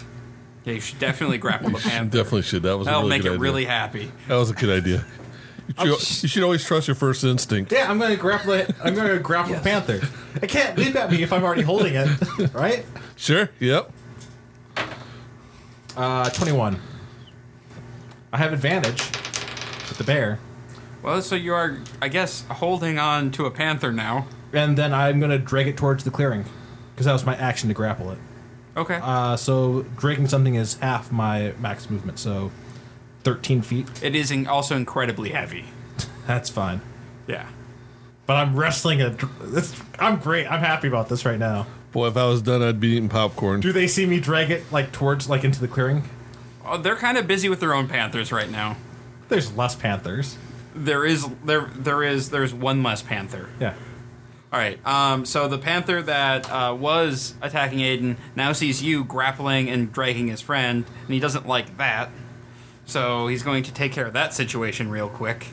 Speaker 1: Yeah, you should definitely grapple
Speaker 5: You
Speaker 1: the
Speaker 5: should,
Speaker 1: panther.
Speaker 5: definitely should. That was
Speaker 1: That'll
Speaker 5: a really
Speaker 1: make
Speaker 5: good
Speaker 1: it
Speaker 5: idea.
Speaker 1: really Oh, happy.
Speaker 5: That was a good idea. You should, you should always trust your first instinct.
Speaker 2: Yeah, I'm going to grapple it. I'm going to grapple the panther. It can't leap at me if I'm already holding it, right?
Speaker 5: Sure. Yep.
Speaker 2: Uh, 21. I have advantage with the bear.
Speaker 1: Well, so you are, I guess, holding on to a panther now.
Speaker 2: And then I'm going to drag it towards the clearing because that was my action to grapple it.
Speaker 1: Okay.
Speaker 2: Uh, so dragging something is half my max movement, so 13 feet.
Speaker 1: it is in, also incredibly heavy.
Speaker 2: That's fine.
Speaker 1: Yeah.
Speaker 2: But I'm wrestling a. It's, I'm great. I'm happy about this right now.
Speaker 5: Boy, if I was done, I'd be eating popcorn.
Speaker 2: Do they see me drag it like towards like into the clearing?
Speaker 1: Oh, they're kind of busy with their own panthers right now.
Speaker 2: There's less panthers.
Speaker 1: There is there there is there's one less panther.
Speaker 2: Yeah.
Speaker 1: All right. Um, so the panther that uh, was attacking Aiden now sees you grappling and dragging his friend, and he doesn't like that. So he's going to take care of that situation real quick.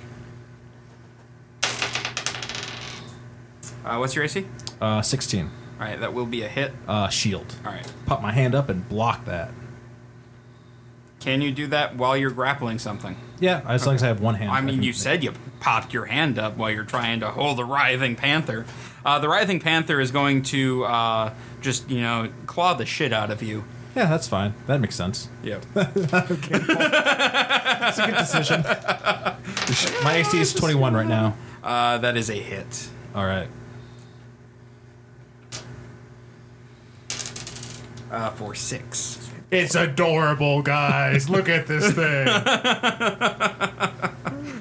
Speaker 1: Uh, what's your AC?
Speaker 2: Uh, 16.
Speaker 1: All right, that will be a hit.
Speaker 2: Uh, shield.
Speaker 1: All right.
Speaker 2: Pop my hand up and block that.
Speaker 1: Can you do that while you're grappling something?
Speaker 2: Yeah, as long as I have one hand.
Speaker 1: I mean,
Speaker 2: can-
Speaker 1: you said you popped your hand up while you're trying to hold the writhing panther. Uh, the writhing panther is going to uh, just, you know, claw the shit out of you.
Speaker 2: Yeah, that's fine. That makes sense.
Speaker 1: Yep.
Speaker 2: That's a good decision. my AC is 21 right now.
Speaker 1: Uh, that is a hit.
Speaker 2: All right.
Speaker 1: Uh, for six.
Speaker 2: It's adorable, guys. Look at this thing.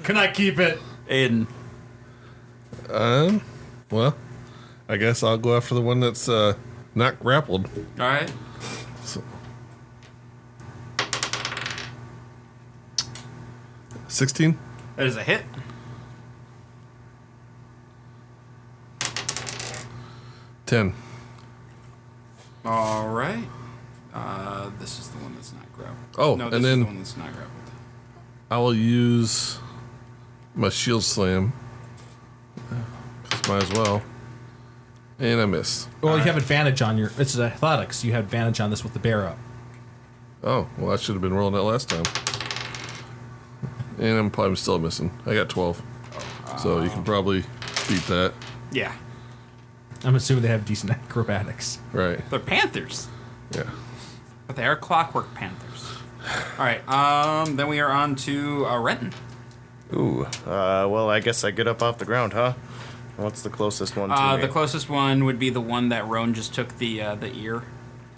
Speaker 2: Can I keep it?
Speaker 1: Aiden.
Speaker 5: Um, well, I guess I'll go after the one that's uh, not grappled.
Speaker 1: All right.
Speaker 5: So. 16?
Speaker 1: That is a hit.
Speaker 5: Ten.
Speaker 1: All right. Uh, this is the one that's not grappled.
Speaker 5: Oh,
Speaker 1: no,
Speaker 5: and
Speaker 1: this is
Speaker 5: then-
Speaker 1: the one that's not grappled.
Speaker 5: I will use my shield slam. Just might as well. And I miss.
Speaker 2: Well, you have advantage on your. It's athletics. You have advantage on this with the bear up.
Speaker 5: Oh, well, I should have been rolling that last time. And I'm probably still missing. I got 12. So you can probably beat that.
Speaker 1: Yeah.
Speaker 2: I'm assuming they have decent acrobatics.
Speaker 5: Right.
Speaker 1: They're panthers,
Speaker 5: Yeah.
Speaker 1: but they are clockwork panthers. All right. Um. Then we are on to uh, Renton.
Speaker 4: Ooh. Uh, well, I guess I get up off the ground, huh? What's the closest one to
Speaker 1: Uh,
Speaker 4: me?
Speaker 1: the closest one would be the one that Roan just took the uh, the ear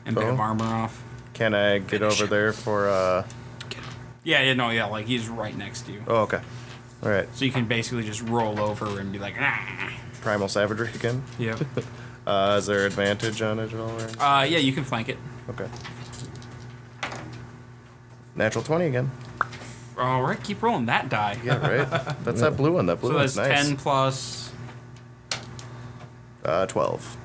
Speaker 1: and bit of
Speaker 4: Oh.
Speaker 1: armor off.
Speaker 4: Can I get
Speaker 1: Finish
Speaker 4: over
Speaker 1: him.
Speaker 4: there for? uh...
Speaker 1: Yeah. Yeah. No. Yeah. Like he's right next to you,
Speaker 4: Oh, okay. All right.
Speaker 1: so you can basically just roll over and be like, ah.
Speaker 4: Primal savagery again.
Speaker 1: Yep.
Speaker 4: Uh, is there advantage on it at all? Or...
Speaker 1: Uh, yeah, you can flank it.
Speaker 4: Okay. Natural twenty again.
Speaker 1: All right, keep rolling that die.
Speaker 4: Yeah, right. That's that blue one. That blue
Speaker 1: So
Speaker 4: one's
Speaker 1: that's
Speaker 4: nice.
Speaker 1: ten plus.
Speaker 4: Uh, twelve.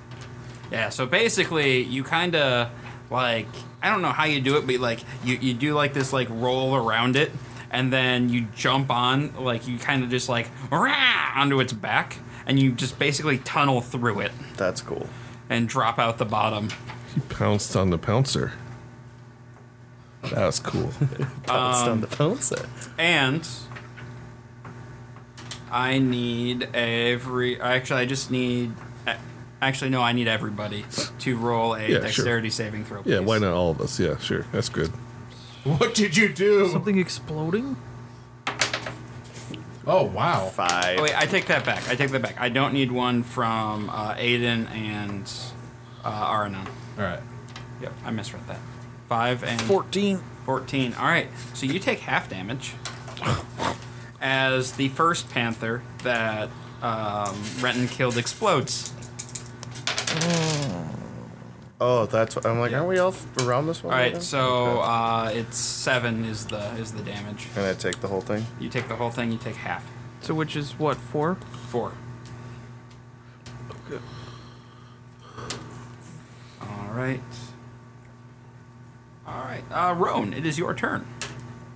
Speaker 1: Yeah. So basically, you kind of like I don't know how you do it, but like you, you do like this like roll around it, and then you jump on like you kind of just like rah, onto its back, and you just basically tunnel through it
Speaker 4: That's cool.
Speaker 1: and drop out the bottom.
Speaker 5: He pounced on the pouncer. That was cool.
Speaker 4: Pounced
Speaker 1: Um,
Speaker 4: on the pouncer.
Speaker 1: oh, And I need every. Actually, I just need. Actually, no, I need everybody to roll a
Speaker 5: sure.
Speaker 1: dexterity saving throw.
Speaker 5: yeah,
Speaker 1: please.
Speaker 5: why not all of us? Yeah, sure. That's good.
Speaker 2: What did you do?
Speaker 3: Something exploding?
Speaker 2: Oh wow!
Speaker 4: Five.
Speaker 1: Oh, wait, I take that back. I take that back. I don't need one from uh, Aiden and uh, Aranon.
Speaker 2: All right.
Speaker 1: Yep, I misread that. Five and
Speaker 3: 14.
Speaker 1: 14. All right, so you take half damage as the first panther that um, Renton killed explodes.
Speaker 4: Oh, that's what I'm like. Aren't we all f- around this one?
Speaker 1: All right,
Speaker 4: now?
Speaker 1: so
Speaker 4: Okay.
Speaker 1: uh, it's seven is the is the damage.
Speaker 4: Can I take the whole thing?
Speaker 1: You take the whole thing. You take half.
Speaker 3: So, which is what, four?
Speaker 1: Four. All right. All right. Uh, Roan, it is your turn.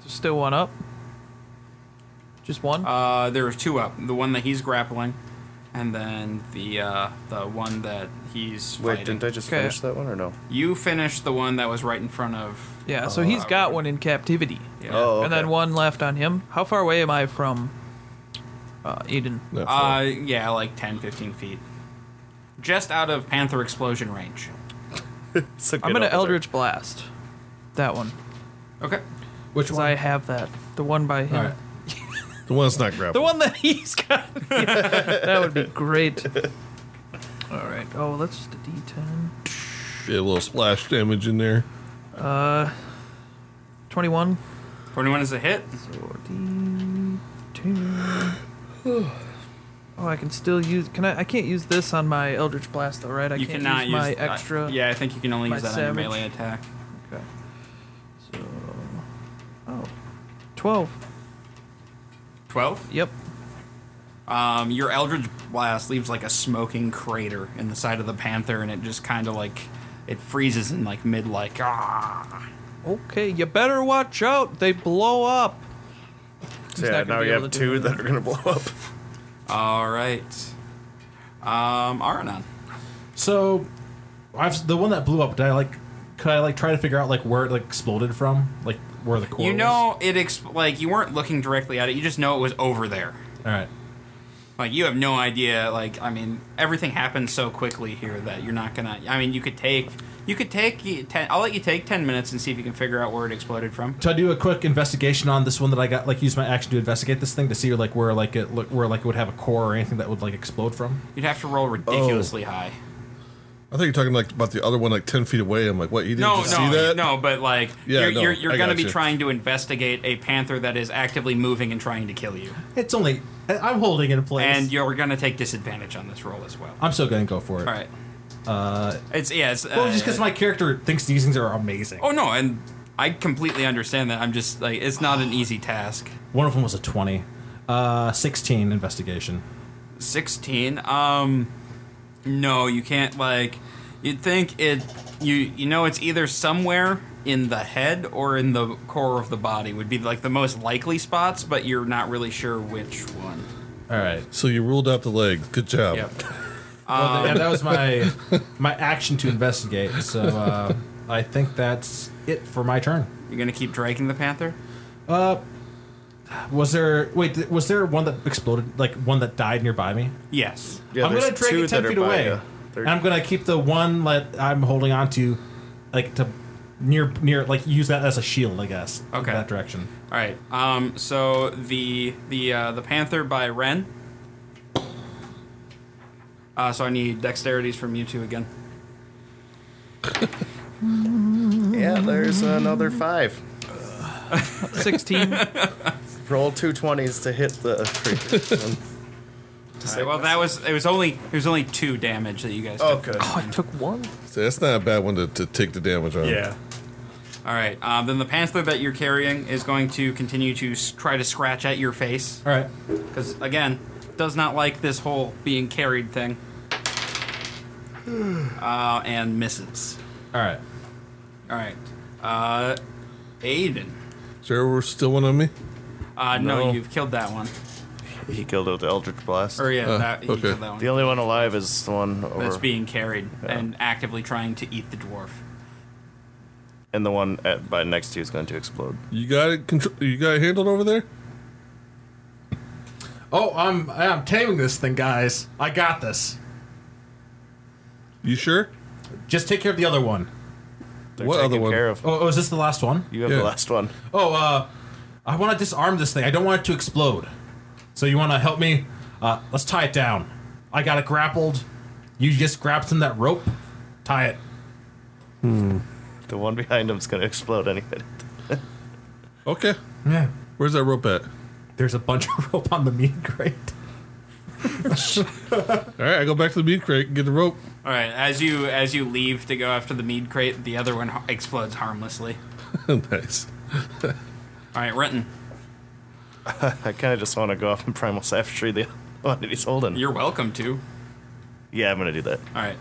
Speaker 3: So still one up? Just one?
Speaker 1: Uh, there are two up. The one that he's grappling, and then the uh, the one that he's
Speaker 4: Wait,
Speaker 1: fighting.
Speaker 4: didn't I just
Speaker 3: Okay.
Speaker 4: finish that one or no?
Speaker 1: You finished the one that was right in front of.
Speaker 3: yeah, so he's
Speaker 1: uh,
Speaker 3: got one in captivity.
Speaker 1: Yeah.
Speaker 4: Oh, okay.
Speaker 3: And then one left on him. How far away am I from uh, Eden?
Speaker 5: Not
Speaker 1: Uh,
Speaker 5: far.
Speaker 1: yeah, like 10, 15 feet. Just out of Panther explosion range.
Speaker 4: It's a
Speaker 3: I'm
Speaker 4: good
Speaker 3: going to
Speaker 4: opener.
Speaker 3: Eldritch Blast. That one.
Speaker 1: Okay.
Speaker 2: Which
Speaker 3: Because I have that. The one by him.
Speaker 2: All right.
Speaker 5: the one's not grabbed.
Speaker 3: The one that he's got. that would be great. All right. Oh, that's just a D10.
Speaker 5: Did a little splash damage in there.
Speaker 3: 21.
Speaker 1: 21 is a hit.
Speaker 3: So D2. Oh, I can still use. Can I? I can't use this on my Eldritch Blast though, right? I
Speaker 1: you
Speaker 3: can't
Speaker 1: cannot
Speaker 3: use my
Speaker 1: uh,
Speaker 3: extra.
Speaker 1: yeah, I think you can only
Speaker 3: my
Speaker 1: use that on your
Speaker 3: savage.
Speaker 1: melee attack.
Speaker 3: Okay. So. Oh. 12.
Speaker 1: 12.
Speaker 3: Yep.
Speaker 1: Um, your Eldritch Blast leaves like a smoking crater in the side of the Panther, and it just kind of like. It freezes in like mid, like. Ah.
Speaker 3: Okay. You better watch out. They blow up.
Speaker 4: So yeah,
Speaker 3: not gonna
Speaker 4: now
Speaker 3: be
Speaker 4: we
Speaker 3: able
Speaker 4: have
Speaker 3: to do
Speaker 4: two
Speaker 3: that.
Speaker 4: that are gonna blow up.
Speaker 1: All right. Um, Aranon.
Speaker 2: So, I've the one that blew up. Did I like? Could I like try to figure out like where it like exploded from? Like where the core?
Speaker 1: You
Speaker 2: was?
Speaker 1: know it exp- like you weren't looking directly at it. You just know it was over there.
Speaker 2: All right.
Speaker 1: Like you have no idea. Like I mean, everything happens so quickly here that you're not gonna. I mean, you could take you could take y- ten. I'll let you take ten minutes and see if you can figure out where it exploded from.
Speaker 2: So I do a quick investigation on this one that I got. Like use my action to investigate this thing to see like where like it look where like it would have a core or anything that would like explode from.
Speaker 1: You'd have to roll ridiculously
Speaker 5: Oh.
Speaker 1: high.
Speaker 5: I think you're talking like about the other one, like ten feet away. I'm like, what? You didn't
Speaker 1: No,
Speaker 5: just
Speaker 1: no,
Speaker 5: see that?
Speaker 1: no. But like
Speaker 5: Yeah,
Speaker 1: you're
Speaker 5: no,
Speaker 1: you're, you're
Speaker 5: I
Speaker 1: gonna be
Speaker 5: gotcha.
Speaker 1: trying to investigate a panther that is actively moving and trying to kill you,
Speaker 2: It's only I- I'm holding it in place.
Speaker 1: and you're gonna take disadvantage on this roll as well.
Speaker 5: Uh,
Speaker 2: I'm still gonna go for it.
Speaker 1: All right. Uh, it's yeah. It's,
Speaker 2: Well,
Speaker 1: uh,
Speaker 2: just because my character thinks these things are amazing.
Speaker 1: Oh no, and I completely understand that. I'm just like it's not an easy task.
Speaker 2: One of them was a twenty, uh, sixteen investigation.
Speaker 1: 16. Um no, you can't like you'd think it you you know it's either somewhere in the head or in the core of the body would be like the most likely spots, but you're not really sure which one.
Speaker 2: All right.
Speaker 5: So you ruled out the legs. Good job.
Speaker 1: Yep.
Speaker 2: Well, yeah, that was my
Speaker 4: Um.
Speaker 2: my action to investigate. So uh, I think that's it for my turn.
Speaker 1: You're going to keep dragging the panther?
Speaker 2: Was there wait? th- Was there one that exploded? Like one that died nearby me?
Speaker 1: Yes.
Speaker 4: Yeah,
Speaker 2: I'm gonna
Speaker 4: there's
Speaker 2: drag
Speaker 4: two
Speaker 2: it ten
Speaker 4: that are
Speaker 2: feet
Speaker 4: by uh,
Speaker 2: away, Um,
Speaker 4: you. They're-
Speaker 2: and I'm gonna keep the one that I'm holding on to, like to near near like use that as a shield, I guess. in
Speaker 1: Okay.
Speaker 2: that direction.
Speaker 1: All right. Um so the the uh the panther by Ren uh, so I need dexterities from you two again.
Speaker 4: Yeah, there's another five.
Speaker 3: 16.
Speaker 4: Roll two twenties to hit the creature.
Speaker 1: All right, well, that was it was only it was only two damage that you guys. Took.
Speaker 4: okay.
Speaker 3: Oh, I took one.
Speaker 5: So that's not a bad one to, to take the damage on.
Speaker 1: All right. Um, then the panther that you're carrying is going to continue to s- try to scratch at your face
Speaker 2: All right.
Speaker 1: because again, does not like this whole being carried thing. Uh, and misses.
Speaker 2: All right.
Speaker 1: All right. Uh, Aiden.
Speaker 5: Is there still one on me?
Speaker 1: Uh, no.
Speaker 4: No.
Speaker 1: you've killed that one.
Speaker 4: He killed it with Eldritch Blast.
Speaker 1: Or yeah,
Speaker 5: Uh,
Speaker 1: that, you
Speaker 5: okay.
Speaker 1: killed that one.
Speaker 4: The only one alive is the one over,
Speaker 1: That's being carried and actively trying to eat the dwarf.
Speaker 4: and the one at, by next to you is going to explode.
Speaker 5: You got it. Contr- you got it handled over there.
Speaker 2: Oh, I'm I'm taming this thing, guys. I got this.
Speaker 5: You sure?
Speaker 2: Just take care of the other one.
Speaker 4: They're
Speaker 5: What
Speaker 4: taken
Speaker 5: other one?
Speaker 4: Care of.
Speaker 2: Oh, oh is this the last one?
Speaker 4: You have
Speaker 5: Yeah.
Speaker 4: the last one.
Speaker 2: Oh, uh, I want to disarm this thing. I don't want it to explode. So you want to help me? Uh, let's tie it down. I got it grappled. You just grab some of that rope, tie it.
Speaker 4: The one behind him's going to explode any minute.
Speaker 5: Okay.
Speaker 2: Yeah.
Speaker 5: Where's that rope at?
Speaker 2: There's a bunch of rope on the meat crate.
Speaker 5: All right, I go back to the meat crate and get the rope.
Speaker 1: All right, as you as you leave to go after the mead crate, the other one ha- explodes harmlessly.
Speaker 5: nice.
Speaker 1: All right, Renton,
Speaker 4: I kind of just want to go off in primal savagery. The one that he's holding.
Speaker 1: you're welcome to.
Speaker 4: yeah, I'm going to do that.
Speaker 1: All right,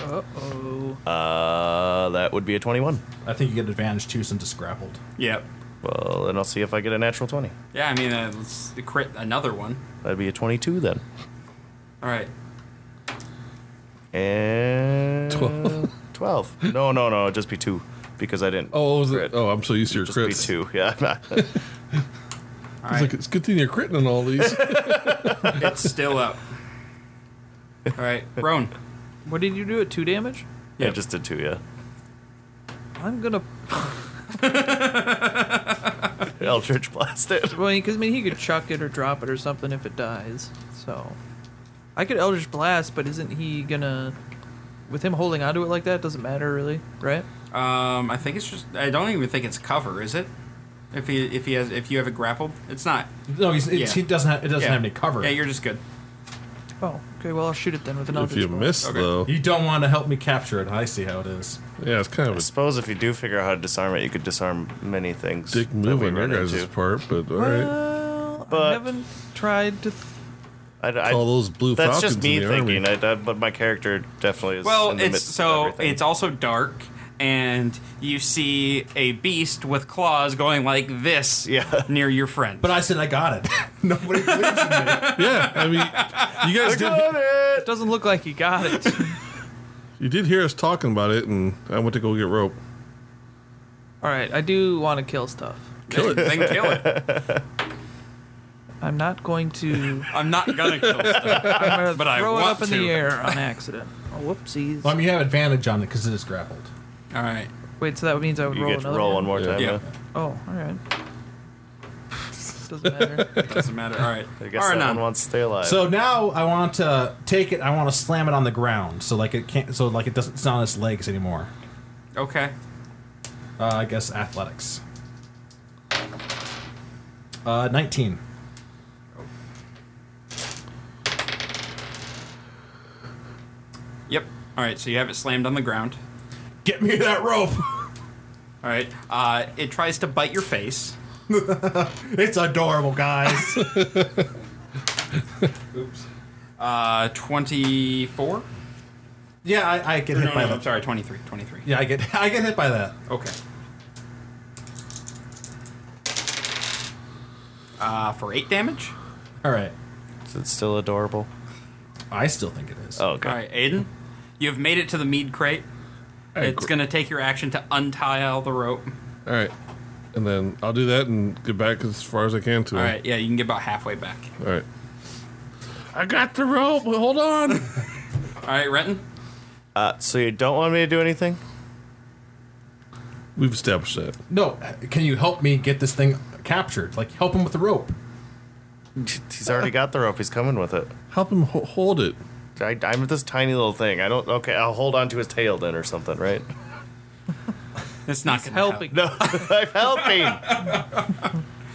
Speaker 3: Uh oh.
Speaker 4: Uh, that would be a 21.
Speaker 2: I think you get advantage too since it's grappled.
Speaker 1: yep,
Speaker 4: Well, then I'll see if I get a natural 20.
Speaker 1: yeah. I mean, uh, let's crit another one.
Speaker 4: That'd be a 22 then.
Speaker 1: All right,
Speaker 4: And 12. No, no, no. It'd just be two because I didn't.
Speaker 5: Oh, what was
Speaker 4: Crit.
Speaker 5: it? Oh, I'm so used to your
Speaker 4: just be
Speaker 5: crits.
Speaker 4: two. Yeah. I'm not-
Speaker 1: all
Speaker 5: It's
Speaker 1: right.
Speaker 5: like it's a good thing you're critting on all these.
Speaker 1: it's still up. All right, Roan.
Speaker 3: What did you do at two damage?
Speaker 4: yeah, just did two. Yeah.
Speaker 3: I'm gonna.
Speaker 4: Eldritch blast it.
Speaker 3: Well, because I mean, he could chuck it or drop it or something if it dies. So, I could Eldritch Blast, but isn't he gonna? With him holding onto it like that, doesn't matter really, right?
Speaker 1: Um, I think it's just. I don't even think it's cover, is it? If he if he has if you have it grappled, it's not.
Speaker 2: No, he's, it's,
Speaker 1: Yeah.
Speaker 2: he doesn't. Have, it doesn't
Speaker 1: Yeah.
Speaker 2: have any cover.
Speaker 1: Yeah, you're just good.
Speaker 3: Oh, okay. Well, I'll shoot it then with an
Speaker 5: if
Speaker 3: Eldritch
Speaker 5: you
Speaker 3: Blast.
Speaker 5: miss
Speaker 1: Okay.
Speaker 5: though,
Speaker 2: You don't want to help me capture it. I see how it is.
Speaker 5: yeah, it's kind of
Speaker 4: I
Speaker 5: a
Speaker 4: suppose if you do figure out how to disarm it, you could disarm many things.
Speaker 5: dick
Speaker 4: that
Speaker 5: move
Speaker 4: we
Speaker 5: on your
Speaker 4: run
Speaker 5: guys'
Speaker 4: into.
Speaker 5: part. But all right,
Speaker 3: Well, I
Speaker 4: But-
Speaker 3: haven't tried to.
Speaker 4: I, I,
Speaker 5: all those blue
Speaker 4: that's
Speaker 5: falcons
Speaker 4: just me
Speaker 5: in the
Speaker 4: thinking.
Speaker 5: army.
Speaker 4: I, I- but my character definitely is. in
Speaker 1: Well,
Speaker 4: the
Speaker 1: it's
Speaker 4: midst of
Speaker 1: so
Speaker 4: everything.
Speaker 1: it's also dark, and you see a beast with claws going like this
Speaker 4: Yeah.
Speaker 1: near your friend.
Speaker 2: But I said I got it. Nobody believes in me.
Speaker 5: yeah, I mean, you guys did.
Speaker 3: It doesn't look like he got it.
Speaker 5: You did hear us talking about it, and I went to go get rope.
Speaker 3: All right, I do want to kill stuff.
Speaker 5: Kill it.
Speaker 1: then kill it.
Speaker 3: I'm not going to.
Speaker 1: I'm not gonna kill stuff.
Speaker 3: I'm gonna
Speaker 1: But I
Speaker 3: throw it
Speaker 1: want
Speaker 3: up in
Speaker 1: to.
Speaker 3: the air on accident. Oh, whoopsies.
Speaker 2: I mean, you have advantage on it because it is grappled.
Speaker 1: All right.
Speaker 3: Wait, so that means I would
Speaker 4: You
Speaker 3: roll
Speaker 4: get to
Speaker 3: another.
Speaker 4: roll one
Speaker 3: one?
Speaker 4: more
Speaker 5: Yeah.
Speaker 4: time.
Speaker 1: Yeah.
Speaker 4: huh?
Speaker 3: Oh, all right. Doesn't matter.
Speaker 1: It doesn't matter. All right.
Speaker 4: I guess that one
Speaker 1: Arnon.
Speaker 4: wants to stay alive.
Speaker 2: So now I want to take it. I want to slam it on the ground, so like it can't. So like it doesn't. It's not on its legs anymore.
Speaker 1: Okay.
Speaker 2: Uh, I guess athletics. Uh, nineteen.
Speaker 1: Yep. All right. So you have it slammed on the ground.
Speaker 2: Get me that rope.
Speaker 1: All right. Uh, it tries to bite your face.
Speaker 2: it's adorable, guys.
Speaker 1: Uh, 24?
Speaker 2: yeah, I, I get
Speaker 1: No,
Speaker 2: hit
Speaker 1: no,
Speaker 2: by
Speaker 1: no, I'm
Speaker 2: that.
Speaker 1: sorry, 23. 23.
Speaker 2: Yeah, I get I get hit by that.
Speaker 1: Okay. Uh, for 8 damage?
Speaker 2: All right.
Speaker 4: Is it still adorable?
Speaker 2: I still think it is.
Speaker 4: Oh, okay.
Speaker 1: All right, Aiden, you have made it to the mead crate. It's
Speaker 5: gr-
Speaker 1: going to take your action to untie all the rope.
Speaker 5: All right, and then I'll do that and get back as far as I can to
Speaker 1: All
Speaker 5: him.
Speaker 1: right, yeah, you can get about halfway back.
Speaker 5: All right. I got the rope. Hold on.
Speaker 1: All right, Renton?
Speaker 4: Uh, so you don't want me to do anything?
Speaker 5: We've established that.
Speaker 2: No, can you help me get this thing captured? Like help him with the rope.
Speaker 4: He's already got the rope. He's coming with it.
Speaker 5: Help him ho- hold it.
Speaker 4: I, I'm this tiny little thing. I don't. Okay, I'll hold on to his tail then, or something, right?
Speaker 1: It's not going to
Speaker 3: Helping.
Speaker 4: No, I'm helping.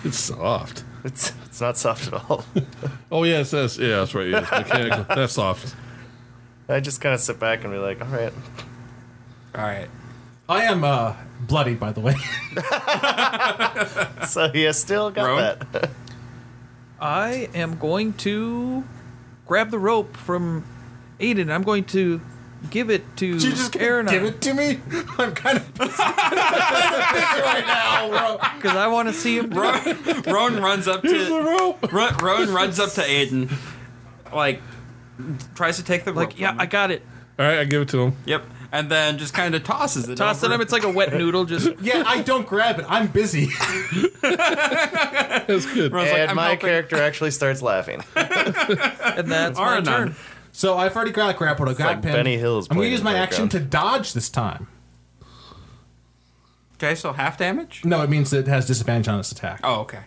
Speaker 5: It's soft.
Speaker 4: It's it's not soft at all.
Speaker 5: Oh yes, that's yeah, that's right. Yes, mechanical. that's soft.
Speaker 4: I just kind of sit back and be like, all right.
Speaker 1: All right.
Speaker 2: I am uh bloody, by the way.
Speaker 4: So you still got
Speaker 1: Rowan?
Speaker 4: that.
Speaker 3: I am going to grab the rope from Aiden. I'm going to give it to
Speaker 5: You just
Speaker 3: Aaron
Speaker 5: give it to me. I'm kind of right now, bro.
Speaker 3: because I want to see him. do it.
Speaker 1: Roan runs up to
Speaker 5: rope.
Speaker 1: Ro- Roan runs up to Aiden, like tries to take the rope
Speaker 3: Like, yeah,
Speaker 1: from
Speaker 3: I
Speaker 1: him.
Speaker 3: got it.
Speaker 6: All right, I give it to him.
Speaker 1: Yep, and then just kind of tosses it.
Speaker 3: Toss it
Speaker 1: over.
Speaker 3: him. It's like a wet noodle. Just
Speaker 2: Yeah, I don't grab it. I'm busy.
Speaker 6: That's good.
Speaker 1: Roan's like,
Speaker 4: and
Speaker 1: I'm
Speaker 4: my
Speaker 1: helping.
Speaker 4: character actually starts laughing.
Speaker 3: and that's my
Speaker 1: Aranon.
Speaker 3: turn.
Speaker 2: So I've already got grappled. I've got
Speaker 4: like
Speaker 2: pinned.
Speaker 4: Benny Hill's
Speaker 2: I'm gonna
Speaker 4: playing
Speaker 2: use
Speaker 4: in
Speaker 2: my
Speaker 4: the
Speaker 2: action to
Speaker 4: background.
Speaker 2: dodge this time.
Speaker 1: Okay, so half damage.
Speaker 2: No, it means it has disadvantage on its attack.
Speaker 1: Oh, okay.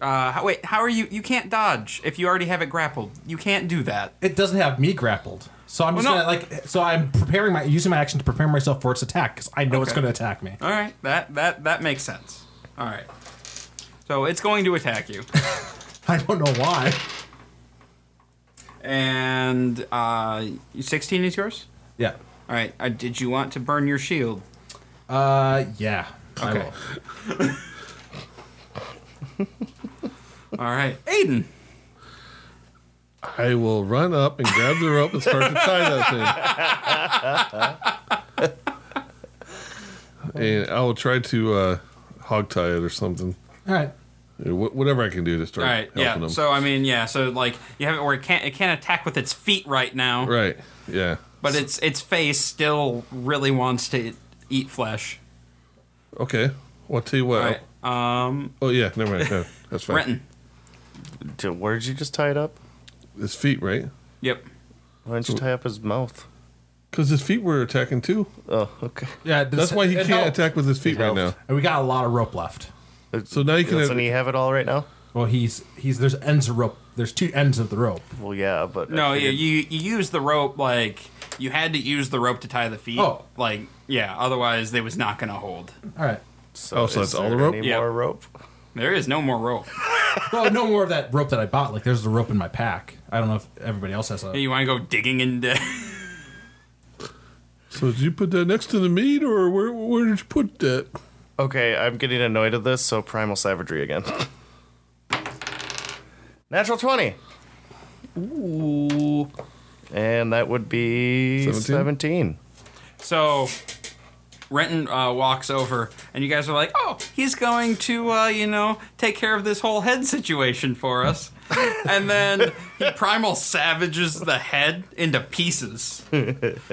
Speaker 1: Uh, how, wait, how are you? You can't dodge if you already have it grappled. You can't do that.
Speaker 2: It doesn't have me grappled. So I'm just
Speaker 1: Well, Oh, no.
Speaker 2: gonna like. So I'm preparing my using my action to prepare myself for its attack because I know it's
Speaker 1: Okay.
Speaker 2: gonna attack me.
Speaker 1: All right, that that that makes sense. All right, so it's going to attack you,
Speaker 2: I don't know why.
Speaker 1: and uh, 16 is yours.
Speaker 2: Yeah.
Speaker 1: All right, uh, did you want to burn your shield?
Speaker 2: Uh. Yeah. I
Speaker 1: Okay.
Speaker 2: will.
Speaker 1: All right, Aiden.
Speaker 6: I will run up and grab the rope and start to tie that thing. and I will try to uh, hog tie it or something.
Speaker 2: All right.
Speaker 6: Uh, wh- Whatever I can do to start
Speaker 1: All right,
Speaker 6: helping
Speaker 1: yeah.
Speaker 6: them.
Speaker 1: So I mean, yeah. So like you have it where it can't it can't attack with its feet right now,
Speaker 6: right. Yeah.
Speaker 1: but its its face still really wants to eat flesh.
Speaker 6: Okay. Well, I'll tell you what.
Speaker 1: All right, um,
Speaker 6: Oh, yeah. Never mind. No, that's fine.
Speaker 1: Renton.
Speaker 4: To- Where did you just tie it up?
Speaker 6: His feet, right?
Speaker 1: Yep.
Speaker 4: Why didn't you tie up his mouth?
Speaker 6: Because his feet were attacking too.
Speaker 4: Oh, okay.
Speaker 2: Yeah.
Speaker 6: That's why he
Speaker 2: it
Speaker 6: can't
Speaker 2: helped.
Speaker 6: attack with his feet
Speaker 4: It
Speaker 6: right now.
Speaker 4: helped.
Speaker 2: And we got a lot of rope left.
Speaker 6: So now you can.
Speaker 4: Doesn't he have it all right now?
Speaker 2: Well, he's he's there's ends of rope. There's two ends of the rope.
Speaker 4: Well, yeah, but I
Speaker 1: No, you,
Speaker 4: figured-
Speaker 1: you you use the rope like you had to use the rope to tie the feet.
Speaker 2: Oh.
Speaker 1: like yeah. Otherwise, they was not gonna hold.
Speaker 2: All right.
Speaker 4: So
Speaker 6: Oh, so
Speaker 4: is
Speaker 6: that's all
Speaker 4: there
Speaker 6: the rope?
Speaker 4: Any
Speaker 1: Yeah.
Speaker 4: more rope?
Speaker 1: There is no more rope.
Speaker 2: Well, no more of that rope that I bought. Like, there's the rope in my pack. I don't know if everybody else has a.
Speaker 1: you want to go digging into?
Speaker 6: So did you put that next to the meat, or where? Where did you put that?
Speaker 4: Okay, I'm getting annoyed at this, so primal savagery again. Natural 20.
Speaker 3: Ooh.
Speaker 4: And that would be 17.
Speaker 6: 17?
Speaker 1: so, Renton uh, walks over, and you guys are like, "Oh, he's going to uh, you know take care of this whole head situation for us." and then he primal savages the head into pieces,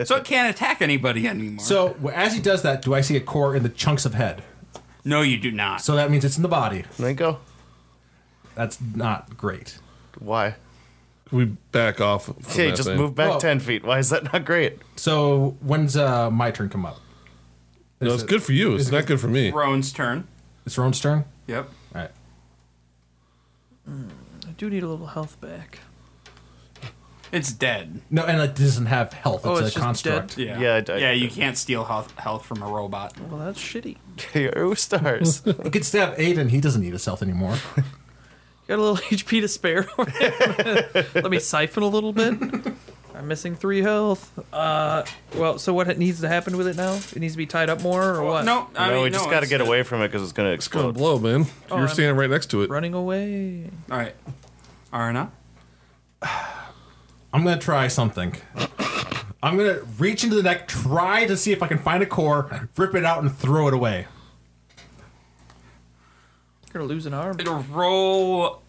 Speaker 1: so it can't attack anybody anymore.
Speaker 2: So w- as he does that, do I see a core in the chunks of head?
Speaker 1: no, you do not.
Speaker 2: So that means it's in the body.
Speaker 4: There you go.
Speaker 2: That's not great.
Speaker 4: Why?
Speaker 6: Can we back off? From
Speaker 4: Okay,
Speaker 6: that
Speaker 4: just
Speaker 6: thing?
Speaker 4: move back
Speaker 2: Well-
Speaker 4: 10 feet. Why is that not great?
Speaker 2: So when's uh, my turn come up?
Speaker 6: No, it's good for you. It's not good for me.
Speaker 1: Roan's turn.
Speaker 2: It's Roan's turn.
Speaker 1: Yep.
Speaker 2: All right.
Speaker 3: I do need a little health back.
Speaker 1: It's dead.
Speaker 2: No, and it doesn't have health. It's
Speaker 3: Oh,
Speaker 2: a
Speaker 3: it's just
Speaker 2: construct.
Speaker 1: Yeah.
Speaker 4: Yeah, I- I-
Speaker 1: yeah, you can't steal health, health from a robot.
Speaker 3: Well, that's shitty.
Speaker 4: Ooh, stars.
Speaker 2: It could stab Aiden. He doesn't need his health anymore.
Speaker 3: Got a little HP to spare. Let me siphon a little bit. I'm missing three health. Uh, well, so what needs to happen with it now? It needs to be tied up more, or what?
Speaker 1: No, I
Speaker 4: no,
Speaker 1: mean,
Speaker 4: we just
Speaker 1: no,
Speaker 4: got to
Speaker 1: it's-
Speaker 4: get away from it because it's going to
Speaker 6: Gonna
Speaker 4: explode.
Speaker 6: blow, man. You're
Speaker 3: I'm-
Speaker 6: standing right next to it.
Speaker 3: Running away.
Speaker 1: All right, Arna.
Speaker 2: I'm gonna try something. I'm gonna reach into the neck, try to see if I can find a core, rip it out, and throw it away.
Speaker 3: You're gonna lose an arm.
Speaker 1: Roll.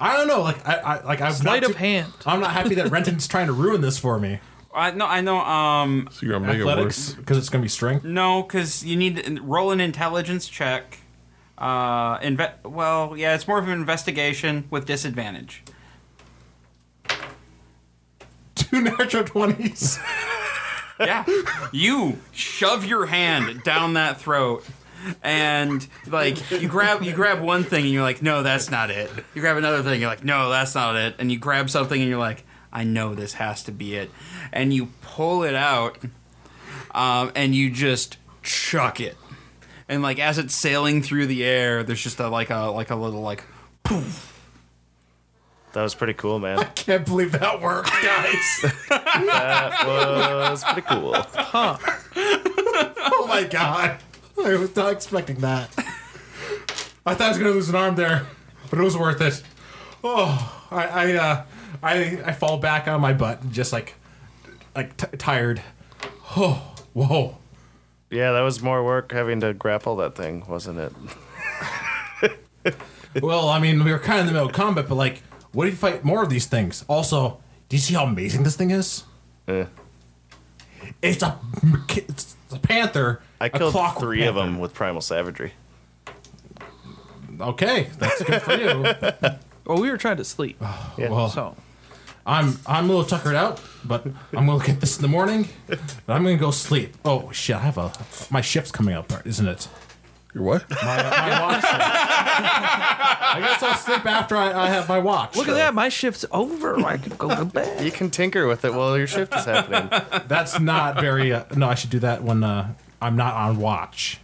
Speaker 2: I don't know. Like I, I like I'm
Speaker 3: Sleight
Speaker 2: not
Speaker 3: of hand.
Speaker 2: I'm not happy that Renton's trying to ruin this for me.
Speaker 1: I no, I know. Um,
Speaker 6: So you're gonna make
Speaker 2: Athletics,
Speaker 6: it worse.
Speaker 2: because it's gonna be strength.
Speaker 1: no, because you need to roll an intelligence check. Uh, inve- Well, yeah, it's more of an investigation with disadvantage.
Speaker 2: Two natural twenties.
Speaker 1: Yeah, you shove your hand down that throat. And like you grab you grab one thing and you're like, no, that's not it. You grab another thing, you're like, no, that's not it. And you grab something and you're like, I know this has to be it. And you pull it out, um, and you just chuck it. And like as it's sailing through the air, there's just a like a like a little like
Speaker 4: That was pretty cool, man.
Speaker 2: Can't believe that worked, guys.
Speaker 4: that was pretty cool.
Speaker 2: oh my god, I was not expecting that. I thought I was gonna lose an arm there, but it was worth it. Oh, I, I, uh, I, I fall back on my butt and just like like t- tired. Oh, whoa.
Speaker 4: Yeah, that was more work having to grapple that thing, wasn't it?
Speaker 2: Well, I mean, we were kind of in the middle of combat, but like, what if you fight more of these things? Also, do you see how amazing this thing is?
Speaker 4: Eh.
Speaker 2: It's a, it's a panther.
Speaker 4: I
Speaker 2: a
Speaker 4: killed
Speaker 2: clockwork
Speaker 4: three of
Speaker 2: panther.
Speaker 4: them with primal savagery.
Speaker 2: Okay, that's good for you.
Speaker 3: Well, we were trying to sleep,
Speaker 2: Oh, well,
Speaker 3: so
Speaker 2: I'm I'm a little tuckered out, but I'm gonna get this in the morning. But I'm gonna go sleep. Oh shit, I have a my shift's coming up, isn't it?
Speaker 6: Your what?
Speaker 2: My, uh, my watch. shift. I guess I'll sleep after I, I have my watch.
Speaker 3: look at that. My shift's over. I can go to bed.
Speaker 4: You can tinker with it while your shift is happening.
Speaker 2: That's not very. Uh, no, I should do that when uh, I'm not on watch.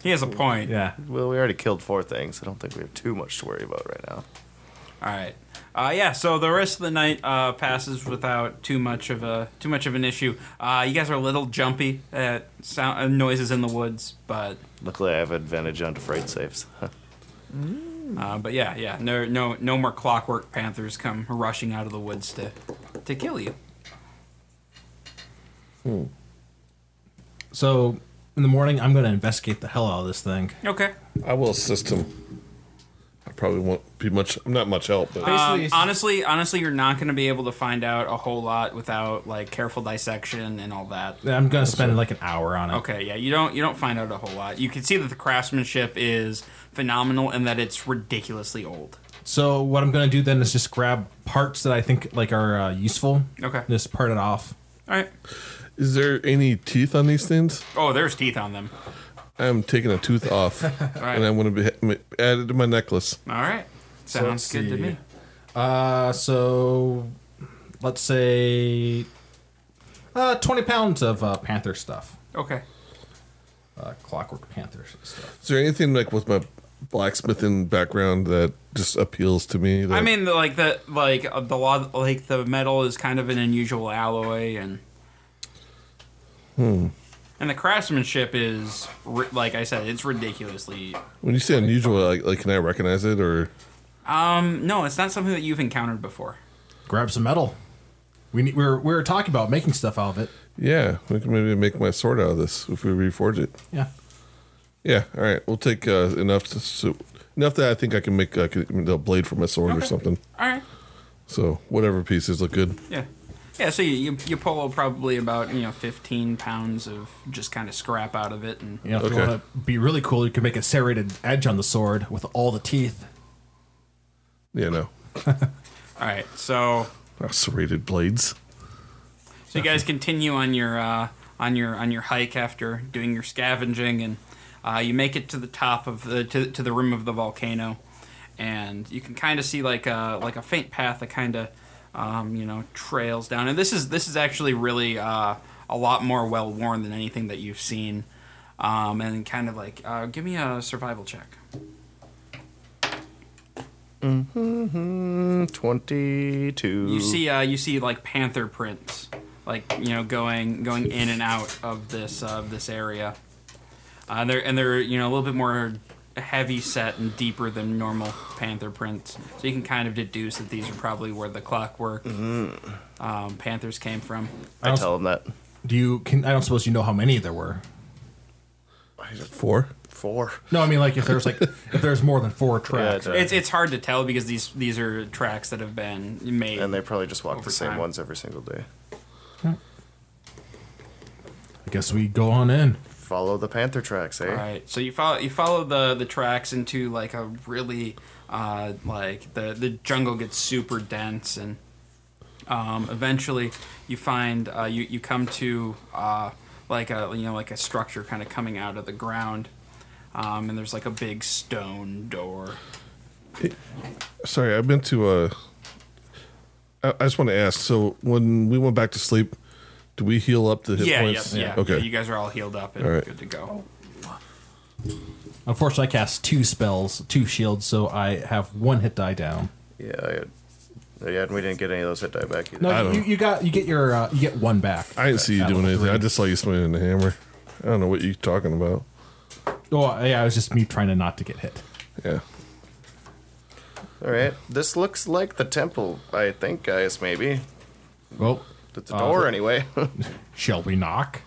Speaker 1: He has a point.
Speaker 2: Yeah.
Speaker 4: well, we already killed four things. I don't think we have too much to worry about right now.
Speaker 1: All right. Uh, yeah. So the rest of the night uh, passes without too much of a too much of an issue. Uh, you guys are a little jumpy at sound, uh, noises in the woods, but
Speaker 4: Luckily, I have advantage onto fright saves.
Speaker 1: uh, but yeah, yeah. No, no, no more clockwork panthers come rushing out of the woods to to kill you.
Speaker 2: So in the morning, I'm gonna investigate the hell out of this thing.
Speaker 1: Okay.
Speaker 6: I will assist him. I probably won't be much. I'm not much help, but
Speaker 1: Um,
Speaker 2: Basically,
Speaker 1: honestly, honestly, you're not going to be able to find out a whole lot without like careful dissection and all that.
Speaker 2: I'm gonna spend like an hour on it.
Speaker 1: Okay, yeah, you don't you don't find out a whole lot. You can see that the craftsmanship is phenomenal and that it's ridiculously old.
Speaker 2: So what I'm gonna do then is just grab parts that I think like are uh, useful.
Speaker 1: Okay.
Speaker 2: Just part it off.
Speaker 1: All right.
Speaker 6: is there any teeth on these things?
Speaker 1: Oh, there's teeth on them.
Speaker 6: I'm taking a tooth off, and I'm going to be add it to my necklace.
Speaker 1: All right. Sounds
Speaker 2: let's
Speaker 1: good to
Speaker 2: see.
Speaker 1: me.
Speaker 2: Uh, so let's say uh, 20 pounds of uh, panther stuff,
Speaker 1: Okay.
Speaker 2: uh, clockwork panther stuff.
Speaker 6: Is there anything like with my blacksmithing background that just appeals to me? That,
Speaker 1: I mean, the, like the like uh, the law, like the metal is kind of an unusual alloy, and
Speaker 2: Hmm.
Speaker 1: and the craftsmanship is ri- like I said, it's ridiculously.
Speaker 6: when you say unusual, like, like can I recognize it or?
Speaker 1: Um, no, it's not something that you've encountered before.
Speaker 2: Grab some metal. We need, we were we were talking about making stuff out of it.
Speaker 6: Yeah, we can maybe make my sword out of this if we reforge it.
Speaker 2: Yeah.
Speaker 6: Yeah, all right. We'll take uh, enough to so, enough that I think I can make uh, a blade for my sword or something.
Speaker 1: All right.
Speaker 6: So whatever pieces look good.
Speaker 1: Yeah. Yeah, so you, you, you pull probably about, you know, 15 pounds of just kind of scrap out of it. And
Speaker 2: You know, if you
Speaker 6: Okay.
Speaker 2: want to be really cool, you could make a serrated edge on the sword with all the teeth.
Speaker 6: Yeah, no.
Speaker 1: All right, so
Speaker 6: Oh, serrated blades.
Speaker 1: so you guys continue on your uh, on your on your hike after doing your scavenging, and uh, you make it to the top of the to, to the rim of the volcano, and you can kind of see like a like a faint path that kind of um, you know trails down. And this is this is actually really uh, a lot more well worn than anything that you've seen. Um, and kind of like, uh, give me a survival check.
Speaker 4: 22.
Speaker 1: You see, uh, you see like panther prints, like you know, going going in and out of this of this area. Uh, they're and they're you know a little bit more heavy set and deeper than normal panther prints, so you can kind of deduce that these are probably where the clockwork
Speaker 4: Mm-hmm.
Speaker 1: um, panthers came from.
Speaker 4: I tell him that.
Speaker 2: Do you can? I don't suppose you know how many there were.
Speaker 6: Four.
Speaker 4: Four.
Speaker 2: No, I mean like if there's like if there's more than four tracks.
Speaker 4: Yeah,
Speaker 1: It's it's hard to tell because these these are tracks that have been made.
Speaker 4: and they probably just walk
Speaker 1: Over
Speaker 4: the same
Speaker 1: time.
Speaker 4: ones every single day.
Speaker 2: I guess we go on in.
Speaker 4: Follow the panther tracks, eh?
Speaker 1: All right. So you follow you follow the the tracks into like a really uh, like the the jungle gets super dense and um, eventually you find uh, you you come to uh, like a you know like a structure kind of coming out of the ground. Um, and there's like a big stone door.
Speaker 6: Sorry, I meant to. Uh, I, I just want to ask. So when we went back to sleep, do we heal up the hit
Speaker 1: Yeah, yeah,
Speaker 6: points?
Speaker 1: yeah.
Speaker 6: Okay.
Speaker 1: You guys are all healed up and
Speaker 6: All right.
Speaker 1: good to go.
Speaker 2: Unfortunately, I cast two spells, two shields, so I have one hit die down.
Speaker 4: Yeah, I had, yeah, and we didn't get any of those hit die back either.
Speaker 2: No,
Speaker 6: I don't
Speaker 2: you,
Speaker 6: know.
Speaker 2: you got you get your uh, you get one back.
Speaker 6: I didn't see you
Speaker 2: At
Speaker 6: doing
Speaker 2: level
Speaker 6: anything.
Speaker 2: three.
Speaker 6: I just saw you swinging the hammer. I don't know what you're talking about.
Speaker 2: Oh yeah, it was just me trying to not to get hit.
Speaker 6: Yeah.
Speaker 4: All right. This looks like the temple, I think, guys, maybe.
Speaker 2: Well,
Speaker 4: At the door, anyway.
Speaker 2: Shall we knock?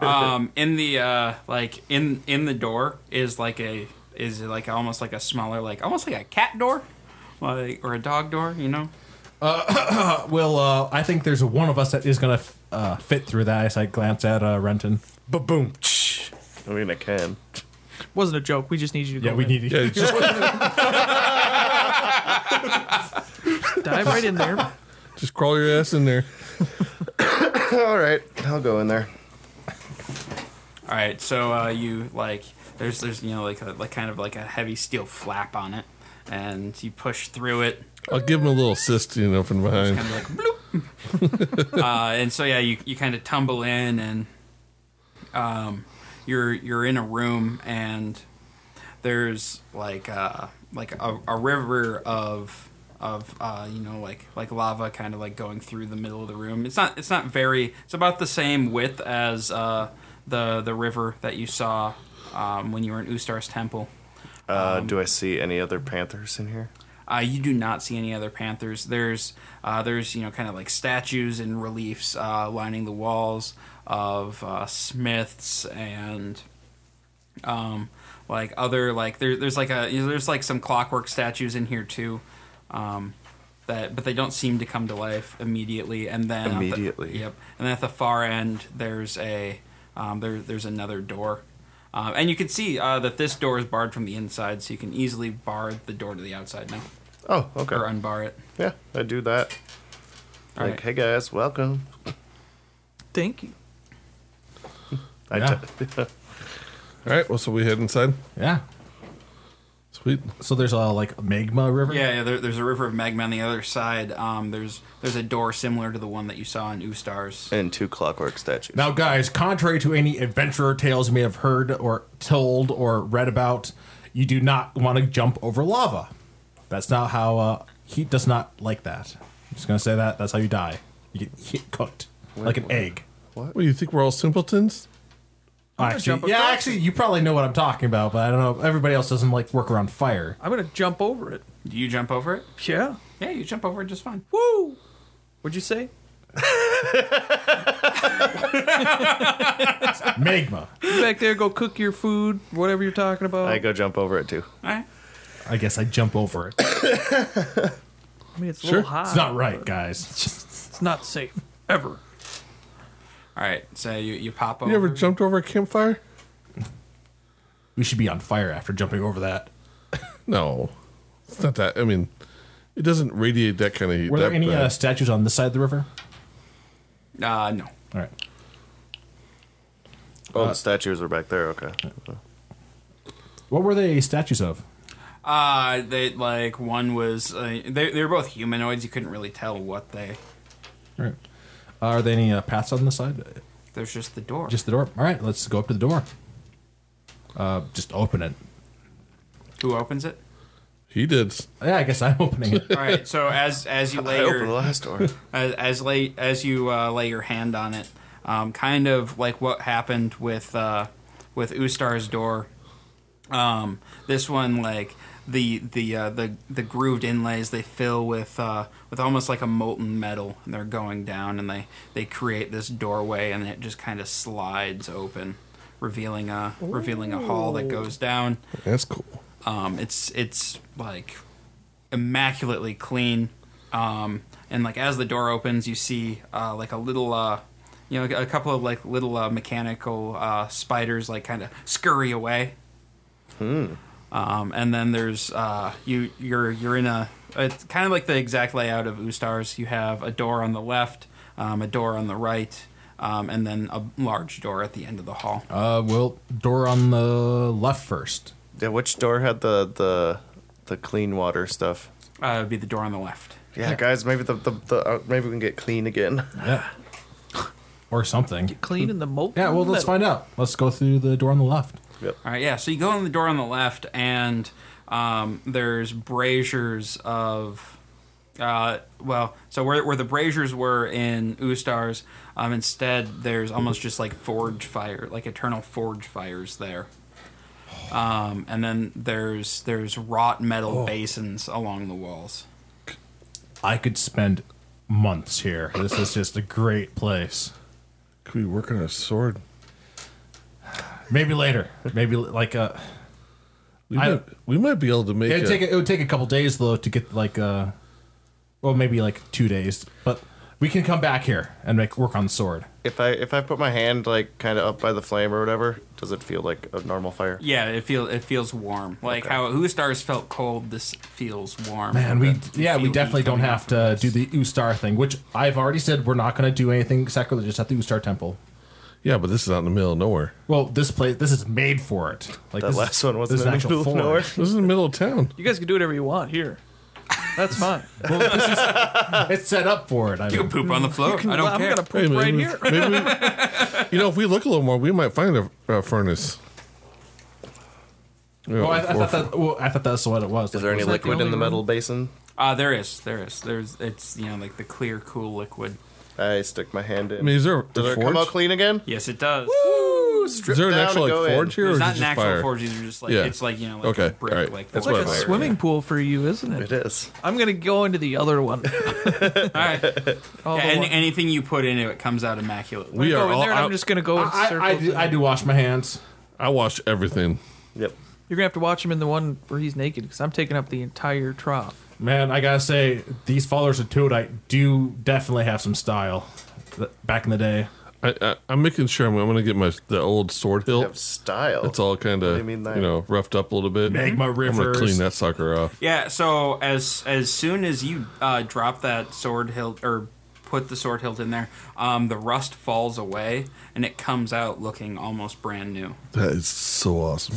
Speaker 1: um, in the uh, like in in the door is like a is like almost like a smaller like almost like a cat door, like or a dog door, you know.
Speaker 2: Well, uh, I think there's one of us that is gonna uh, fit through that. As I glance at uh, Renton.
Speaker 4: ba boom. I mean, I can.
Speaker 3: Wasn't a joke. We just need you to
Speaker 2: Yeah,
Speaker 3: go
Speaker 2: we
Speaker 3: in.
Speaker 2: need to.
Speaker 6: Yeah, just
Speaker 3: dive right in there.
Speaker 6: just crawl your ass in there.
Speaker 4: All right, I'll go in there.
Speaker 1: All right, so uh, you like there's there's you know like a, like kind of like a heavy steel flap on it, and you push through it,
Speaker 6: I'll give him a little assist, you know, from behind.
Speaker 1: kind of like bloop. uh, and so yeah, you you kind of tumble in and um, you're you're in a room and there's like uh like a, a river of of uh, you know like like lava kind of like going through the middle of the room. It's not it's not very it's about the same width as uh, the the river that you saw um, when you were in Ustar's temple.
Speaker 4: Uh, do I see any other panthers in here?
Speaker 1: Uh, you do not see any other panthers. There's uh, there's you know kind of like statues and reliefs uh, lining the walls of uh, smiths and um, like other like there, there's like a you know, there's like some clockwork statues in here too. Um, that but they don't seem to come to life immediately. And then at the-
Speaker 4: Immediately.
Speaker 1: yep. And then at the far end there's a um, there there's another door. Um, and you can see uh, that this door is barred from the inside, so you can easily bar the door to the outside now
Speaker 4: Oh, okay.
Speaker 1: or unbar it.
Speaker 4: Yeah, I do that.
Speaker 1: All
Speaker 4: like,
Speaker 1: right.
Speaker 4: hey guys, welcome.
Speaker 3: Thank you.
Speaker 4: I
Speaker 2: Yeah.
Speaker 4: t-
Speaker 6: All right, well, so we head inside.
Speaker 2: Yeah.
Speaker 6: Sweet.
Speaker 2: So there's a like magma river.
Speaker 1: Yeah, yeah there, there's a river of magma on the other side. Um, there's there's a door similar to the one that you saw in Ustar's.
Speaker 4: and two clockwork statues.
Speaker 2: Now, guys, contrary to any adventurer tales you may have heard or told or read about, you do not want to jump over lava. That's not how uh, heat does not like that. I'm just gonna say that. That's how you die. You get hit, cooked like an egg.
Speaker 6: What, you think we're all simpletons?
Speaker 2: Actually,
Speaker 3: jump
Speaker 2: yeah,
Speaker 3: across
Speaker 2: actually, you probably know what I'm talking about, but I don't know. Everybody else doesn't like work around fire.
Speaker 3: I'm gonna jump over it.
Speaker 1: Do you jump over it?
Speaker 3: Yeah.
Speaker 1: Yeah, you jump over it just fine.
Speaker 3: Woo. What'd you say?
Speaker 2: Magma.
Speaker 3: You back there, go cook your food, whatever you're talking about.
Speaker 4: I go jump over it too.
Speaker 1: All right.
Speaker 2: I guess I jump over it.
Speaker 3: I mean, it's a
Speaker 6: Sure.
Speaker 3: little high.
Speaker 2: It's not right, guys.
Speaker 3: It's not safe ever.
Speaker 1: All right. So you, you pop over.
Speaker 6: You ever jumped over a campfire?
Speaker 2: We should be on fire after jumping over that.
Speaker 6: No, it's not that. I mean, it doesn't radiate that kind of heat.
Speaker 2: Were
Speaker 6: that
Speaker 2: there any
Speaker 6: bad.
Speaker 2: uh, statues on this side of the river?
Speaker 1: Uh, no.
Speaker 2: All right.
Speaker 4: Oh, the statues are back there. Okay.
Speaker 2: What were they statues of?
Speaker 1: Uh, they like one was uh, they they were both humanoids. You couldn't really tell what they.
Speaker 2: All right. Uh, are there any uh, paths on the side?
Speaker 1: There's just the door.
Speaker 2: Just the door. All right, let's go up to the door. Uh, just open it.
Speaker 1: who opens it?
Speaker 6: He did.
Speaker 2: Yeah, I guess I'm opening it.
Speaker 1: All right. So as as you
Speaker 4: I
Speaker 1: lay
Speaker 4: opened the
Speaker 1: your
Speaker 4: last door.
Speaker 1: as as, lay, as you uh, lay your hand on it, um, kind of like what happened with uh, with Ustar's door. Um, this one, like the the uh, the the grooved inlays, they fill with uh, with almost like a molten metal, and they're going down, and they they create this doorway, and it just kind of slides open, revealing a revealing a hall that goes down.
Speaker 6: That's cool.
Speaker 1: Um, it's it's like immaculately clean. Um, and like as the door opens, you see uh, like a little, uh, you know, a couple of like little uh, mechanical uh, spiders like kind of scurry away. Um, and then there's uh, you you're you're in a it's kind of like the exact layout of Ustar's. You have a door on the left, um, a door on the right, um, and then a large door at the end of the hall.
Speaker 2: Uh, well, door on the left first.
Speaker 4: Yeah, which door had the the the clean water stuff?
Speaker 1: Uh, would be the door on the left.
Speaker 4: Yeah, guys, maybe the, the, the uh, maybe we can get clean again.
Speaker 2: Yeah. Or something.
Speaker 3: Clean in the molten.
Speaker 2: Yeah, well, let's
Speaker 3: metal.
Speaker 2: find out. Let's go through the door on the left.
Speaker 1: All right, yeah. So you go in the door on the left, and um, there's braziers of, uh, well, so where, where the braziers were in Ustar's, um, instead there's almost just like forge fire, like eternal forge fires there. Um, and then there's
Speaker 2: Oh.
Speaker 1: there's wrought metal basins along the walls.
Speaker 2: I could spend months here. This is just a great place.
Speaker 6: Could we work on a sword?
Speaker 2: Maybe later. Maybe like uh
Speaker 6: We,
Speaker 2: I-
Speaker 6: might, we might be able to make
Speaker 2: It'd
Speaker 6: a-
Speaker 2: take it would take a couple days though to get like uh well maybe like two days, but we can come back here and make work on the sword.
Speaker 4: If I if I put my hand like kind of up by the flame or whatever, does it feel like a normal fire?
Speaker 1: Yeah, it feels it feels warm. Like how Ustars felt cold, this feels warm.
Speaker 2: Man, we
Speaker 1: You
Speaker 2: yeah, we
Speaker 1: feel heat
Speaker 2: definitely don't
Speaker 1: coming
Speaker 2: have
Speaker 1: off of
Speaker 2: to
Speaker 1: this.
Speaker 2: do the Ustar thing, which I've already said we're not going to do anything sacrilegious at the Ustar temple.
Speaker 6: Yeah, but this is out in the middle of nowhere.
Speaker 2: Well, this place this is made for it. Like
Speaker 4: That
Speaker 2: this
Speaker 4: last
Speaker 2: is,
Speaker 4: one wasn't
Speaker 2: this is an
Speaker 4: in the
Speaker 2: actual
Speaker 4: middle of
Speaker 2: forge.
Speaker 6: This is in the middle of town.
Speaker 3: You guys can do whatever you want here. That's fine.
Speaker 2: Well, this is, it's set up for it. I
Speaker 1: You can
Speaker 2: mean,
Speaker 1: poop on the floor. I don't
Speaker 3: am
Speaker 1: care.
Speaker 3: gonna poop
Speaker 6: Hey,
Speaker 3: right
Speaker 6: maybe-
Speaker 3: here.
Speaker 6: maybe we- you know, if we look a little more, we might find a, a furnace. You know,
Speaker 2: well, Oh, I,
Speaker 6: or-
Speaker 2: I thought that well, I thought that's what it was.
Speaker 4: Is there any
Speaker 3: Was that the
Speaker 4: liquid in
Speaker 3: only
Speaker 4: the
Speaker 3: room?
Speaker 4: metal basin?
Speaker 1: Uh, there is, there is, there's. It's you know like the clear, cool liquid.
Speaker 4: I stick my hand in.
Speaker 6: I mean, is there a
Speaker 4: does it
Speaker 6: forge?
Speaker 4: come out clean again?
Speaker 1: Yes, it does.
Speaker 6: Is there an
Speaker 4: down
Speaker 6: actual like,
Speaker 4: and go
Speaker 6: forge
Speaker 4: in.
Speaker 6: here, or
Speaker 1: It's
Speaker 6: is
Speaker 1: not
Speaker 6: it
Speaker 1: an
Speaker 6: just
Speaker 1: actual
Speaker 6: fire?
Speaker 1: forge. These are just like
Speaker 6: Yeah.
Speaker 1: it's like you know like
Speaker 6: Okay,
Speaker 1: brick.
Speaker 6: alright.
Speaker 1: Like
Speaker 6: That's
Speaker 1: full
Speaker 6: what
Speaker 1: of
Speaker 6: I
Speaker 3: A
Speaker 1: fire.
Speaker 6: thought.
Speaker 3: swimming pool for you, isn't
Speaker 4: It
Speaker 3: it?
Speaker 4: is.
Speaker 3: I'm gonna go into the other one.
Speaker 1: All right.
Speaker 3: All
Speaker 1: Yeah,
Speaker 3: the
Speaker 1: any,
Speaker 3: one.
Speaker 1: anything you put into it comes out immaculately.
Speaker 6: We
Speaker 3: I
Speaker 6: are
Speaker 3: go oh, in
Speaker 6: all
Speaker 3: there and
Speaker 6: out-
Speaker 3: I'm just gonna go in
Speaker 2: I, I, I,
Speaker 3: circles.
Speaker 2: do, I do wash my hands.
Speaker 6: I wash everything.
Speaker 4: Yep.
Speaker 3: You're gonna have to watch him in the one where he's naked because I'm taking up the entire trough.
Speaker 2: Man, I gotta say, these followers of Todite do definitely have some style. Th- Back in the day,
Speaker 6: I, I, I'm making sure I'm, I'm going to get my the old sword
Speaker 4: You
Speaker 6: hilt.
Speaker 4: have style.
Speaker 6: It's all kind
Speaker 4: What do
Speaker 6: of
Speaker 4: you
Speaker 6: you,
Speaker 4: mean that?
Speaker 6: know roughed up a little bit.
Speaker 2: Magma
Speaker 6: I'm gonna
Speaker 2: rivers.
Speaker 6: clean that sucker off.
Speaker 1: Yeah. So as as soon as you uh, drop that sword hilt or put the sword hilt in there, um, the rust falls away and it comes out looking almost brand new.
Speaker 6: That is so awesome.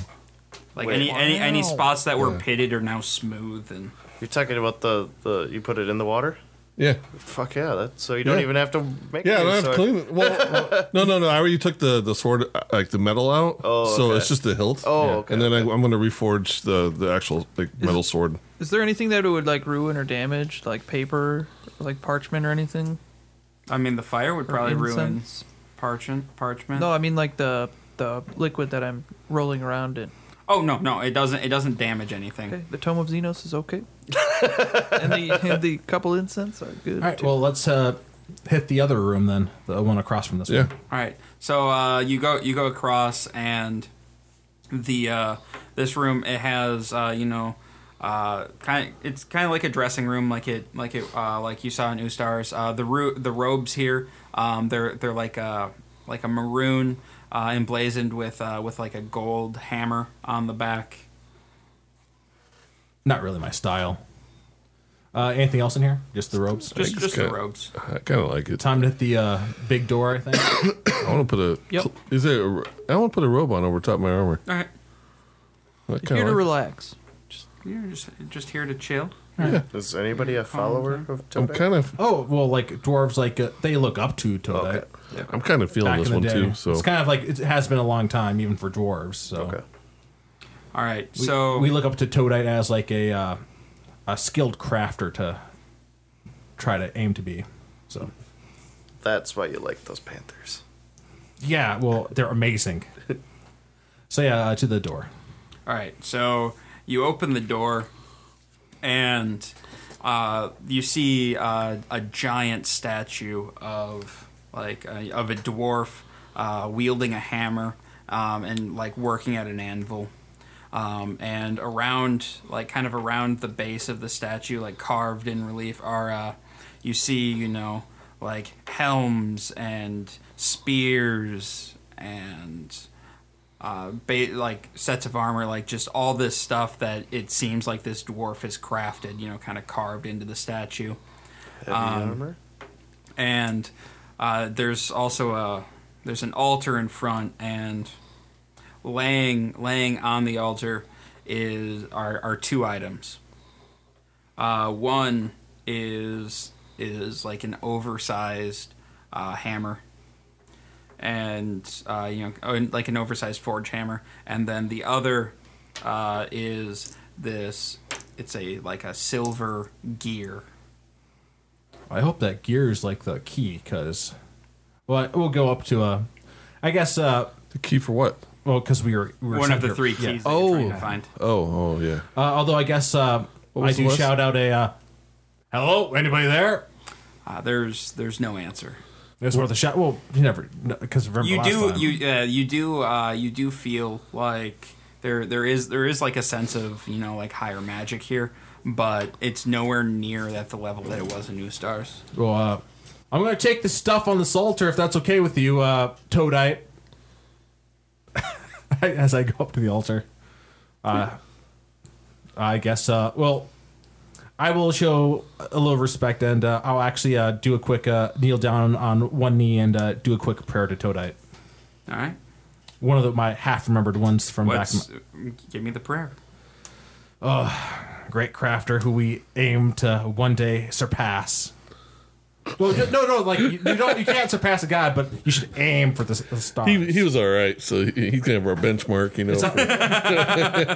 Speaker 1: Like
Speaker 4: Wait,
Speaker 1: any any any
Speaker 3: wow.
Speaker 1: spots that were pitted are now smooth and
Speaker 4: You're talking about the, the you put it in the water?
Speaker 6: Yeah,
Speaker 4: Fuck yeah, that so you don't
Speaker 6: Yeah.
Speaker 4: even have to make
Speaker 6: yeah. I
Speaker 4: it.
Speaker 6: don't have to clean it. Well, well, no, no, no. I already took the the sword uh, like the metal out.
Speaker 4: Oh,
Speaker 6: so
Speaker 4: okay.
Speaker 6: it's just the hilt.
Speaker 4: Oh, okay,
Speaker 6: And then I, I'm going to reforge the the actual like metal sword.
Speaker 3: Is there anything that it would like ruin or damage, like paper, or, like parchment, or anything?
Speaker 1: I mean the fire would
Speaker 3: Or
Speaker 1: probably ruin
Speaker 3: incense?
Speaker 1: parchment
Speaker 2: Mm.
Speaker 1: parchment.
Speaker 3: No, I mean like the the liquid that I'm rolling around in.
Speaker 1: Oh no no it doesn't it doesn't damage anything.
Speaker 3: Okay, the tome of Xenos is okay, and the and the couple incense are good.
Speaker 2: All right,
Speaker 3: too.
Speaker 2: well, let's uh, hit the other room then, the one across from this
Speaker 6: Yeah.
Speaker 2: one.
Speaker 1: All right. So uh, you go you go across and the uh, this room it has uh, you know uh, kind it's kind of like a dressing room like it like it uh, like you saw in Ustars. Uh, the ro- the robes here um, they're they're like a like a maroon uh, emblazoned with uh, with like a gold hammer on the back.
Speaker 2: Not really my style. Uh, anything else in here? Just the robes.
Speaker 1: Just just the
Speaker 6: kinda-
Speaker 1: robes.
Speaker 6: I kind of like it.
Speaker 2: time to hit the uh, big door. I think.
Speaker 6: I want to put a.
Speaker 3: Yep.
Speaker 6: Is there? A, I want to put a robe on over top of my armor.
Speaker 1: All right.
Speaker 6: I
Speaker 3: You're here
Speaker 6: kind
Speaker 3: to
Speaker 6: of. Like,
Speaker 3: relax.
Speaker 1: Just you're just just here to chill.
Speaker 4: Is anybody a follower of
Speaker 6: I'm
Speaker 4: Tibet?
Speaker 6: kind of.
Speaker 2: oh well, like dwarves, like uh, they look up to Todai.
Speaker 4: Okay.
Speaker 6: I'm kind of feeling
Speaker 2: Back
Speaker 6: this
Speaker 2: in
Speaker 6: one
Speaker 2: the day,
Speaker 6: too. So
Speaker 2: it's kind of like it has been a long time, even for dwarves. So
Speaker 4: Okay.
Speaker 1: All right.
Speaker 2: we,
Speaker 1: so
Speaker 2: we look up to Todite as like a uh, a skilled crafter to try to aim to be. So
Speaker 4: That's why you like those panthers.
Speaker 2: yeah, well, they're amazing. So yeah, uh, to the door.
Speaker 1: All right, so you open the door, and uh, you see uh, a giant statue of like a, of a dwarf uh, wielding a hammer um, and like working at an anvil. Um, and around, like kind of around the base of the statue, like carved in relief, are uh, you see, you know, like helms and spears and uh, ba- like sets of armor, like just all this stuff that it seems like this dwarf has crafted, you know, kind of carved into the statue.
Speaker 4: Heavy
Speaker 6: Um,
Speaker 4: armor?
Speaker 1: And uh, there's also a there's an altar in front, and laying laying on the altar is are, are two items. Uh, one is is like an oversized uh, hammer and uh, you know, oh, like an oversized forge hammer, and then the other uh, is this. It's a like a silver gear.
Speaker 2: I hope that gear is like the key, because well, we'll go up to uh, I guess uh,
Speaker 6: the key for what?
Speaker 2: well, because we were, we were
Speaker 1: One
Speaker 2: sent
Speaker 1: of the
Speaker 2: here-
Speaker 1: three
Speaker 2: yeah.
Speaker 1: keys. That oh, you're trying
Speaker 3: Oh.
Speaker 1: to find.
Speaker 6: Oh, oh yeah.
Speaker 2: Uh, although I guess uh,
Speaker 6: What
Speaker 2: I
Speaker 6: was the
Speaker 2: do
Speaker 6: list?
Speaker 2: shout out a uh, hello, anybody there?
Speaker 1: Uh, there's there's no answer.
Speaker 2: It's worth a shot. Well, you never because remember
Speaker 1: You
Speaker 2: last
Speaker 1: do
Speaker 2: time.
Speaker 1: you uh, you do uh, you do feel like there there is there is like a sense of you know like higher magic here, but it's nowhere near at the level that it was in New Stars.
Speaker 2: Well, uh, I'm gonna take this stuff on this altar if that's okay with you, uh, Toadite. As I go up to the altar, uh, I guess. Uh, well, I will show a little respect, and uh, I'll actually uh, do a quick uh, kneel down on one knee and uh, do a quick prayer to Toadite.
Speaker 1: All right,
Speaker 2: One of the, my half-remembered ones from
Speaker 1: what's
Speaker 2: back.
Speaker 1: give me the prayer?
Speaker 2: in my- Great crafter, who we aim to one day surpass. Well, no, no, like you, you don't, you can't surpass a god, but you should aim for the, s- the stars.
Speaker 6: He, he was all right, so he, he's gonna have our benchmark, you know.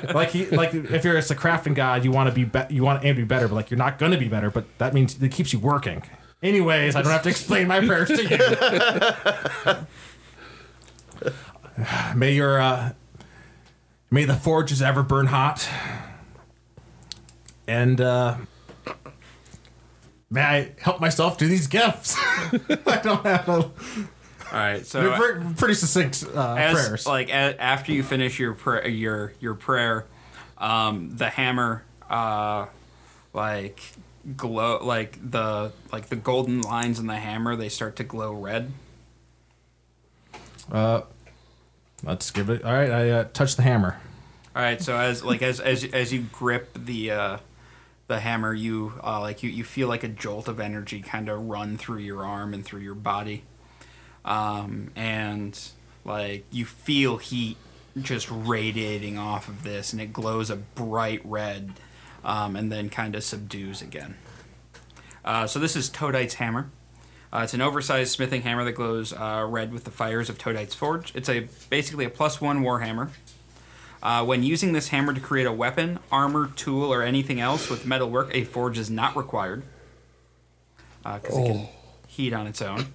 Speaker 6: for-
Speaker 2: like he, like if you're just a crafting god, you want to be, be you want to aim to be better, but like you're not gonna be better, but that means it keeps you working. Anyways, I don't have to explain my prayers to you. may your uh, may the forges ever burn hot, and uh, may I help myself to these gifts. I don't have a
Speaker 1: All right, so
Speaker 2: they're pretty, pretty succinct uh,
Speaker 1: as
Speaker 2: prayers.
Speaker 1: like a, after you finish your prayer your your prayer um the hammer uh like glow like the like the golden lines in the hammer they start to glow red
Speaker 2: Let's give it. All right, I uh, touch the hammer.
Speaker 1: all right so as like as as as you grip the uh the hammer you uh like you you feel like a jolt of energy kind of run through your arm and through your body um, and like you feel heat just radiating off of this, and it glows a bright red, um, and then kind of subdues again. Uh, so this is Todite's hammer. Uh, it's an oversized smithing hammer that glows uh, red with the fires of Todite's forge. It's a basically a plus one warhammer. Uh, when using this hammer to create a weapon, armor, tool, or anything else with metal work, a forge is not required because it can heat on its own.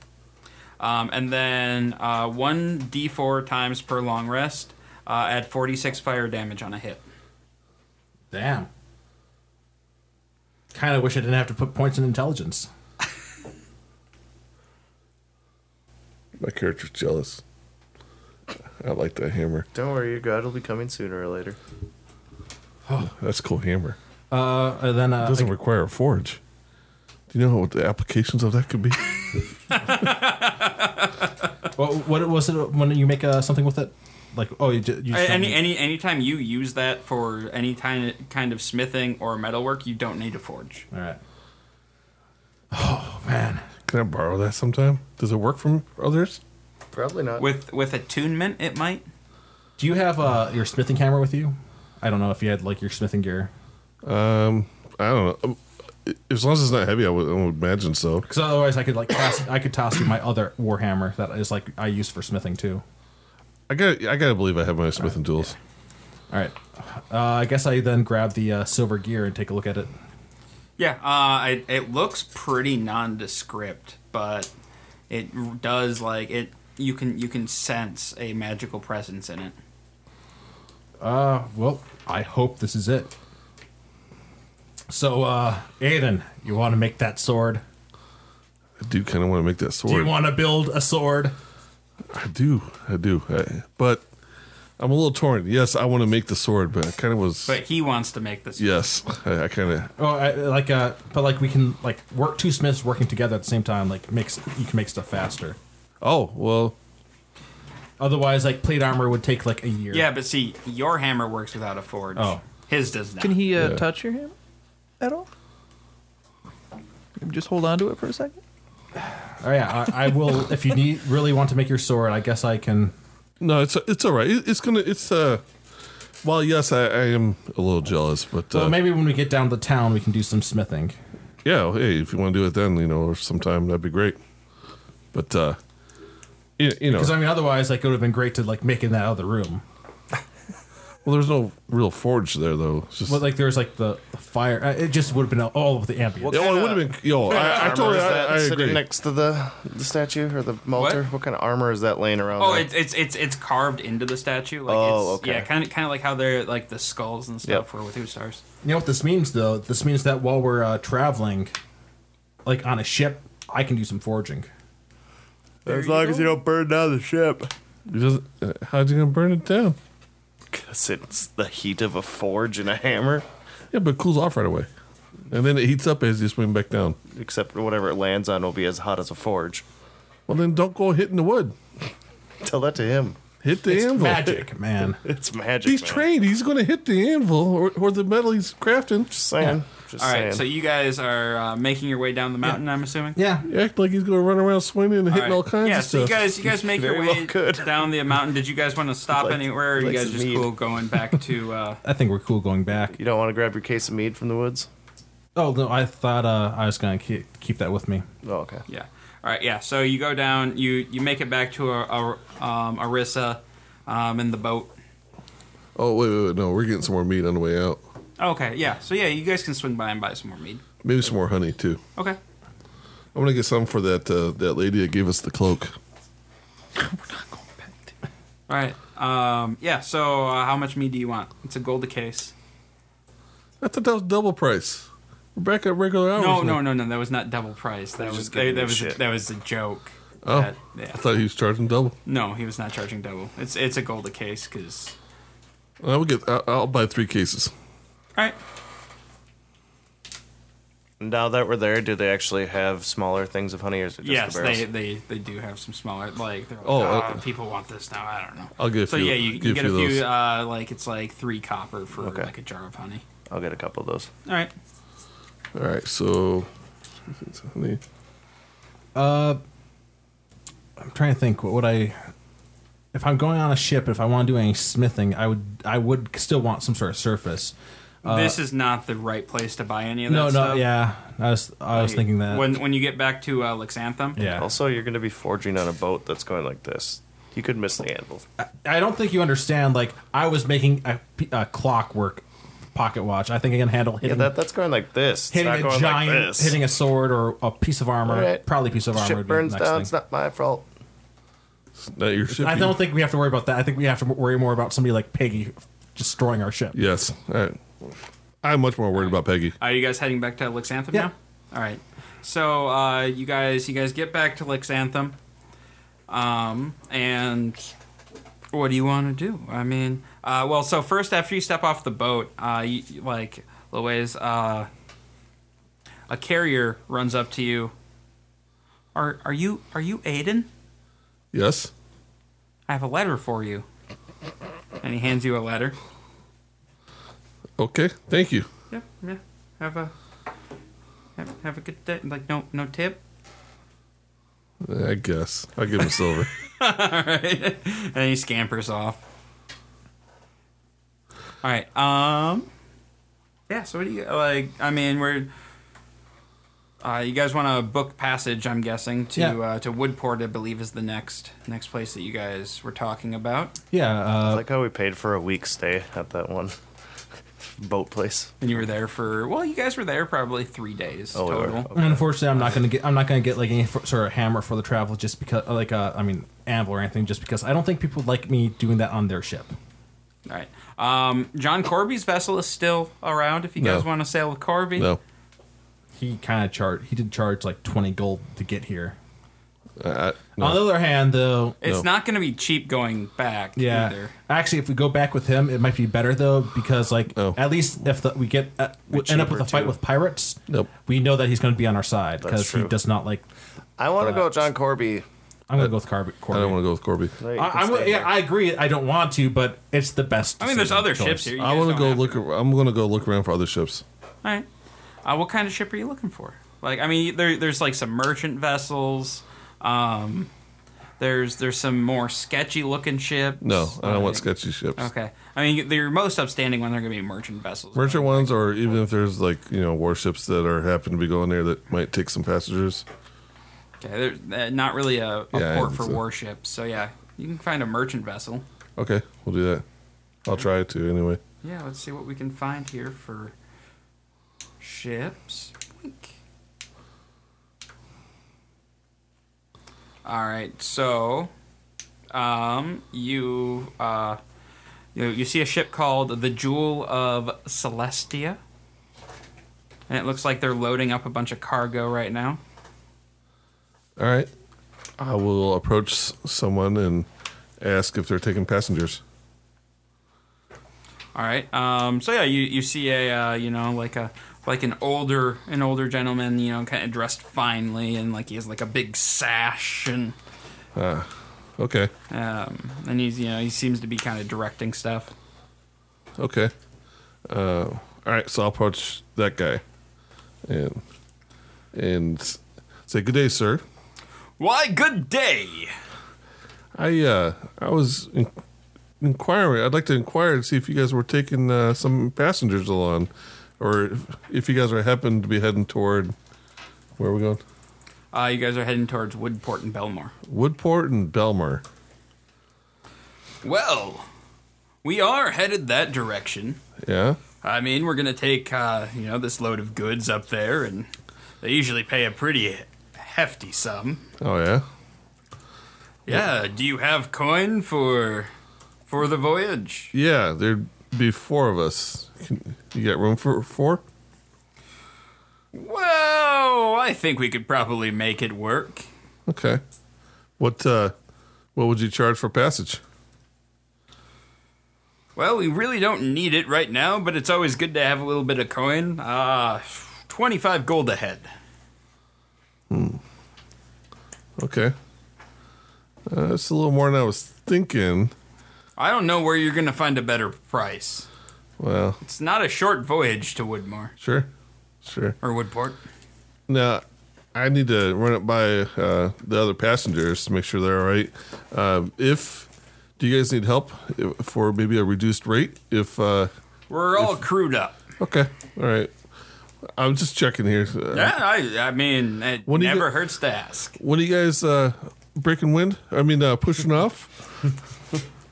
Speaker 1: Um, and then uh, one d4 times per long rest uh, at 46 fire damage on a hit.
Speaker 2: Damn. Kind of wish I didn't have to put points in intelligence.
Speaker 6: my character's jealous. I like that hammer.
Speaker 4: Don't worry, your god will be coming sooner or later.
Speaker 6: That's a cool hammer.
Speaker 2: Uh, and then
Speaker 6: It
Speaker 2: uh,
Speaker 6: doesn't
Speaker 2: I-
Speaker 6: require a forge. Do you know what the applications of that could be?
Speaker 2: what, what was it when you make uh, something with it? Like oh, you, ju- you just
Speaker 1: any
Speaker 2: don't-
Speaker 1: any anytime you use that for any kind of, kind of smithing or metalwork, you don't need to forge.
Speaker 2: all right. Oh man,
Speaker 6: Can I borrow that sometime? Does it work from others?
Speaker 4: Probably not.
Speaker 1: With with attunement, it might.
Speaker 2: do you have uh, your smithing hammer with you? I don't know if you had like your smithing gear.
Speaker 6: Um, I don't know. Um, As long as it's not heavy, I would, I would imagine so.
Speaker 2: Because otherwise, I could like toss, I could toss you my other warhammer that is like I use for smithing too.
Speaker 6: I got. I gotta believe I have my Smith and tools.
Speaker 2: All right, uh, I guess I then grab the uh, silver gear and take a look at it.
Speaker 1: Yeah, uh, it, it looks pretty nondescript, but it does like it. You can you can sense a magical presence in it.
Speaker 2: Well, I hope this is it. So, uh, Aiden, you want to make that sword?
Speaker 6: I do kind of want to make that sword.
Speaker 2: Do you want to build a sword?
Speaker 6: I do. I do. I, but I'm a little torn. Yes, I want to make the sword, but I kind of was.
Speaker 1: But he wants to make this.
Speaker 6: Yes, I, I kind of.
Speaker 2: Oh, I, like, uh, but like we can like work two smiths working together at the same time. Like, makes you can make stuff faster.
Speaker 6: Oh well.
Speaker 2: Otherwise, like plate armor would take like a year.
Speaker 1: Yeah, but see, your hammer works without a forge.
Speaker 2: Oh.
Speaker 1: His does not.
Speaker 3: Can he uh,
Speaker 6: Yeah.
Speaker 3: touch your hammer at all? Just hold on to it for a second.
Speaker 2: Oh yeah, I, I will. if you need really want to make your sword, I guess I can.
Speaker 6: No, it's it's all right. It, it's gonna. It's uh. Well, yes, I, I am a little jealous, but uh,
Speaker 2: Well, maybe when we get down to the town, we can do some smithing.
Speaker 6: yeah. Hey, if you want to do it then, you know, or sometime, that'd be great. But uh, you, you know,
Speaker 2: Because I mean, otherwise, like it would have been great to like make in that other room.
Speaker 6: well, there's no real forge there though. It's just,
Speaker 2: But like there's like the fire. uh, It just would have been all of the ambient.
Speaker 6: Yeah, well, it would have been. Yo, I, I totally.
Speaker 4: is
Speaker 6: I,
Speaker 4: that
Speaker 6: I
Speaker 4: sitting
Speaker 6: agree.
Speaker 4: next to the the statue or the altar? What? kind of armor is that laying around?
Speaker 1: Oh,
Speaker 4: there?
Speaker 1: it's it's it's it's carved into the statue. Like
Speaker 4: Oh,
Speaker 1: it's,
Speaker 4: okay.
Speaker 1: Yeah, kind of kind of like how they're like the skulls and stuff
Speaker 4: Yep.
Speaker 1: were with Usars.
Speaker 2: You know what this means, though? This means that while we're uh, traveling, like on a ship, I can do some forging.
Speaker 4: as long as you don't burn down the ship.
Speaker 6: It doesn't- uh, how's he gonna burn it down?
Speaker 4: Because it's the heat of a forge and a hammer.
Speaker 6: Yeah, but it cools off right away, and then it heats up as you swing back down.
Speaker 4: Except whatever it lands on will be as hot as a forge.
Speaker 6: Well, then don't go hitting the wood.
Speaker 4: Tell that to him.
Speaker 6: Hit the
Speaker 2: It's
Speaker 6: anvil.
Speaker 2: magic, man.
Speaker 4: It's magic.
Speaker 6: He's
Speaker 4: man.
Speaker 6: trained. He's gonna hit the anvil or, or the metal he's crafting.
Speaker 4: Just saying. Just
Speaker 1: All
Speaker 4: saying.
Speaker 1: right, so you guys are uh, making your way down the mountain. I'm assuming.
Speaker 2: Yeah,
Speaker 6: You act like he's gonna run around swinging and
Speaker 1: All
Speaker 6: hitting
Speaker 1: right.
Speaker 6: all kinds
Speaker 1: yeah,
Speaker 6: of
Speaker 1: so
Speaker 6: stuff.
Speaker 1: you guys, you guys make your
Speaker 4: Very well
Speaker 1: way
Speaker 4: could.
Speaker 1: down the mountain. Did you guys want to stop
Speaker 4: Like-
Speaker 1: anywhere? Or are you
Speaker 4: like
Speaker 1: guys just
Speaker 4: mead.
Speaker 1: cool going back to? Uh,
Speaker 2: I think we're cool going back.
Speaker 4: You don't want to grab your case of mead from the woods?
Speaker 2: Oh no, I thought uh, I was gonna keep, keep that with me.
Speaker 4: Oh, okay.
Speaker 1: yeah. All right. Yeah. So you go down. You you make it back to a, a um, Arissa, um, in the boat.
Speaker 5: Oh wait, wait, wait, no, we're getting some more meat on the way out.
Speaker 1: Okay. Yeah. So yeah, you guys can swing by and buy some more mead.
Speaker 5: Maybe some more honey too.
Speaker 1: Okay.
Speaker 5: I'm gonna get some for that uh, that lady that gave us the cloak.
Speaker 1: All right. Um, yeah. So uh, how much mead do you want? It's a gold a case.
Speaker 5: I thought that was double price.
Speaker 6: We're back at regular hours. now.
Speaker 1: No, no, no, no. That was not double price. That was
Speaker 4: just
Speaker 1: that,
Speaker 4: giving
Speaker 1: that
Speaker 4: you
Speaker 1: was
Speaker 4: shit.
Speaker 1: that was a joke.
Speaker 5: Oh.
Speaker 1: That- yeah.
Speaker 5: I thought he was charging double.
Speaker 1: No, he was not charging double. It's it's a gold a case because.
Speaker 5: I will get. I- I'll buy three cases.
Speaker 1: All right.
Speaker 4: Now that we're there, do they actually have smaller things of honey or is it just
Speaker 1: yes,
Speaker 4: the barrels?
Speaker 1: they, they they do have some smaller like. They're like oh,
Speaker 5: Oh, I-
Speaker 1: people want this now. I don't know.
Speaker 5: I'll get a
Speaker 1: so
Speaker 5: few-
Speaker 1: yeah, you, you
Speaker 5: get a
Speaker 1: get
Speaker 5: few
Speaker 1: a
Speaker 5: of
Speaker 1: few
Speaker 5: those.
Speaker 1: uh, like it's like three copper for
Speaker 4: Okay.
Speaker 1: like a jar of honey.
Speaker 4: I'll get a couple of those.
Speaker 1: All right.
Speaker 5: All right, so honey.
Speaker 2: I'm trying to think. What would I? If I'm going on a ship, if I want to do any smithing, I would. I would still want some sort of surface.
Speaker 1: this is not the right place to buy any of that
Speaker 2: No, no,
Speaker 1: stuff.
Speaker 2: uh, yeah. I was. I was
Speaker 1: Like,
Speaker 2: thinking that.
Speaker 1: when when you get back to uh, Lexanthem.
Speaker 2: yeah.
Speaker 4: Also, you're going to be forging on a boat that's going like this. You could miss the anvil.
Speaker 2: I don't think you understand. Like I was making a, p- a clockwork pocket watch. I think I can handle
Speaker 4: Yeah,
Speaker 2: hitting,
Speaker 4: that, that's going like this. It's
Speaker 2: hitting
Speaker 4: not
Speaker 2: a
Speaker 4: going
Speaker 2: giant,
Speaker 4: like this.
Speaker 2: hitting a sword or a piece of armor.
Speaker 4: All right.
Speaker 2: Probably piece of
Speaker 4: The
Speaker 2: armor.
Speaker 4: ship
Speaker 2: would be the
Speaker 4: burns
Speaker 2: next
Speaker 4: down.
Speaker 2: thing.
Speaker 4: It's not my fault.
Speaker 5: Not your ship.
Speaker 2: I
Speaker 5: you-
Speaker 2: don't think we have to worry about that. I think we have to worry more about somebody like Peggy destroying our ship.
Speaker 5: Yes. All right. I'm much more worried about Peggy.
Speaker 1: Are you guys heading back to Lexanthem
Speaker 2: Yeah.
Speaker 1: now? All right. So uh, you guys, you guys get back to Lexanthem, um, and what do you want to do? I mean, uh, well, so first after you step off the boat, uh, you, you- like a little ways, uh, a carrier runs up to you. Are are you are you Aiden?
Speaker 5: Yes.
Speaker 1: I have a letter for you. And he hands you a letter.
Speaker 5: Okay. Thank you.
Speaker 1: Yeah, yeah. Have a have, have a good day. Like no no tip.
Speaker 5: I guess I'll give him silver.
Speaker 1: Alright. and he scampers off. All right. Um. Yeah. So what do you like? I mean, we're. Uh, you guys want to book passage? I'm guessing to
Speaker 2: Yeah.
Speaker 1: uh, to Woodport, I believe, is the next next place that you guys were talking about.
Speaker 2: Yeah.
Speaker 4: I
Speaker 2: Uh,
Speaker 4: like how we paid for a week's stay at that one boat place.
Speaker 1: And you were there for well, you guys were there probably three days
Speaker 4: Oh, we were.
Speaker 1: total.
Speaker 4: Okay.
Speaker 2: Unfortunately, I'm not gonna get. I'm not gonna get like any f- sort of hammer for the travel, just because. Like, uh, I mean, anvil or anything, just because I don't think people would like me doing that on their ship.
Speaker 1: All right. Um, John Corby's vessel is still around. If you
Speaker 5: No.
Speaker 1: guys want to sail with Corby,
Speaker 5: No,
Speaker 2: He kind of charged. He did charge like 20 gold to get here.
Speaker 5: I, I, no.
Speaker 2: On the other hand, though,
Speaker 1: it's
Speaker 5: No.
Speaker 1: not going to be cheap going back.
Speaker 2: yeah.
Speaker 1: Either.
Speaker 2: Actually, if we go back with him, it might be better though, because like
Speaker 5: Oh.
Speaker 2: at least if the, we get uh, we end up with a
Speaker 4: cheaper,
Speaker 2: fight
Speaker 4: too.
Speaker 2: with pirates,
Speaker 5: Nope.
Speaker 2: we know that he's going to be on our side
Speaker 4: That's
Speaker 2: because he
Speaker 4: true.
Speaker 2: does not like.
Speaker 4: I want to go John Corby.
Speaker 2: I'm going to go with Carb- Corbin.
Speaker 5: I don't want to go with Corby.
Speaker 4: Hey, you
Speaker 2: I,
Speaker 4: can
Speaker 2: I'm,
Speaker 4: stay
Speaker 2: yeah,
Speaker 4: here.
Speaker 2: I agree. I don't want to, but it's the best.
Speaker 1: I mean, there's
Speaker 2: decision
Speaker 1: other
Speaker 2: choice.
Speaker 1: ships here. You
Speaker 5: I
Speaker 1: guys
Speaker 5: want to
Speaker 1: don't
Speaker 5: go
Speaker 1: have
Speaker 5: look. ar- I'm going to go look around for other ships.
Speaker 1: All right. Uh, what kind of ship are you looking for? Like, I mean, there, there's like some merchant vessels. Um, there's there's some more sketchy looking ships.
Speaker 5: No, I don't want
Speaker 1: Like-
Speaker 5: sketchy ships.
Speaker 1: Okay, I mean, your most upstanding one, they're gonna be merchant vessels.
Speaker 5: Merchant ones, or even if there's like you know warships that are happen to be going there that might take some passengers.
Speaker 1: Okay, they're uh, not really a, a
Speaker 5: Yeah, I
Speaker 1: port
Speaker 5: think
Speaker 1: for
Speaker 5: so.
Speaker 1: warships. So yeah, you can find a merchant vessel.
Speaker 5: Okay, we'll do that. I'll try to anyway.
Speaker 1: Yeah, let's see what we can find here for ships. Boink. All right, so um, you uh, you you see a ship called the Jewel of Celestia, and it looks like they're loading up a bunch of cargo right now.
Speaker 5: All right. I will approach s- someone and ask if they're taking passengers.
Speaker 1: All right. Um, so yeah, you, you see a uh, you know like a like an older an older gentleman you know kind of dressed finely and like he has like a big sash and
Speaker 5: Okay.
Speaker 1: um, and he's you know he seems to be kind of directing stuff.
Speaker 5: Okay. Uh, all right. So I'll approach that guy and and say, "Good day, sir.
Speaker 1: Why, good day.
Speaker 5: I uh I was in- inquiring. I'd like to inquire to see if you guys were taking uh, some passengers along, or if- if you guys are happened to be heading toward where are we going?
Speaker 1: Uh, you guys are heading towards Woodport and Belmore.
Speaker 5: Woodport and Belmar.
Speaker 1: Well, we are headed that direction.
Speaker 5: Yeah.
Speaker 1: I mean, we're gonna take uh, you know this load of goods up there, and they usually pay a pretty hefty sum.
Speaker 5: Oh yeah.
Speaker 1: Yeah. Do you have coin for for the voyage?
Speaker 5: Yeah. There'd be four of us. Can, you got room for four?
Speaker 1: Well, I think we could probably make it work.
Speaker 5: Okay. What uh what would you charge for passage?
Speaker 1: Well, we really don't need it right now, but it's always good to have a little bit of coin. Uh, 25 gold a head.
Speaker 5: Okay. Uh, that's a little more than I was thinking.
Speaker 1: I don't know where you're going to find a better price.
Speaker 5: Well,
Speaker 1: It's not a short voyage to Woodmore
Speaker 5: sure. Sure.
Speaker 1: or Woodport.
Speaker 5: Now, I need to run it by uh, the other passengers to make sure they're all right. Um, if do you guys need help if- for maybe a reduced rate? If uh,
Speaker 1: We're all crewed up.
Speaker 5: okay, all right. I'm just checking here. Uh,
Speaker 1: Yeah, I, I mean, it
Speaker 5: When do you
Speaker 1: never
Speaker 5: get-
Speaker 1: hurts to ask.
Speaker 5: When are you guys uh, breaking wind? I mean, uh, pushing off.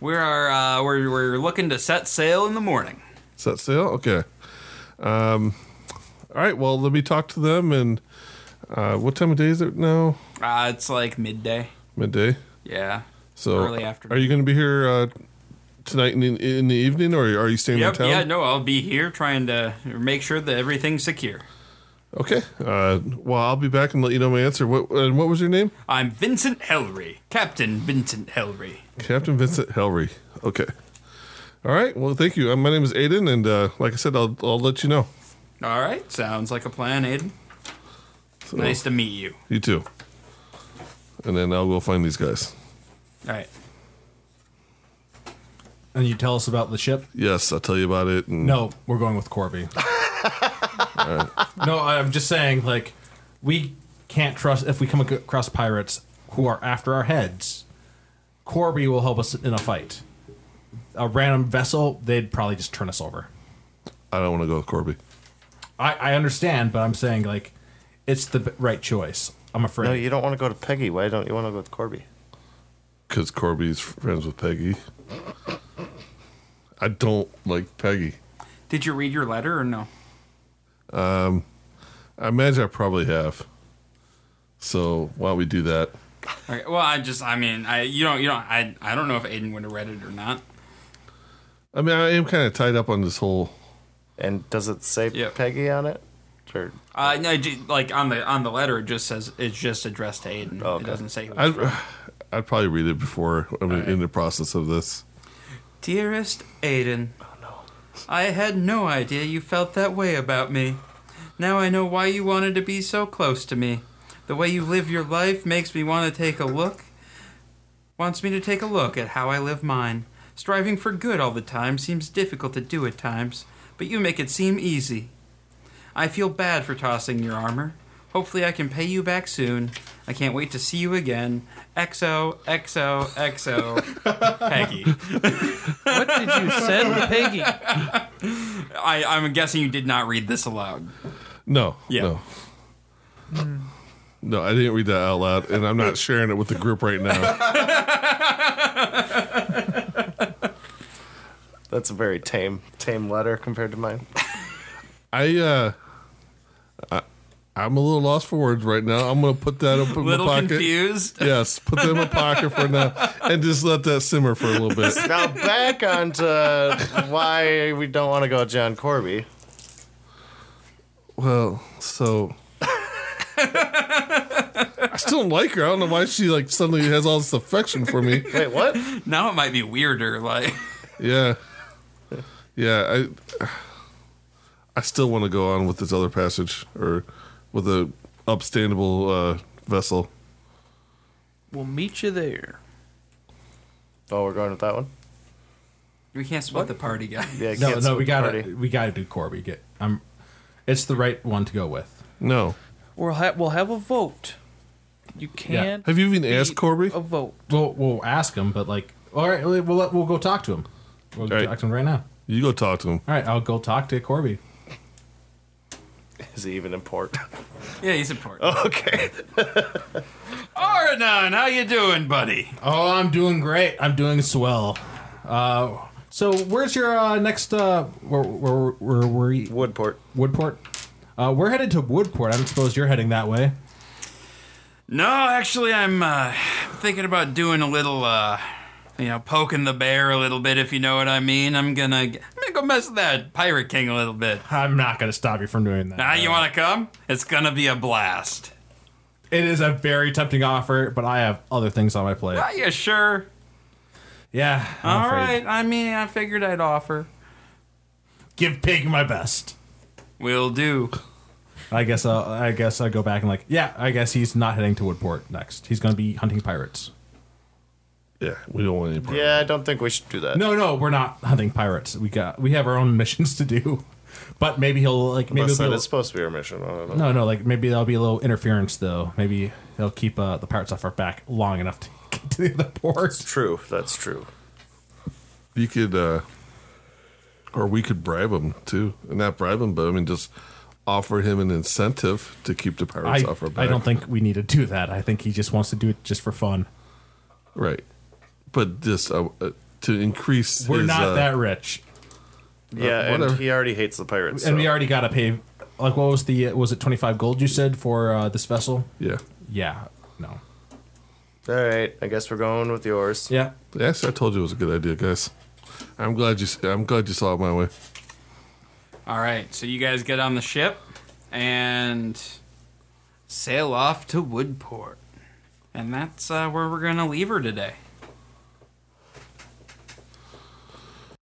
Speaker 1: We are uh, we're, we're looking to set sail in the morning.
Speaker 5: Set sail. Okay. Um, all right. Well, let me talk to them. And uh, what time of day is it now?
Speaker 1: Uh, it's like midday.
Speaker 5: Midday.
Speaker 1: Yeah.
Speaker 5: So
Speaker 1: Early afternoon.
Speaker 5: Are you going to be here uh, tonight in the, in the evening, or are you staying
Speaker 1: Yep.
Speaker 5: in town?
Speaker 1: Yeah. No, I'll be here trying to make sure that everything's secure.
Speaker 5: Okay. Uh, well, I'll be back and let you know my answer. What and what was your name?
Speaker 1: I'm Vincent Hellry, Captain Vincent Hellry.
Speaker 5: Captain Vincent Hellry. Okay. All right. Well, thank you. Uh, my name is Aiden, and uh, like I said, I'll I'll let you know.
Speaker 1: All right, sounds like a plan, Aiden.
Speaker 5: So,
Speaker 1: Nice to meet you.
Speaker 5: You too. And then I'll go find these guys.
Speaker 1: All right.
Speaker 2: And you tell us about the ship?
Speaker 5: Yes, I'll tell you about it. And
Speaker 2: No, we're going with Corby. No, I'm just saying, like, we can't trust if we come ac- across pirates who are after our heads. Corby will help us in a fight. A random vessel, they'd probably just turn us over.
Speaker 5: I don't want to go with Corby.
Speaker 2: I, I understand, but I'm saying like it's the b- right choice. I'm afraid.
Speaker 4: No, you don't want to go to Peggy. Why don't you want to go with Corby?
Speaker 5: Because Corby's friends with Peggy. I don't like Peggy.
Speaker 1: Did you read your letter or no?
Speaker 5: I imagine I probably have. So why don't we do that?
Speaker 1: Okay. Well, I just, I mean, I, you don't, you don't, I, I don't know if Aiden would have read it or not.
Speaker 5: I mean, I am kind of tied up on this whole
Speaker 4: And does it say
Speaker 1: Yeah.
Speaker 4: Peggy on it? Or
Speaker 1: Uh, no, ju- like on the on the letter, it just says it's just addressed to Aiden.
Speaker 5: Oh,
Speaker 4: Okay.
Speaker 1: It doesn't say. Who it's
Speaker 5: I'd,
Speaker 1: from.
Speaker 5: I'd probably read it before I'm in the process of this.
Speaker 1: Dearest Aiden. I had no idea you felt that way about me. Now I know why you wanted to be so close to me. The way you live your life makes me want to take a look. Wants me to take a look at how I live mine. Striving for good all the time seems difficult to do at times, but you make it seem easy. I feel bad for tossing your armor. Hopefully I can pay you back soon. I can't wait to see you again. XO, XO, XO, Peggy.
Speaker 3: What did you send Peggy?
Speaker 1: I, I'm guessing you did not read this aloud.
Speaker 5: No.
Speaker 1: Yeah.
Speaker 5: No. No, I didn't read that out loud, and I'm not sharing it with the group right now.
Speaker 4: that's a very tame, tame letter compared to mine.
Speaker 5: I, uh, I, I'm a little lost for words right now. I'm going to put that up in
Speaker 1: Little
Speaker 5: my pocket.
Speaker 1: confused.
Speaker 5: Yes, put that in my pocket for now, and just let that simmer for a little bit.
Speaker 4: now back onto why we don't want to go with John Corby.
Speaker 5: Well, so I still don't like her. I don't know why she like suddenly has all this affection for me.
Speaker 4: Wait, what?
Speaker 1: Now it might be weirder. Like,
Speaker 5: Yeah, yeah. I I still want to go on with this other passage or with a upstandable uh, vessel.
Speaker 3: We'll meet you there.
Speaker 4: Oh, we're going with that one.
Speaker 1: we can't split the party, guys.
Speaker 4: Yeah,
Speaker 2: No,
Speaker 4: can't
Speaker 2: no,
Speaker 4: split
Speaker 2: we
Speaker 4: the
Speaker 2: gotta
Speaker 4: party.
Speaker 2: we gotta do Corby. Get I'm. It's the right one to go with.
Speaker 5: No,
Speaker 3: We'll have we'll have a vote. You can't.
Speaker 5: have you even
Speaker 3: beat
Speaker 5: asked Corby?
Speaker 3: A vote.
Speaker 2: We'll we'll ask him, but like, all right, we'll we'll, we'll go talk to him. We'll
Speaker 5: All right.
Speaker 2: talk to him right now.
Speaker 5: You go talk to him.
Speaker 2: All right, I'll go talk to Corby.
Speaker 4: Is he even important?
Speaker 1: Yeah, he's important.
Speaker 4: okay.
Speaker 1: Aranon, how you doing, buddy?
Speaker 2: Oh, I'm doing great. I'm doing swell. Uh, so where's your uh, next? Uh, where where where were you?
Speaker 4: Woodport.
Speaker 2: Woodport. Uh, we're headed to Woodport. I don't suppose you're heading that way.
Speaker 1: No, actually, I'm uh, thinking about doing a little, uh, you know, poking the bear a little bit, if you know what I mean. I'm gonna, I'm gonna go mess with that pirate king a little bit.
Speaker 2: I'm not going to stop you from doing that.
Speaker 1: Now, you want to come? It's gonna be a blast.
Speaker 2: It is a very tempting offer, but I have other things on my plate.
Speaker 1: Are you sure?
Speaker 2: Yeah.
Speaker 1: All
Speaker 2: I'm
Speaker 1: right.
Speaker 2: afraid.
Speaker 1: I mean, I figured I'd offer.
Speaker 2: Give Pig my best.
Speaker 1: Will do.
Speaker 2: I guess I'll, I guess I go back and like, yeah, I guess he's not heading to Woodport next. He's going to be hunting pirates.
Speaker 5: Yeah, we don't want any part.
Speaker 4: Yeah, I don't think we should do that.
Speaker 2: No, no, we're not hunting pirates. We got we have our own missions to do. But maybe he'll like maybe
Speaker 4: Unless
Speaker 2: he'll
Speaker 4: that is supposed to be our mission. I don't know.
Speaker 2: no, no, like maybe there'll be a little interference though. Maybe they'll keep uh, the pirates off our back long enough to get to the other port.
Speaker 4: True. That's true.
Speaker 5: You could, uh, or we could bribe him too, and not bribe him, but I mean just offer him an incentive to keep the
Speaker 2: I,
Speaker 5: pirates off our back.
Speaker 2: I don't think we need to do that. I think he just wants to do it just for fun.
Speaker 5: right, but just uh, uh, to increase.
Speaker 2: We're
Speaker 5: his,
Speaker 2: not
Speaker 5: uh,
Speaker 2: that rich,
Speaker 4: yeah, and
Speaker 5: whatever.
Speaker 4: he already hates the pirates.
Speaker 2: Uh, and we
Speaker 4: so-
Speaker 2: already got to pay. Like, what was the uh, was it twenty five gold you said for uh, this vessel?
Speaker 5: Yeah,
Speaker 2: Yeah, no,
Speaker 4: All right. I guess we're going with yours.
Speaker 2: yeah.
Speaker 5: yes, I told you it was a good idea, guys. I'm glad you. I'm glad you saw it my way.
Speaker 1: All right, so you guys get on the ship and sail off to Woodport, and that's uh, where we're gonna leave her today.